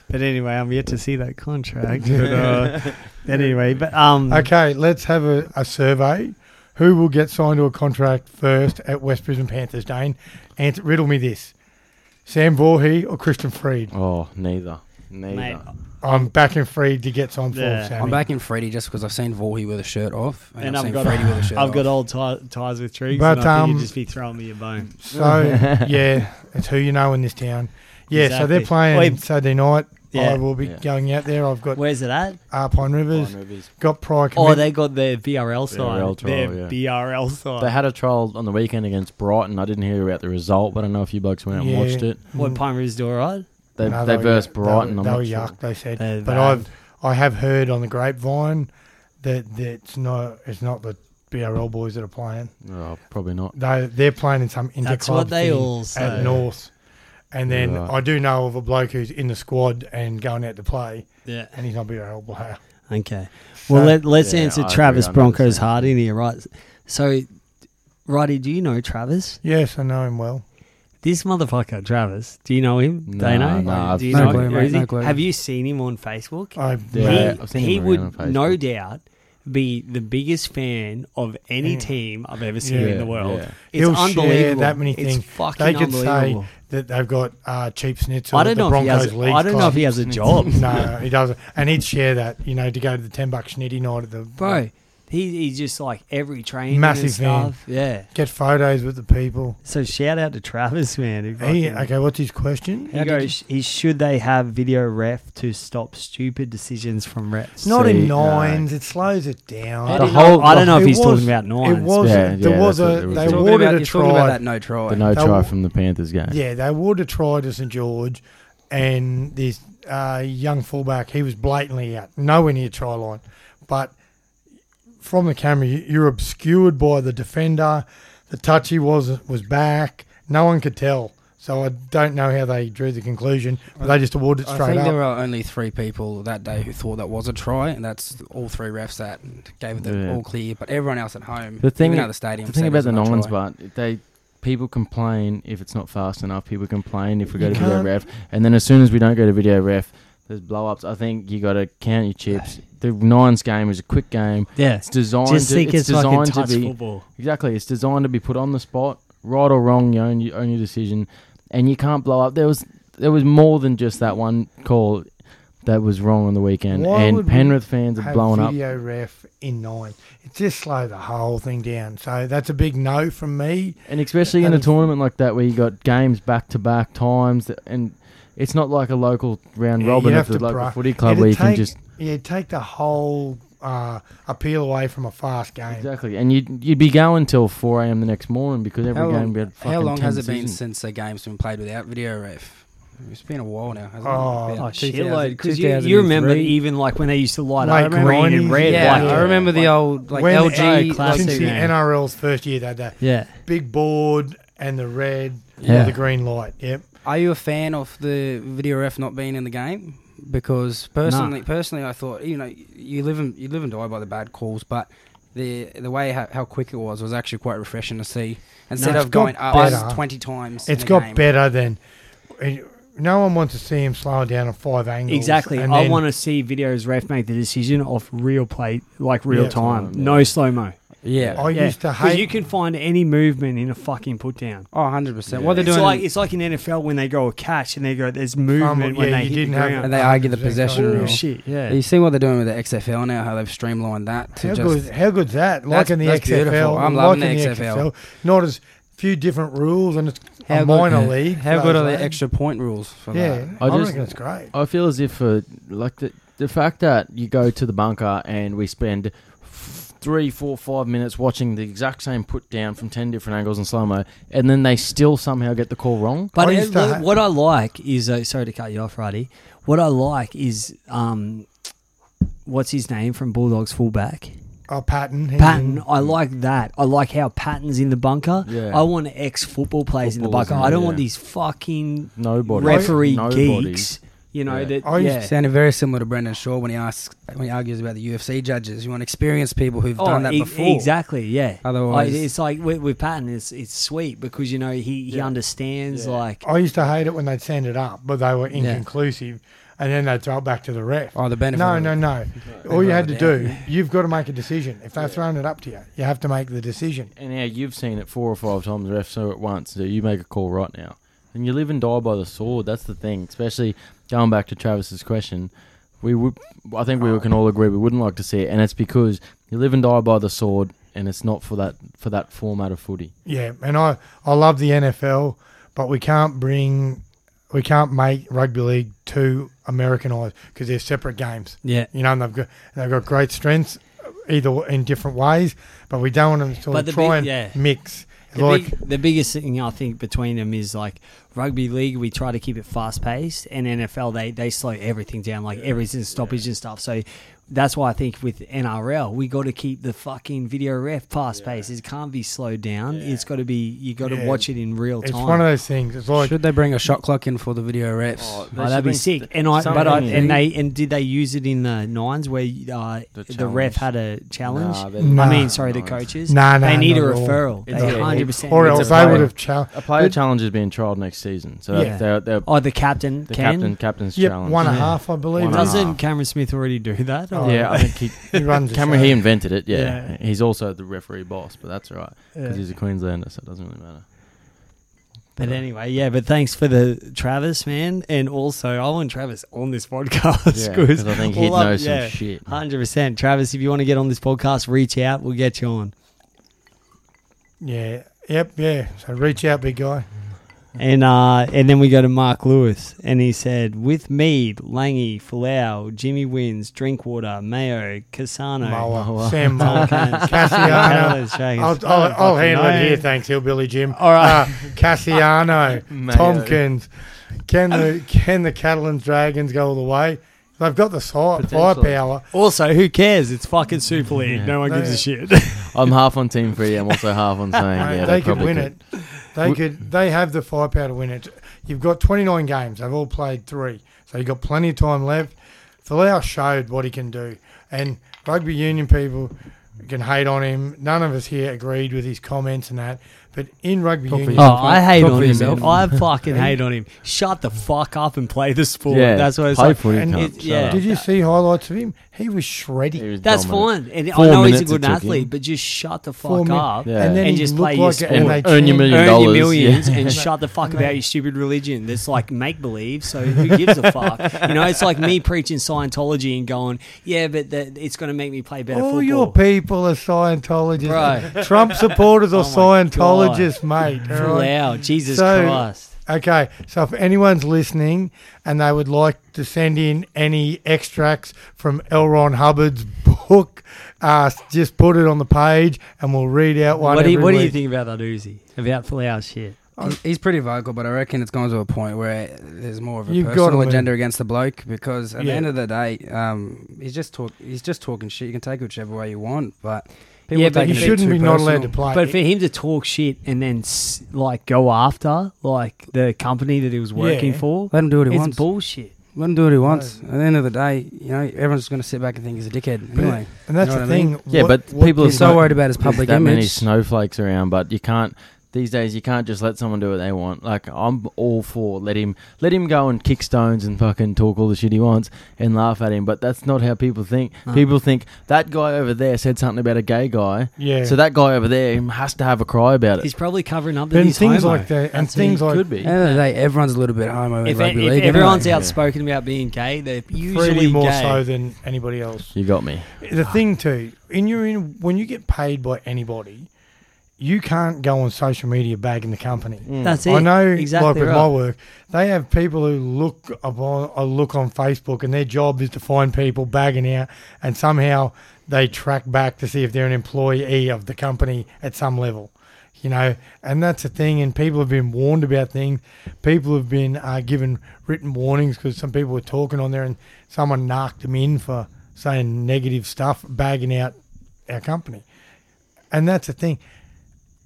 Speaker 4: But anyway, I'm yet to see
Speaker 2: [laughs]
Speaker 4: that contract. But, uh, anyway, but um,
Speaker 3: Okay, let's have a, a survey. Who will get signed to a contract first at West Brisbane Panthers, Dane? And riddle me this. Sam Voorhees or Christian Freed?
Speaker 2: Oh, neither. Neither.
Speaker 4: mate,
Speaker 3: I'm backing Freed to get signed for
Speaker 4: Yeah.
Speaker 3: Sammy.
Speaker 5: I'm backing Freddie just because I've seen Voorhees with a shirt off, and,
Speaker 4: and
Speaker 5: I've,
Speaker 4: I've
Speaker 5: seen
Speaker 4: got [laughs]
Speaker 5: Freddie with a shirt
Speaker 4: I've got
Speaker 5: off.
Speaker 4: old ti- ties with trees,
Speaker 3: But,
Speaker 4: but and I think
Speaker 3: um,
Speaker 4: you'd just be throwing me a bone.
Speaker 2: [laughs]
Speaker 3: So, yeah, it's who you know in this town. Yeah, so
Speaker 4: Exactly.
Speaker 3: they're playing
Speaker 4: Wait.
Speaker 3: Saturday night.
Speaker 4: Yeah.
Speaker 3: I will be
Speaker 2: Yeah.
Speaker 3: going out there. I've got
Speaker 4: Where's it at?
Speaker 3: uh, Pine Rivers,
Speaker 2: Pine Rivers.
Speaker 3: got Pryor
Speaker 4: Oh,
Speaker 3: Commit.
Speaker 4: they got their BRL side.
Speaker 2: BRL trial,
Speaker 4: their
Speaker 2: yeah.
Speaker 4: BRL side.
Speaker 2: They had a trial on the weekend against Brighton. I didn't hear about the result, but I know a few blokes went out and
Speaker 3: Yeah.
Speaker 4: Mm.
Speaker 2: watched it.
Speaker 4: what Pine Rivers do, all right?
Speaker 2: They,
Speaker 3: No,
Speaker 2: they
Speaker 3: were-
Speaker 2: versed
Speaker 3: were-
Speaker 2: Brighton.
Speaker 3: They,
Speaker 2: I'm
Speaker 3: were
Speaker 2: not sure.
Speaker 3: yuck. They said,
Speaker 4: They're
Speaker 3: but
Speaker 4: bad.
Speaker 3: I've I have heard on the grapevine that, that it's not it's not the BRL boys that are playing.
Speaker 2: Oh, probably not.
Speaker 3: They they're playing in some inter
Speaker 4: That's what they
Speaker 3: thing
Speaker 4: all say.
Speaker 3: at North. And then
Speaker 2: Right.
Speaker 3: I do know of a bloke who's in the squad and going out to play,
Speaker 4: Yeah.
Speaker 3: and he's not BRL player.
Speaker 4: Okay. Well,
Speaker 3: So-
Speaker 4: let, let's
Speaker 2: Yeah,
Speaker 4: answer
Speaker 2: I agree
Speaker 4: Travis
Speaker 2: on that.
Speaker 4: Broncos hard in here, right? So, Righty, do you know Travis?
Speaker 3: Yes, I know him well.
Speaker 4: This motherfucker, Travis. Do you know him?
Speaker 2: No,
Speaker 4: Dano?
Speaker 2: no, I've-
Speaker 4: do you
Speaker 5: No
Speaker 4: know
Speaker 5: clue,
Speaker 4: him?
Speaker 5: mate,
Speaker 4: Is he-
Speaker 5: no clue.
Speaker 4: Have you seen him on Facebook?
Speaker 3: I
Speaker 2: Yeah,
Speaker 4: he
Speaker 2: I've seen
Speaker 4: he
Speaker 2: him
Speaker 4: would
Speaker 2: around on
Speaker 4: no
Speaker 2: Facebook.
Speaker 4: doubt be the biggest fan of any
Speaker 3: Yeah.
Speaker 4: team I've ever seen
Speaker 3: Yeah,
Speaker 4: in the world.
Speaker 2: yeah.
Speaker 4: It's
Speaker 3: He'll share
Speaker 4: unbelievable.
Speaker 3: that many things.
Speaker 4: It's fucking
Speaker 3: they could say
Speaker 4: unbelievable.
Speaker 3: that they've got uh, cheap schnitzel
Speaker 4: I
Speaker 3: at
Speaker 4: don't
Speaker 3: the
Speaker 4: know if he
Speaker 3: Broncos
Speaker 4: has.
Speaker 3: League
Speaker 4: I don't know
Speaker 3: Club.
Speaker 4: if he has a
Speaker 3: [laughs]
Speaker 4: job.
Speaker 3: no, he doesn't. And he'd share that, you know, to go to the ten buck schnitty night at the
Speaker 4: bro. He, he's just like every train
Speaker 3: Massive
Speaker 4: and stuff. Yeah.
Speaker 3: Get photos with the people.
Speaker 4: So shout out to Travis, man. He
Speaker 3: He,
Speaker 4: fucking-
Speaker 3: okay, what's his question?
Speaker 4: He goes, he, should they have video ref to stop stupid decisions from refs?
Speaker 3: Not in
Speaker 2: See, no.
Speaker 3: nines. It slows it
Speaker 4: I
Speaker 3: down.
Speaker 2: The
Speaker 4: don't
Speaker 2: whole-
Speaker 4: know, I don't know if
Speaker 3: It
Speaker 4: he's
Speaker 3: was-
Speaker 4: talking about nines.
Speaker 3: it was.
Speaker 2: Yeah,
Speaker 3: there
Speaker 2: yeah,
Speaker 3: was
Speaker 2: that's it,
Speaker 3: a.
Speaker 2: it
Speaker 3: They
Speaker 2: was-
Speaker 5: Talking
Speaker 3: awarded
Speaker 5: about-
Speaker 3: a
Speaker 5: you're talking about
Speaker 3: try.
Speaker 5: that no try.
Speaker 2: The no
Speaker 3: That
Speaker 2: try
Speaker 3: w-
Speaker 2: from the Panthers game.
Speaker 3: Yeah, they awarded a try to St George, and this uh, young fullback he was blatantly out, nowhere near try line, but from the camera you- you're obscured by the defender. The touch he was was back. No one could tell. So I don't know how they drew the conclusion, but they just awarded it
Speaker 5: I
Speaker 3: straight
Speaker 5: think
Speaker 3: up.
Speaker 5: there were only three people that day who thought that was a try, and that's all three refs that gave it the
Speaker 2: Yeah.
Speaker 5: all clear. But everyone else at home,
Speaker 2: The thing-
Speaker 5: even at the stadium,
Speaker 2: The thing
Speaker 5: said
Speaker 2: about
Speaker 5: it
Speaker 2: the
Speaker 5: was a
Speaker 2: nines,
Speaker 5: try.
Speaker 2: but they people complain if it's not fast enough. People complain if we go
Speaker 3: You
Speaker 2: to video
Speaker 3: can't-
Speaker 2: ref, and then as soon as we don't go to video ref, there's blow ups. I think you got to count your chips. The nines game is a quick game.
Speaker 4: yeah.
Speaker 2: It's designed.
Speaker 4: Just
Speaker 2: to,
Speaker 4: think
Speaker 2: it's
Speaker 4: it's,
Speaker 2: designed
Speaker 4: fucking touch
Speaker 2: to be
Speaker 4: football.
Speaker 2: exactly. It's designed to be put on the spot, right or wrong, your own your own your decision, and you can't blow up. There was there was more than just that one call that was wrong on the weekend,
Speaker 3: Why would
Speaker 2: and
Speaker 3: we
Speaker 2: Penrith fans are
Speaker 3: have
Speaker 2: blowing up.
Speaker 3: video ref in nine. It just slowed the whole thing down. So that's a big no from me.
Speaker 2: And especially
Speaker 3: That
Speaker 2: in a
Speaker 3: is-
Speaker 2: tournament like that where you got games back to back times, that, and it's not like a local round
Speaker 3: Yeah,
Speaker 2: robin
Speaker 3: you
Speaker 2: at
Speaker 3: have
Speaker 2: the
Speaker 3: to
Speaker 2: local
Speaker 3: bra-
Speaker 2: footy club
Speaker 3: It'd
Speaker 2: where you can
Speaker 3: take-
Speaker 2: just
Speaker 3: yeah take the whole uh, appeal away from a fast game.
Speaker 2: exactly, and you'd you'd be going till four a.m. the next morning because every
Speaker 5: How
Speaker 2: game
Speaker 5: long,
Speaker 2: we had
Speaker 5: how
Speaker 2: fucking
Speaker 5: long
Speaker 2: 10
Speaker 5: has it been
Speaker 2: decisions.
Speaker 5: since the game's been played without video ref? It's been a while now, hasn't
Speaker 3: Oh,
Speaker 5: it?
Speaker 4: Oh,
Speaker 5: About
Speaker 4: shitload.
Speaker 5: 2000
Speaker 4: Because you, you remember
Speaker 5: 2003.
Speaker 4: even like when they used to light
Speaker 3: Like
Speaker 4: up green and
Speaker 3: Ronnie's-
Speaker 4: red.
Speaker 5: Yeah,
Speaker 4: like,
Speaker 5: I remember the old like
Speaker 3: When
Speaker 5: LG
Speaker 4: Oh, classic
Speaker 3: Since the
Speaker 4: game.
Speaker 3: NRL's first year, they had that
Speaker 4: Yeah.
Speaker 3: big board and the red
Speaker 2: Yeah.
Speaker 3: or the green light. Yep.
Speaker 5: Are you a fan of the video ref not being in the game? Because personally, personally, I thought you know you live and you live and die by the bad calls, but the the way how, how quick it was was actually quite refreshing to see. Instead
Speaker 3: it's
Speaker 5: of going
Speaker 3: got
Speaker 5: up
Speaker 3: better.
Speaker 5: twenty times,
Speaker 3: It's
Speaker 5: in a
Speaker 3: got
Speaker 5: game.
Speaker 3: better than. No one wants to see him slowing down on five angles.
Speaker 4: Exactly.
Speaker 3: And
Speaker 4: I
Speaker 3: then-
Speaker 4: want to see videos ref make the decision off real play, like real
Speaker 3: Yeah.
Speaker 4: time.
Speaker 2: Time, yeah.
Speaker 4: No slow mo.
Speaker 5: Yeah.
Speaker 3: I used to hate.
Speaker 4: you can find any movement in a fucking put down.
Speaker 5: Oh, 100 percent. What they're
Speaker 4: It's
Speaker 5: doing,
Speaker 4: like it's like in NFL when they go a catch and they go there's movement
Speaker 3: Fumble,
Speaker 4: when
Speaker 3: yeah,
Speaker 4: they
Speaker 3: you
Speaker 4: hit
Speaker 3: didn't
Speaker 4: the
Speaker 3: have-
Speaker 4: ground.
Speaker 5: and they argue the
Speaker 3: 100%
Speaker 5: possession
Speaker 3: goal.
Speaker 4: Oh
Speaker 5: rule.
Speaker 4: shit! Yeah,
Speaker 5: You see what they're doing with the XFL now? How they've streamlined that to
Speaker 3: how
Speaker 5: just
Speaker 3: good? How good's that? Like
Speaker 5: That's-
Speaker 3: in the
Speaker 5: that's
Speaker 3: XFL.
Speaker 5: beautiful. I'm
Speaker 3: like
Speaker 5: loving
Speaker 3: in
Speaker 5: the
Speaker 3: the
Speaker 5: XFL.
Speaker 3: Not as few different rules, and it's
Speaker 5: [laughs] how
Speaker 3: a
Speaker 5: good-
Speaker 3: minor league. eh?
Speaker 5: How
Speaker 3: for
Speaker 5: good
Speaker 3: those
Speaker 5: are the
Speaker 3: lads.
Speaker 5: extra point rules for
Speaker 3: Yeah,
Speaker 5: that?
Speaker 3: I,
Speaker 2: I just-
Speaker 3: reckon it's great.
Speaker 2: I feel as if uh, like the the fact that you go to the bunker and we spend f- three, four, five minutes watching the exact same put down from ten different angles in slow mo, and then they still somehow get the call wrong.
Speaker 4: But
Speaker 3: I
Speaker 4: it-
Speaker 3: used to
Speaker 4: what,
Speaker 3: ha-
Speaker 4: what I like is uh, sorry to cut you off, Ruddy. What I like is um, what's his name from Bulldogs fullback
Speaker 2: Mm-hmm.
Speaker 3: Oh, Patton. he's
Speaker 4: Patton.
Speaker 3: in-
Speaker 4: I like that. I like how Patton's in the bunker.
Speaker 2: Yeah.
Speaker 4: I want ex football players in the
Speaker 2: Footballers
Speaker 4: bunker.
Speaker 2: in
Speaker 4: I
Speaker 2: there,
Speaker 4: don't want
Speaker 2: yeah.
Speaker 4: these fucking
Speaker 2: Nobody,
Speaker 4: referee
Speaker 2: Nobody.
Speaker 4: geeks. You know
Speaker 2: Yeah.
Speaker 4: that.
Speaker 3: I used to
Speaker 4: yeah.
Speaker 5: Sounded very similar to Brendan Shaw when he asks when he argues about the UFC judges. You want experienced people who've done that
Speaker 4: e-
Speaker 5: before.
Speaker 4: Exactly, yeah.
Speaker 5: Otherwise-
Speaker 4: I- it's like with, with Patton, it's it's sweet because you know he, he
Speaker 2: Yeah.
Speaker 4: understands
Speaker 2: Yeah.
Speaker 4: like
Speaker 3: I used to hate it when they'd send it up, but they were inconclusive, and then they'd throw it back to the ref.
Speaker 5: Oh, the benefit.
Speaker 3: No,
Speaker 5: of
Speaker 3: no,
Speaker 5: it.
Speaker 3: no. All you had to
Speaker 5: Yeah.
Speaker 3: do, you've got to make a decision. If they're throwing it up to you, you have to make the decision.
Speaker 2: And now you've seen it four or five times, ref, so at once. So you make a call right now. And you live and die by the sword. That's the thing. Especially going back to Travis's question, we would, I think we can all agree we wouldn't like to see it. And it's because you live and die by the sword, and it's not for that for that format of footy.
Speaker 3: Yeah, and I, I love the NFL, but we can't bring, we can't make rugby league too Americanized because they're separate games.
Speaker 4: yeah.
Speaker 3: You know, and they've got they've got great strengths, either in different ways, but we don't want them to sort
Speaker 4: But
Speaker 3: of
Speaker 4: the
Speaker 3: try
Speaker 4: big-
Speaker 3: and
Speaker 4: yeah.
Speaker 3: mix.
Speaker 4: The,
Speaker 3: Like-
Speaker 4: big, the biggest thing I think between them is like rugby league. We try to keep it fast paced, and NFL they they slow everything down, like everything stoppage and stuff. So that's why I think with NRL we got to keep the fucking video ref fast paced. It can't be slowed down. It's got to be you got to
Speaker 3: Yeah.
Speaker 4: watch it in real
Speaker 3: It's
Speaker 4: time.
Speaker 3: one of those things. It's like
Speaker 5: Should they bring a shot clock in for the video refs?
Speaker 2: Oh,
Speaker 4: Oh, that'd be
Speaker 2: Something-
Speaker 4: sick. And I, but I,
Speaker 2: something-
Speaker 4: and they, and did they use it in the nines where uh,
Speaker 2: The
Speaker 4: the, ref
Speaker 2: challenge.
Speaker 4: had a challenge?
Speaker 2: Nah, they-
Speaker 3: Nah.
Speaker 4: I mean, sorry, the
Speaker 2: Nah.
Speaker 4: coaches.
Speaker 3: Nah, nah,
Speaker 4: they need a
Speaker 3: not at all.
Speaker 4: referral.
Speaker 2: It's
Speaker 4: They
Speaker 2: a-
Speaker 4: hundred percent.
Speaker 3: or
Speaker 4: need a
Speaker 3: else they
Speaker 2: player.
Speaker 3: would have challenged.
Speaker 2: A player
Speaker 3: But-
Speaker 2: challenge is being trialed next season, so
Speaker 3: Yeah.
Speaker 2: that they're, they're,
Speaker 4: Oh, the captain
Speaker 2: the
Speaker 4: can.
Speaker 2: captain captain's
Speaker 3: Yep,
Speaker 2: challenge.
Speaker 3: one and a
Speaker 4: Yeah.
Speaker 3: half, I believe.
Speaker 2: One and a
Speaker 4: Doesn't
Speaker 2: half.
Speaker 4: Cameron Smith already do that? Or-
Speaker 2: yeah, I think
Speaker 3: [laughs]
Speaker 2: he,
Speaker 3: He runs the
Speaker 2: Cameron
Speaker 3: show.
Speaker 2: he invented it. Yeah.
Speaker 4: Yeah.
Speaker 2: he's also the referee boss, but that's all right because
Speaker 3: Yeah.
Speaker 2: he's a Queenslander, so it doesn't really matter.
Speaker 4: But anyway, yeah. But thanks for the Travis man, and also I want Travis on this podcast
Speaker 2: Yeah, 'cause I think he'd
Speaker 4: all up-
Speaker 2: know some
Speaker 4: yeah,
Speaker 2: shit.
Speaker 4: Hundred percent, Travis. If you want to get on this podcast, reach out. We'll get you on.
Speaker 3: Yeah. Yep. Yeah. So reach out, big guy.
Speaker 4: And uh, and then we go to Mark Lewis, and he said, with Mead, Langy, Falau, Jimmy Wins, Drinkwater, Mayo, Cassano,
Speaker 3: Mower. [laughs] Sam Mower.
Speaker 4: Cassiano.
Speaker 3: Cassiano. I'll, I'll, I'll handle it here, thanks, Hillbilly Jim. All right. Uh, Cassiano,
Speaker 2: Mayo.
Speaker 3: Tompkins. Can the can the Catalan Dragons go all the way? They've got the si-
Speaker 5: Potentially.
Speaker 3: firepower.
Speaker 4: Also, who cares? It's fucking Super League. No one gives a shit. [laughs]
Speaker 2: I'm half on Team Freddie. I'm also half on saying
Speaker 3: Mate,
Speaker 2: yeah,
Speaker 3: they could
Speaker 2: probably
Speaker 3: win it. They could. They have the firepower to win it. You've got 29 games. They've all played three, so you've got plenty of time left. Falau showed what he can do, and rugby union people can hate on him. None of us here agreed with his comments and that, but in rugby
Speaker 5: Talk for
Speaker 3: union,
Speaker 4: Oh, I hate
Speaker 5: Talk
Speaker 4: on
Speaker 5: for
Speaker 4: him.
Speaker 5: yourself.
Speaker 2: [laughs]
Speaker 4: man. I fucking hate on him. Shut the fuck up and play the sport.
Speaker 2: Oh, Yeah,
Speaker 4: that's what it's
Speaker 2: play
Speaker 4: like.
Speaker 2: footy,
Speaker 3: And
Speaker 2: cunt,
Speaker 4: it-
Speaker 2: shut
Speaker 4: yeah.
Speaker 2: up.
Speaker 3: did you see highlights of him? He was
Speaker 2: He
Speaker 3: shredded.
Speaker 2: was
Speaker 4: That's
Speaker 2: dominant.
Speaker 4: fine, and
Speaker 2: Four
Speaker 4: I know he's a
Speaker 2: minutes it
Speaker 4: good
Speaker 2: took him.
Speaker 4: athlete, but just shut the
Speaker 3: Four
Speaker 4: fuck
Speaker 3: min-
Speaker 4: up.
Speaker 2: Yeah.
Speaker 3: And then
Speaker 4: And
Speaker 3: he
Speaker 4: just
Speaker 3: looked
Speaker 4: play your
Speaker 3: like it, and
Speaker 2: And
Speaker 3: they
Speaker 2: earn your
Speaker 3: changed-
Speaker 2: million
Speaker 4: Earn your
Speaker 2: dollars.
Speaker 4: millions
Speaker 2: Yeah. [laughs]
Speaker 4: and shut the fuck about your stupid religion that's like make believe. So
Speaker 2: [laughs]
Speaker 4: who gives a fuck? You know, it's like me preaching Scientology and going, yeah, but that it's going to make me play better
Speaker 3: All
Speaker 2: Oh,
Speaker 4: football.
Speaker 3: your people are Scientologists.
Speaker 4: Bro.
Speaker 3: Trump
Speaker 4: [laughs]
Speaker 3: supporters are
Speaker 4: Oh my God.
Speaker 3: Scientologists, mate.
Speaker 4: [laughs]
Speaker 3: all right?
Speaker 4: Wow, Jesus
Speaker 3: So-
Speaker 4: Christ.
Speaker 3: Okay, so if anyone's listening and they would like to send in any extracts from L. Ron Hubbard's book, uh, just put it on the page and we'll read out one.
Speaker 4: What do, you,
Speaker 3: every
Speaker 4: what do you
Speaker 3: week.
Speaker 4: think about that Uzi? About Falau shit?
Speaker 5: He's- He's pretty vocal, but I reckon it's gone to a point where there's more of a
Speaker 3: You've
Speaker 5: personal
Speaker 3: gotta
Speaker 5: agenda against the bloke because at
Speaker 3: Yeah.
Speaker 5: the end of the day, um, he's just talk. He's just talking shit. You can take it whichever way you want, but people
Speaker 4: Yeah,
Speaker 5: are
Speaker 4: but
Speaker 5: taking
Speaker 3: You
Speaker 5: it
Speaker 3: shouldn't
Speaker 5: too
Speaker 3: be not allowed to
Speaker 5: personal.
Speaker 3: play.
Speaker 4: But for him to talk shit and then s- like go after like the company that he was working
Speaker 3: Yeah.
Speaker 4: for,
Speaker 5: Let him do what he
Speaker 4: it's
Speaker 5: wants.
Speaker 4: bullshit.
Speaker 5: Let him do what he wants. At the end of the day, you know, everyone's just going to sit back and think he's a dickhead. Anyway,
Speaker 3: and that's
Speaker 5: you
Speaker 3: the
Speaker 5: know what I
Speaker 3: thing.
Speaker 5: mean?
Speaker 2: Yeah, but people are
Speaker 5: he's so worried about his public
Speaker 2: that many
Speaker 5: image.
Speaker 2: snowflakes around, but you can't. These days, you can't just let someone do what they want. Like I'm all for let him let him go and kick stones and fucking talk all the shit he wants and laugh at him. But that's not how people think. People think that guy over there said something about a gay guy,
Speaker 3: Yeah.
Speaker 2: so that guy over there has to have a cry about it.
Speaker 4: He's probably covering up that
Speaker 3: and
Speaker 4: he's
Speaker 3: things
Speaker 4: homo.
Speaker 3: like that, and
Speaker 2: That's- he
Speaker 3: [laughs] things like
Speaker 2: could be.
Speaker 5: At the end of the day, everyone's a little bit homo in
Speaker 4: If,
Speaker 5: rugby
Speaker 4: if
Speaker 5: league.
Speaker 4: everyone's
Speaker 5: anyway.
Speaker 4: outspoken about being gay, they're usually
Speaker 3: Freddie more
Speaker 4: gay.
Speaker 3: so than anybody else.
Speaker 2: You got me.
Speaker 3: The thing too, in your in when you get paid by anybody, you can't go on social media bagging the company.
Speaker 4: That's it.
Speaker 3: I know,
Speaker 4: exactly
Speaker 3: like with
Speaker 4: right.
Speaker 3: my work, they have people who look upon, I look on Facebook, and their job is to find people bagging out, and somehow they track back to see if they're an employee of the company at some level, you know. And that's the thing. And people have been warned about things. People have been uh, given written warnings because some people were talking on there, and someone knocked them in for saying negative stuff, bagging out our company. And that's the thing.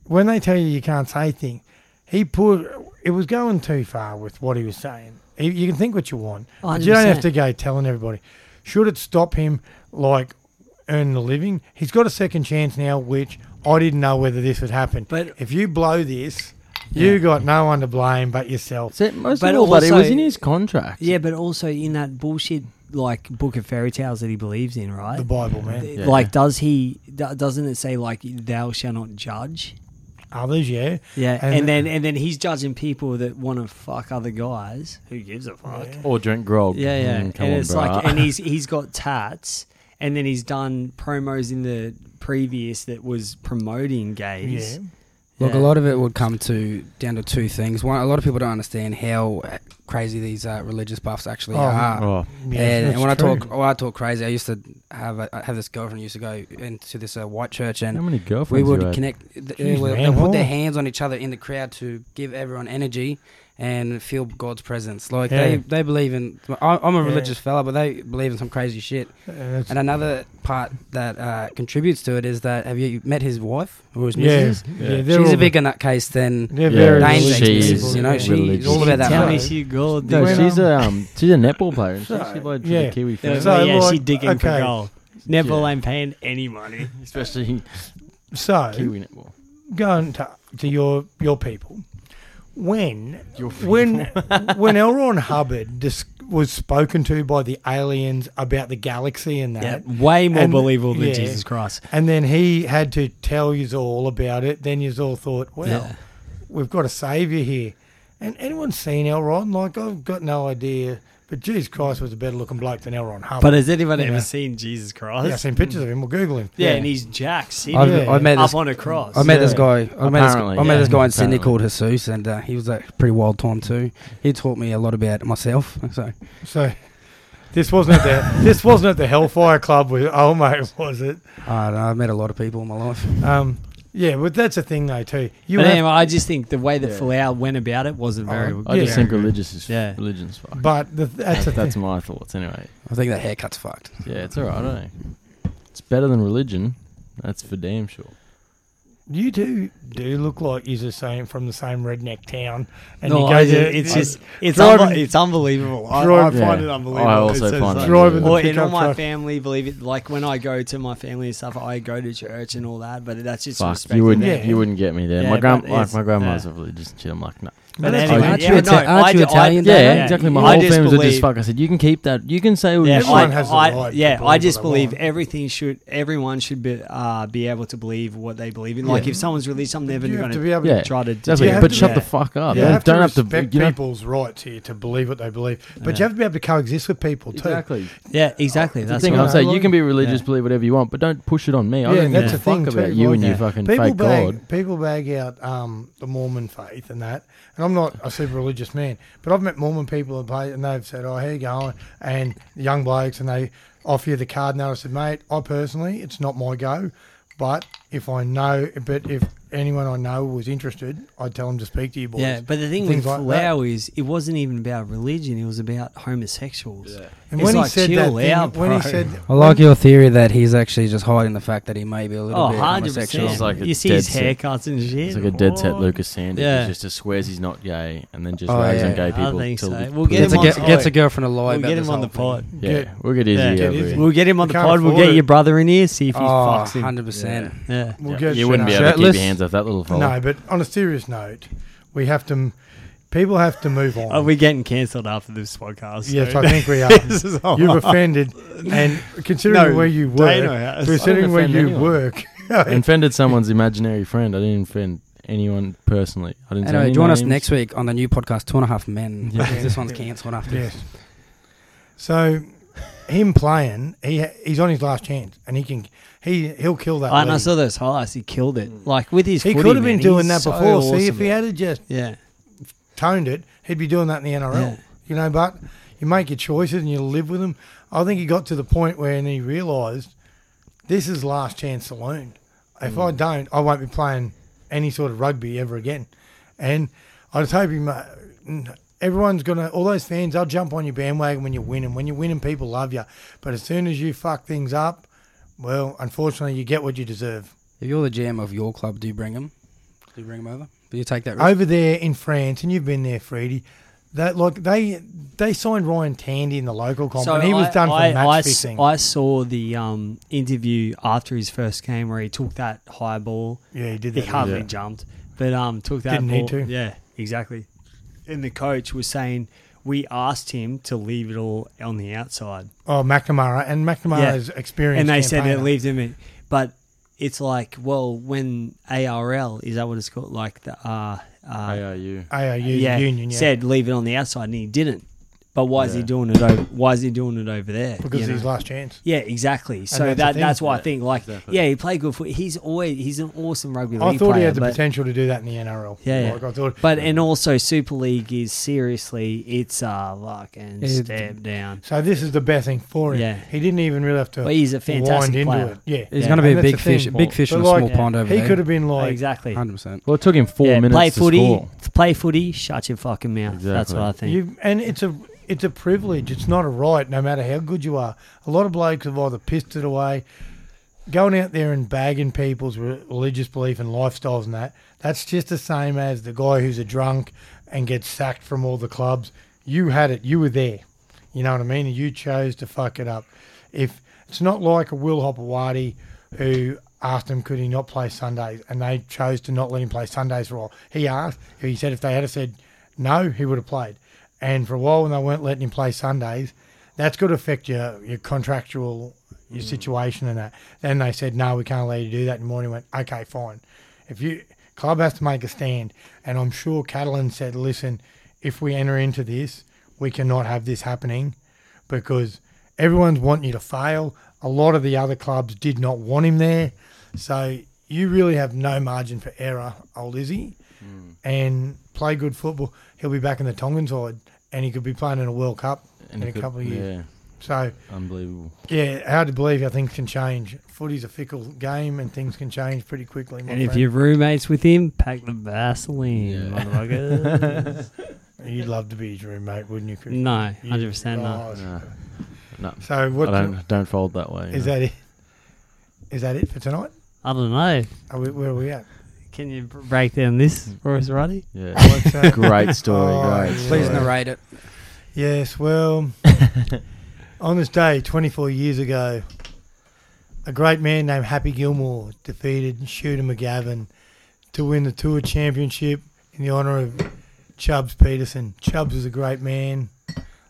Speaker 3: When they tell you you can't say things, he put it was going too far with what he was saying. You- You can think what you want, but you don't have
Speaker 4: 100%.
Speaker 3: to go telling everybody. Should it stop him like earning a living? He's got a second chance now, which I didn't know whether this would happen.
Speaker 4: But-
Speaker 3: if you blow this, you got no one to blame but yourself.
Speaker 2: most
Speaker 4: But
Speaker 2: of all, but it
Speaker 4: also-
Speaker 2: was in his contract.
Speaker 4: Yeah, but also in that bullshit like book of fairy tales that he believes in, right?
Speaker 3: The Bible, man.
Speaker 2: Yeah.
Speaker 4: Like, does he? do- Doesn't it say like, "Thou shall not judge"?
Speaker 3: Others, yeah,
Speaker 4: Yeah, and, then and then he's judging people that want to fuck other guys. Who gives a fuck?
Speaker 2: Or drink grog.
Speaker 4: Yeah, yeah.
Speaker 2: Mm, come
Speaker 4: and
Speaker 2: on,
Speaker 4: it's
Speaker 2: bruh.
Speaker 4: like, and he's he's got tats, and then he's done promos in the previous that was promoting gays.
Speaker 3: Yeah.
Speaker 5: Look,
Speaker 4: Yeah.
Speaker 5: a lot of it would come to down to two things. One, a lot of people don't understand how uh, crazy these uh, religious buffs actually
Speaker 3: Oh,
Speaker 2: [laughs]
Speaker 5: are.
Speaker 2: Oh,
Speaker 3: Yeah,
Speaker 5: and, and
Speaker 3: that's
Speaker 5: when I
Speaker 3: true.
Speaker 5: talk, when I talk crazy, I used to have a, I have this girlfriend who used to go into this uh, white church,
Speaker 2: how
Speaker 5: and
Speaker 2: many girlfriends
Speaker 5: we would
Speaker 2: you had?
Speaker 5: connect. th-
Speaker 3: Jeez,
Speaker 5: they would-
Speaker 3: man,
Speaker 5: they put their
Speaker 3: what?
Speaker 5: hands on each other in the crowd to give everyone energy and feel God's presence. Like
Speaker 3: Yeah.
Speaker 5: they, they believe in. I, I'm a
Speaker 3: Yeah.
Speaker 5: religious fella, but they believe in some crazy shit.
Speaker 3: Uh, that's-
Speaker 5: And another part that uh, contributes to it is that have you met his wife or his
Speaker 3: yeah,
Speaker 5: missus?
Speaker 3: yeah,
Speaker 2: Yeah.
Speaker 3: they're
Speaker 5: She's
Speaker 3: all
Speaker 5: a bigger nutcase than
Speaker 3: They're
Speaker 2: Yeah.
Speaker 3: very
Speaker 5: Dane's
Speaker 3: religious
Speaker 5: she's,
Speaker 3: people,
Speaker 5: you know,
Speaker 3: yeah.
Speaker 5: she's all about that.
Speaker 4: Tell me
Speaker 5: life.
Speaker 4: she gold.
Speaker 2: No,
Speaker 3: When,
Speaker 2: she's
Speaker 3: um,
Speaker 2: a um, she's a netball player. and She actually
Speaker 3: So,
Speaker 2: played for
Speaker 3: yeah.
Speaker 2: the Kiwi.
Speaker 4: Yeah,
Speaker 2: Family.
Speaker 3: So,
Speaker 4: yeah,
Speaker 3: like,
Speaker 4: she digging
Speaker 3: okay.
Speaker 4: for gold. Neville
Speaker 2: Yeah.
Speaker 4: ain't paying any money.
Speaker 2: especially [laughs]
Speaker 3: So
Speaker 2: Kiwi netball.
Speaker 3: going to, to your your people, when when
Speaker 4: [laughs]
Speaker 3: when Elron Hubbard dis- was spoken to by the aliens about the galaxy and that,
Speaker 4: Yeah, way more
Speaker 3: And-
Speaker 4: believable than
Speaker 3: yeah.
Speaker 4: Jesus Christ.
Speaker 3: and then he had to tell you all about it, then you all thought, well,
Speaker 4: Yeah.
Speaker 3: we've got a saviour here. And anyone seen Elron? Like I've got no idea, but Jesus Christ was a better looking bloke than Elron Hubbard.
Speaker 4: But has anyone
Speaker 3: Yeah.
Speaker 4: ever seen Jesus Christ?
Speaker 3: yeah, I've seen pictures of him. We'll Google him.
Speaker 4: Yeah, and he's Jack sitting
Speaker 5: I've,
Speaker 3: Yeah.
Speaker 5: I've met
Speaker 4: up
Speaker 5: this.
Speaker 4: on a cross.
Speaker 5: I met this
Speaker 3: Yeah.
Speaker 5: guy. I met this, I
Speaker 2: Apparently,
Speaker 5: met this
Speaker 2: yeah.
Speaker 5: guy in Sydney
Speaker 2: Apparently.
Speaker 5: called Jesus, and uh, he was a pretty wild time too. He taught me a lot about myself. So
Speaker 3: So this wasn't at the this wasn't at the Hellfire Club. With, oh mate, was it?
Speaker 5: I don't know, I've met a lot of people in my life.
Speaker 3: Um, yeah, but that's the thing though too. You
Speaker 4: but
Speaker 3: have-
Speaker 4: anyway, I just think the way that
Speaker 2: Yeah. Uh-huh.
Speaker 4: Falau went about it wasn't very.
Speaker 3: Oh,
Speaker 2: I
Speaker 3: Yeah.
Speaker 2: just think religious is
Speaker 4: Yeah.
Speaker 2: religion's fuck.
Speaker 3: but the, that's the
Speaker 2: That- that's
Speaker 3: thing.
Speaker 2: my thoughts anyway.
Speaker 5: I think that haircut's fucked.
Speaker 2: Yeah, it's all right. I know. It's better than religion. That's for damn sure.
Speaker 3: You do do look like you're the same from the same redneck town, and
Speaker 4: no,
Speaker 3: you go
Speaker 4: I-
Speaker 3: there- uh,
Speaker 4: it's just it's
Speaker 3: driving-
Speaker 4: unbe- it's unbelievable. I, I
Speaker 3: driving-
Speaker 4: find
Speaker 2: Yeah.
Speaker 4: it unbelievable.
Speaker 2: I also
Speaker 4: It's- it's
Speaker 2: find it
Speaker 4: like-
Speaker 3: driving the
Speaker 4: Well, and
Speaker 3: pickup
Speaker 4: all my
Speaker 3: truck.
Speaker 4: family believe it. Like when I go to my family and stuff, I go to church and all that. But that's just
Speaker 2: Fuck,
Speaker 4: respect.
Speaker 2: you wouldn't,
Speaker 3: them.
Speaker 2: you wouldn't get me there.
Speaker 4: Yeah,
Speaker 2: my grand,
Speaker 4: but
Speaker 2: like
Speaker 4: it's-
Speaker 2: my grandma's
Speaker 4: yeah.
Speaker 2: a religious chill. I'm like, no.
Speaker 4: But
Speaker 3: That's
Speaker 4: anyway,
Speaker 5: Aren't
Speaker 4: yeah,
Speaker 5: you
Speaker 4: no,
Speaker 5: Ita- aren't
Speaker 4: I
Speaker 5: you
Speaker 4: d- I-
Speaker 5: Italian,
Speaker 2: Yeah,
Speaker 5: Dano?
Speaker 4: yeah,
Speaker 2: exactly.
Speaker 4: yeah.
Speaker 2: My
Speaker 4: I
Speaker 2: whole
Speaker 4: just
Speaker 2: family was just
Speaker 4: believe-
Speaker 2: fuck. I said, you can keep that. You can say all
Speaker 4: Yeah,
Speaker 2: your
Speaker 3: Everyone
Speaker 2: shit.
Speaker 4: I,
Speaker 3: has the
Speaker 4: I-
Speaker 3: right to
Speaker 4: yeah,
Speaker 3: believe
Speaker 4: I
Speaker 3: what
Speaker 4: just
Speaker 3: they
Speaker 4: believe
Speaker 3: want.
Speaker 4: everything should everyone should be uh, be able to believe what they believe in. Like
Speaker 2: Yeah.
Speaker 4: if someone's religious, I'm never
Speaker 3: you have
Speaker 4: going
Speaker 3: to be able
Speaker 2: Yeah.
Speaker 3: to.
Speaker 4: try to.
Speaker 2: Exactly.
Speaker 3: You have
Speaker 2: But
Speaker 3: to-
Speaker 2: shut the
Speaker 4: yeah.
Speaker 2: fuck up.
Speaker 3: You have
Speaker 2: don't
Speaker 3: to
Speaker 2: have to.
Speaker 3: respect
Speaker 2: you know-
Speaker 3: people's rights here to believe what they believe, but you have to be able to coexist with people too.
Speaker 2: Exactly.
Speaker 4: Yeah, exactly.
Speaker 2: The
Speaker 4: That's
Speaker 2: thing
Speaker 4: what
Speaker 2: I'm
Speaker 4: I-
Speaker 3: right.
Speaker 2: saying, you can be religious,
Speaker 4: Yeah.
Speaker 2: believe whatever you want, but don't push it on me. I
Speaker 3: Yeah,
Speaker 2: don't
Speaker 3: that's
Speaker 2: give a
Speaker 3: the thing
Speaker 2: fuck about
Speaker 3: too,
Speaker 2: you
Speaker 3: like-
Speaker 2: and
Speaker 4: Yeah.
Speaker 2: your fucking
Speaker 3: People
Speaker 2: fake
Speaker 3: bag,
Speaker 2: god.
Speaker 3: people bag out um, the Mormon faith and that, and I'm not a super religious man, but I've met Mormon people at play and they've said, "Oh, how you going?" and young blokes, and they offer you the card, and I said, "Mate, I personally, it's not my go, but if I know, but if anyone I know was interested, I'd tell them to speak to you boys."
Speaker 4: Yeah, but the thing
Speaker 3: Things
Speaker 4: with
Speaker 3: like that.
Speaker 4: Falau is it wasn't even about religion; it was about homosexuals.
Speaker 3: and
Speaker 4: it's
Speaker 3: when he
Speaker 4: like,
Speaker 3: said that,
Speaker 4: chill
Speaker 3: thing,
Speaker 4: out,
Speaker 3: when he
Speaker 4: bro.
Speaker 3: said,
Speaker 5: I like your theory that he's actually just hiding the fact that he may be a little
Speaker 4: Oh,
Speaker 5: bit
Speaker 4: 100
Speaker 5: homosexual.
Speaker 4: percent.
Speaker 2: It's like a
Speaker 4: you see his
Speaker 2: dead set.
Speaker 4: haircuts and shit.
Speaker 2: It's like a dead set
Speaker 4: Oh.
Speaker 2: Lucas Sanders.
Speaker 4: Yeah.
Speaker 2: He just, just swears he's not gay and then just
Speaker 5: Oh,
Speaker 2: rags
Speaker 5: yeah.
Speaker 2: on gay
Speaker 4: I
Speaker 2: people.
Speaker 4: think
Speaker 2: till
Speaker 4: so.
Speaker 2: he-
Speaker 4: We'll get
Speaker 5: Gets a,
Speaker 4: him
Speaker 5: get,
Speaker 4: on-
Speaker 5: gets a girlfriend a lie
Speaker 4: We'll
Speaker 5: about
Speaker 4: get
Speaker 5: this
Speaker 4: him on the
Speaker 5: whole
Speaker 4: pod.
Speaker 5: thing.
Speaker 2: Yeah, we'll get easy
Speaker 4: Yeah.
Speaker 2: over
Speaker 3: Get
Speaker 2: here.
Speaker 3: easy.
Speaker 4: We'll get him
Speaker 3: We
Speaker 4: on the
Speaker 3: can't
Speaker 4: pod. We'll
Speaker 3: afford
Speaker 4: get
Speaker 3: it.
Speaker 4: your brother in here. See if he
Speaker 5: Oh,
Speaker 4: fucks him.
Speaker 5: 100%.
Speaker 4: Yeah.
Speaker 3: "We'll
Speaker 2: Yeah,
Speaker 3: get
Speaker 2: you wouldn't be
Speaker 3: shut
Speaker 2: able to keep your
Speaker 5: Shirtless.
Speaker 2: hands off that little
Speaker 3: up."
Speaker 2: fella.
Speaker 3: No, but on a serious note, we have to. People have to move on.
Speaker 4: Are we Oh, getting cancelled after this podcast?
Speaker 3: Yes,
Speaker 4: so-
Speaker 3: I think
Speaker 4: [laughs]
Speaker 3: we are.
Speaker 4: this is all
Speaker 2: [laughs]
Speaker 3: You've offended, and considering
Speaker 4: No,
Speaker 3: where you
Speaker 4: Dano
Speaker 3: work,
Speaker 4: has.
Speaker 3: considering where
Speaker 2: offend
Speaker 3: you
Speaker 2: anyone.
Speaker 3: work, [laughs] Oh,
Speaker 2: and offended someone's imaginary friend. I didn't offend anyone personally. I didn't. say
Speaker 5: Anyway,
Speaker 2: any
Speaker 5: join us
Speaker 2: names.
Speaker 5: next week on the new podcast, Two and a Half Men.
Speaker 2: Yeah.
Speaker 5: Because this one's cancelled after this.
Speaker 3: yes. So, him playing, he he's on his last chance, and he can he he'll kill that.
Speaker 4: Oh, and I
Speaker 3: lead.
Speaker 4: saw those highlights. He killed it. Like with his.
Speaker 3: he
Speaker 4: footy,
Speaker 3: could have been
Speaker 4: man,
Speaker 3: doing that
Speaker 4: he's so
Speaker 3: before. See,
Speaker 4: awesome
Speaker 3: if he
Speaker 4: at-
Speaker 3: had have just
Speaker 4: Yeah.
Speaker 3: toned it, he'd be doing that in the NRL.
Speaker 4: Yeah.
Speaker 3: You know, but you make your choices and you live with them. I think he got to the point where and he realised this is last chance saloon. If I don't, I won't be playing any sort of rugby ever again. And I just hope he. ma- Everyone's gonna, all those fans, they'll jump on your bandwagon when you win, and when you win, and people love you. But as soon as you fuck things up, well, unfortunately, you get what you deserve.
Speaker 5: If you're the GM of your club, do you bring him? Do you bring him over? Do you take that risk?
Speaker 3: over there in France, and you've been there, Freddie. That like they they signed Ryan Tandy in the local comp, and he was
Speaker 4: I-
Speaker 3: done for
Speaker 4: I,
Speaker 3: match
Speaker 4: I s-
Speaker 3: fixing.
Speaker 4: I saw the um, interview after his first game where he took that high ball.
Speaker 3: yeah, he did
Speaker 4: He
Speaker 3: that.
Speaker 4: hardly
Speaker 2: Yeah.
Speaker 4: jumped, but um, took that
Speaker 3: Didn't
Speaker 4: ball.
Speaker 3: need to.
Speaker 4: Yeah, exactly. And the coach was saying we asked him to leave it all on the outside,
Speaker 3: oh, McNamara and McNamara's experience.
Speaker 4: and they said
Speaker 3: campaigner.
Speaker 4: it leave them in. But it's like, well, when ARL is that what it's called? Like the uh, uh,
Speaker 2: Hey, are you?
Speaker 3: AAU
Speaker 4: yeah,
Speaker 3: union. Yeah.
Speaker 4: said leave it on the outside, and he didn't. But why is he
Speaker 2: Yeah.
Speaker 4: doing it? Over, why is he doing it over there?
Speaker 3: because
Speaker 4: you
Speaker 3: it's
Speaker 4: know?
Speaker 3: his last chance.
Speaker 4: Yeah, exactly. So
Speaker 3: that's the
Speaker 4: that
Speaker 3: thing.
Speaker 4: that's why I
Speaker 2: Yeah,
Speaker 4: think like
Speaker 2: exactly.
Speaker 4: yeah, he played good foot. He's always he's an awesome rugby league
Speaker 3: I thought
Speaker 4: player.
Speaker 3: he had the
Speaker 4: but,
Speaker 3: potential to do that in the NRL.
Speaker 4: Yeah, yeah.
Speaker 3: Like, I thought,
Speaker 4: but and also Super League is seriously it's a fucking
Speaker 5: It-
Speaker 4: step down.
Speaker 3: so this is the best thing for him.
Speaker 4: Yeah.
Speaker 3: He didn't even really have to
Speaker 4: But he's a
Speaker 3: wind
Speaker 4: fantastic
Speaker 3: into
Speaker 4: player.
Speaker 3: it. Yeah.
Speaker 5: He's
Speaker 4: Yeah.
Speaker 5: going to be
Speaker 3: And
Speaker 5: a
Speaker 3: that's
Speaker 5: big
Speaker 3: the thing.
Speaker 5: fish, a big fish
Speaker 3: But
Speaker 5: in a
Speaker 3: like,
Speaker 5: small
Speaker 4: yeah,
Speaker 5: pond over
Speaker 3: He
Speaker 5: there.
Speaker 3: could have been like,
Speaker 4: exactly.
Speaker 5: hundred percent.
Speaker 2: Well, it took him four
Speaker 4: yeah,
Speaker 2: minutes
Speaker 4: play
Speaker 2: to
Speaker 4: footy,
Speaker 2: score.
Speaker 4: play footy. Shut your fucking mouth. That's
Speaker 2: Exactly.
Speaker 4: what I think.
Speaker 3: you, and it's a it's a privilege. It's not a right, no matter how good you are. A lot of blokes have either pissed it away, going out there and bagging people's re- religious belief and lifestyles and that. That's just the same as the guy who's a drunk and gets sacked from all the clubs. You had it. You were there. You know what I mean? And you chose to fuck it up. If it's not like a Will Hopawati who asked him could he not play Sundays and they chose to not let him play Sundays for a while. He asked, he said if they had have said no, he would have played. And for a while when they weren't letting him play Sundays, that's going to affect your, your contractual your situation and that. Then they said, No, we can't let you do that anymore. And he went, Okay, fine. If you club has to make a stand and I'm sure Catalan said, Listen, if we enter into this, we cannot have this happening because everyone's wanting you to fail. A lot of the other clubs did not want him there. So you really have no margin for error, old Izzy, and play good football. He'll be back in the Tongan side and he could be playing in a World Cup in,
Speaker 2: he
Speaker 3: a
Speaker 2: could-
Speaker 3: couple of years.
Speaker 2: Yeah,
Speaker 3: So,
Speaker 2: unbelievable.
Speaker 3: yeah, hard to believe how things can change. Footy's a fickle game and things can change pretty quickly. My
Speaker 4: and if
Speaker 3: friend.
Speaker 4: you're roommates with him, pack the Vaseline,
Speaker 2: Yeah. [laughs]
Speaker 4: motherfucker.
Speaker 3: You'd love to be his roommate, wouldn't you, Chris?
Speaker 4: no,
Speaker 3: You-
Speaker 4: hundred percent
Speaker 3: Oh,
Speaker 4: not.
Speaker 2: No, no.
Speaker 3: So, what
Speaker 2: I don't don't fold that way.
Speaker 3: is
Speaker 2: no.
Speaker 3: that? It? Is that it for tonight?
Speaker 4: I don't know.
Speaker 3: Are we, where are
Speaker 4: [laughs]
Speaker 3: we at?
Speaker 4: Can you br- break down this for us, Roddy?
Speaker 3: [laughs]
Speaker 2: Yeah,
Speaker 3: What's, uh,
Speaker 2: great story.
Speaker 3: Oh,
Speaker 2: great.
Speaker 3: yeah.
Speaker 5: Please
Speaker 2: story.
Speaker 5: narrate it.
Speaker 3: Yes, well, on this day 24 years ago, a great man named Happy Gilmore defeated Shooter McGavin to win the Tour Championship in the honour of Chubbs Peterson. Chubbs was a great man,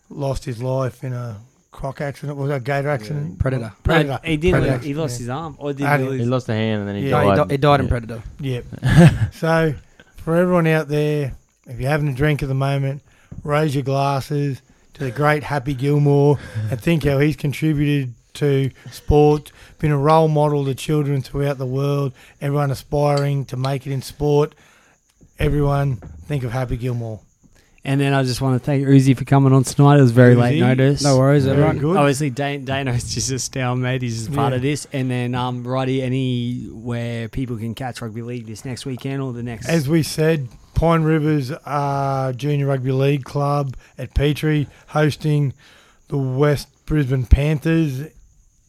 Speaker 3: lost his life in a croc accident, was that a gator accident?
Speaker 5: Predator.
Speaker 3: Predator.
Speaker 4: No, he did.
Speaker 3: Predator
Speaker 4: Lose, he lost
Speaker 3: accident,
Speaker 4: his arm, or did
Speaker 3: Ah,
Speaker 4: he
Speaker 3: did-
Speaker 4: lose?
Speaker 2: He lost a hand and then he
Speaker 3: Yeah,
Speaker 5: No,
Speaker 2: died.
Speaker 5: he, di- he died in
Speaker 2: Yeah.
Speaker 5: Predator.
Speaker 3: yeah. Yep. so, for everyone out there, if you're having a drink at the moment, raise your glasses to the great Happy Gilmore and think how he's contributed to sport, been a role model to children throughout the world, everyone aspiring to make it in sport. Everyone, think of Happy Gilmore.
Speaker 4: And then I just want to thank Uzi for coming on tonight. It was very late
Speaker 3: Uzi,
Speaker 4: notice.
Speaker 5: No worries,
Speaker 2: Very
Speaker 5: everyone.
Speaker 3: good.
Speaker 4: Obviously, Dan- Dano's just a stale mate. He's just part
Speaker 3: Yeah.
Speaker 4: of this. And then, um, Roddy, any where people can catch rugby league this next weekend or the next?
Speaker 3: As we said, Pine Rivers uh, Junior Rugby League Club at Petrie hosting the West Brisbane Panthers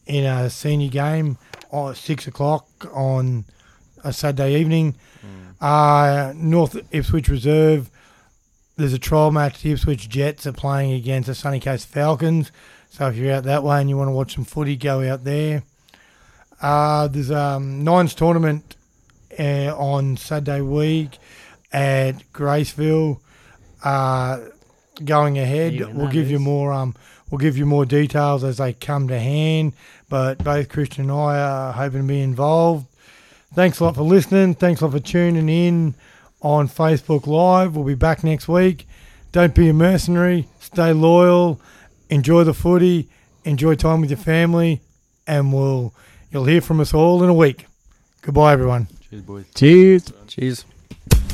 Speaker 3: in a senior game at six o'clock on a Saturday evening. Uh, North Ipswich Reserve. There's a trial match. The Ipswich Jets are playing against the Sunny Coast Falcons. So if you're out that way and you want to watch some footy, go out there. Uh, there's a um, Nines tournament uh, on Saturday week at Graceville. Uh, going ahead,
Speaker 4: You and
Speaker 3: we'll give you
Speaker 4: others.
Speaker 3: more. Um, we'll give you more details as they come to hand. But both Christian and I are hoping to be involved. Thanks a lot for listening. Thanks a lot for tuning in on Facebook Live. We'll be back next week. Don't be a mercenary. Stay loyal. Enjoy the footy. Enjoy time with your family. And we'll you'll hear from us all in a week. Goodbye, everyone.
Speaker 2: Cheers, boys.
Speaker 4: Cheers.
Speaker 5: Cheers.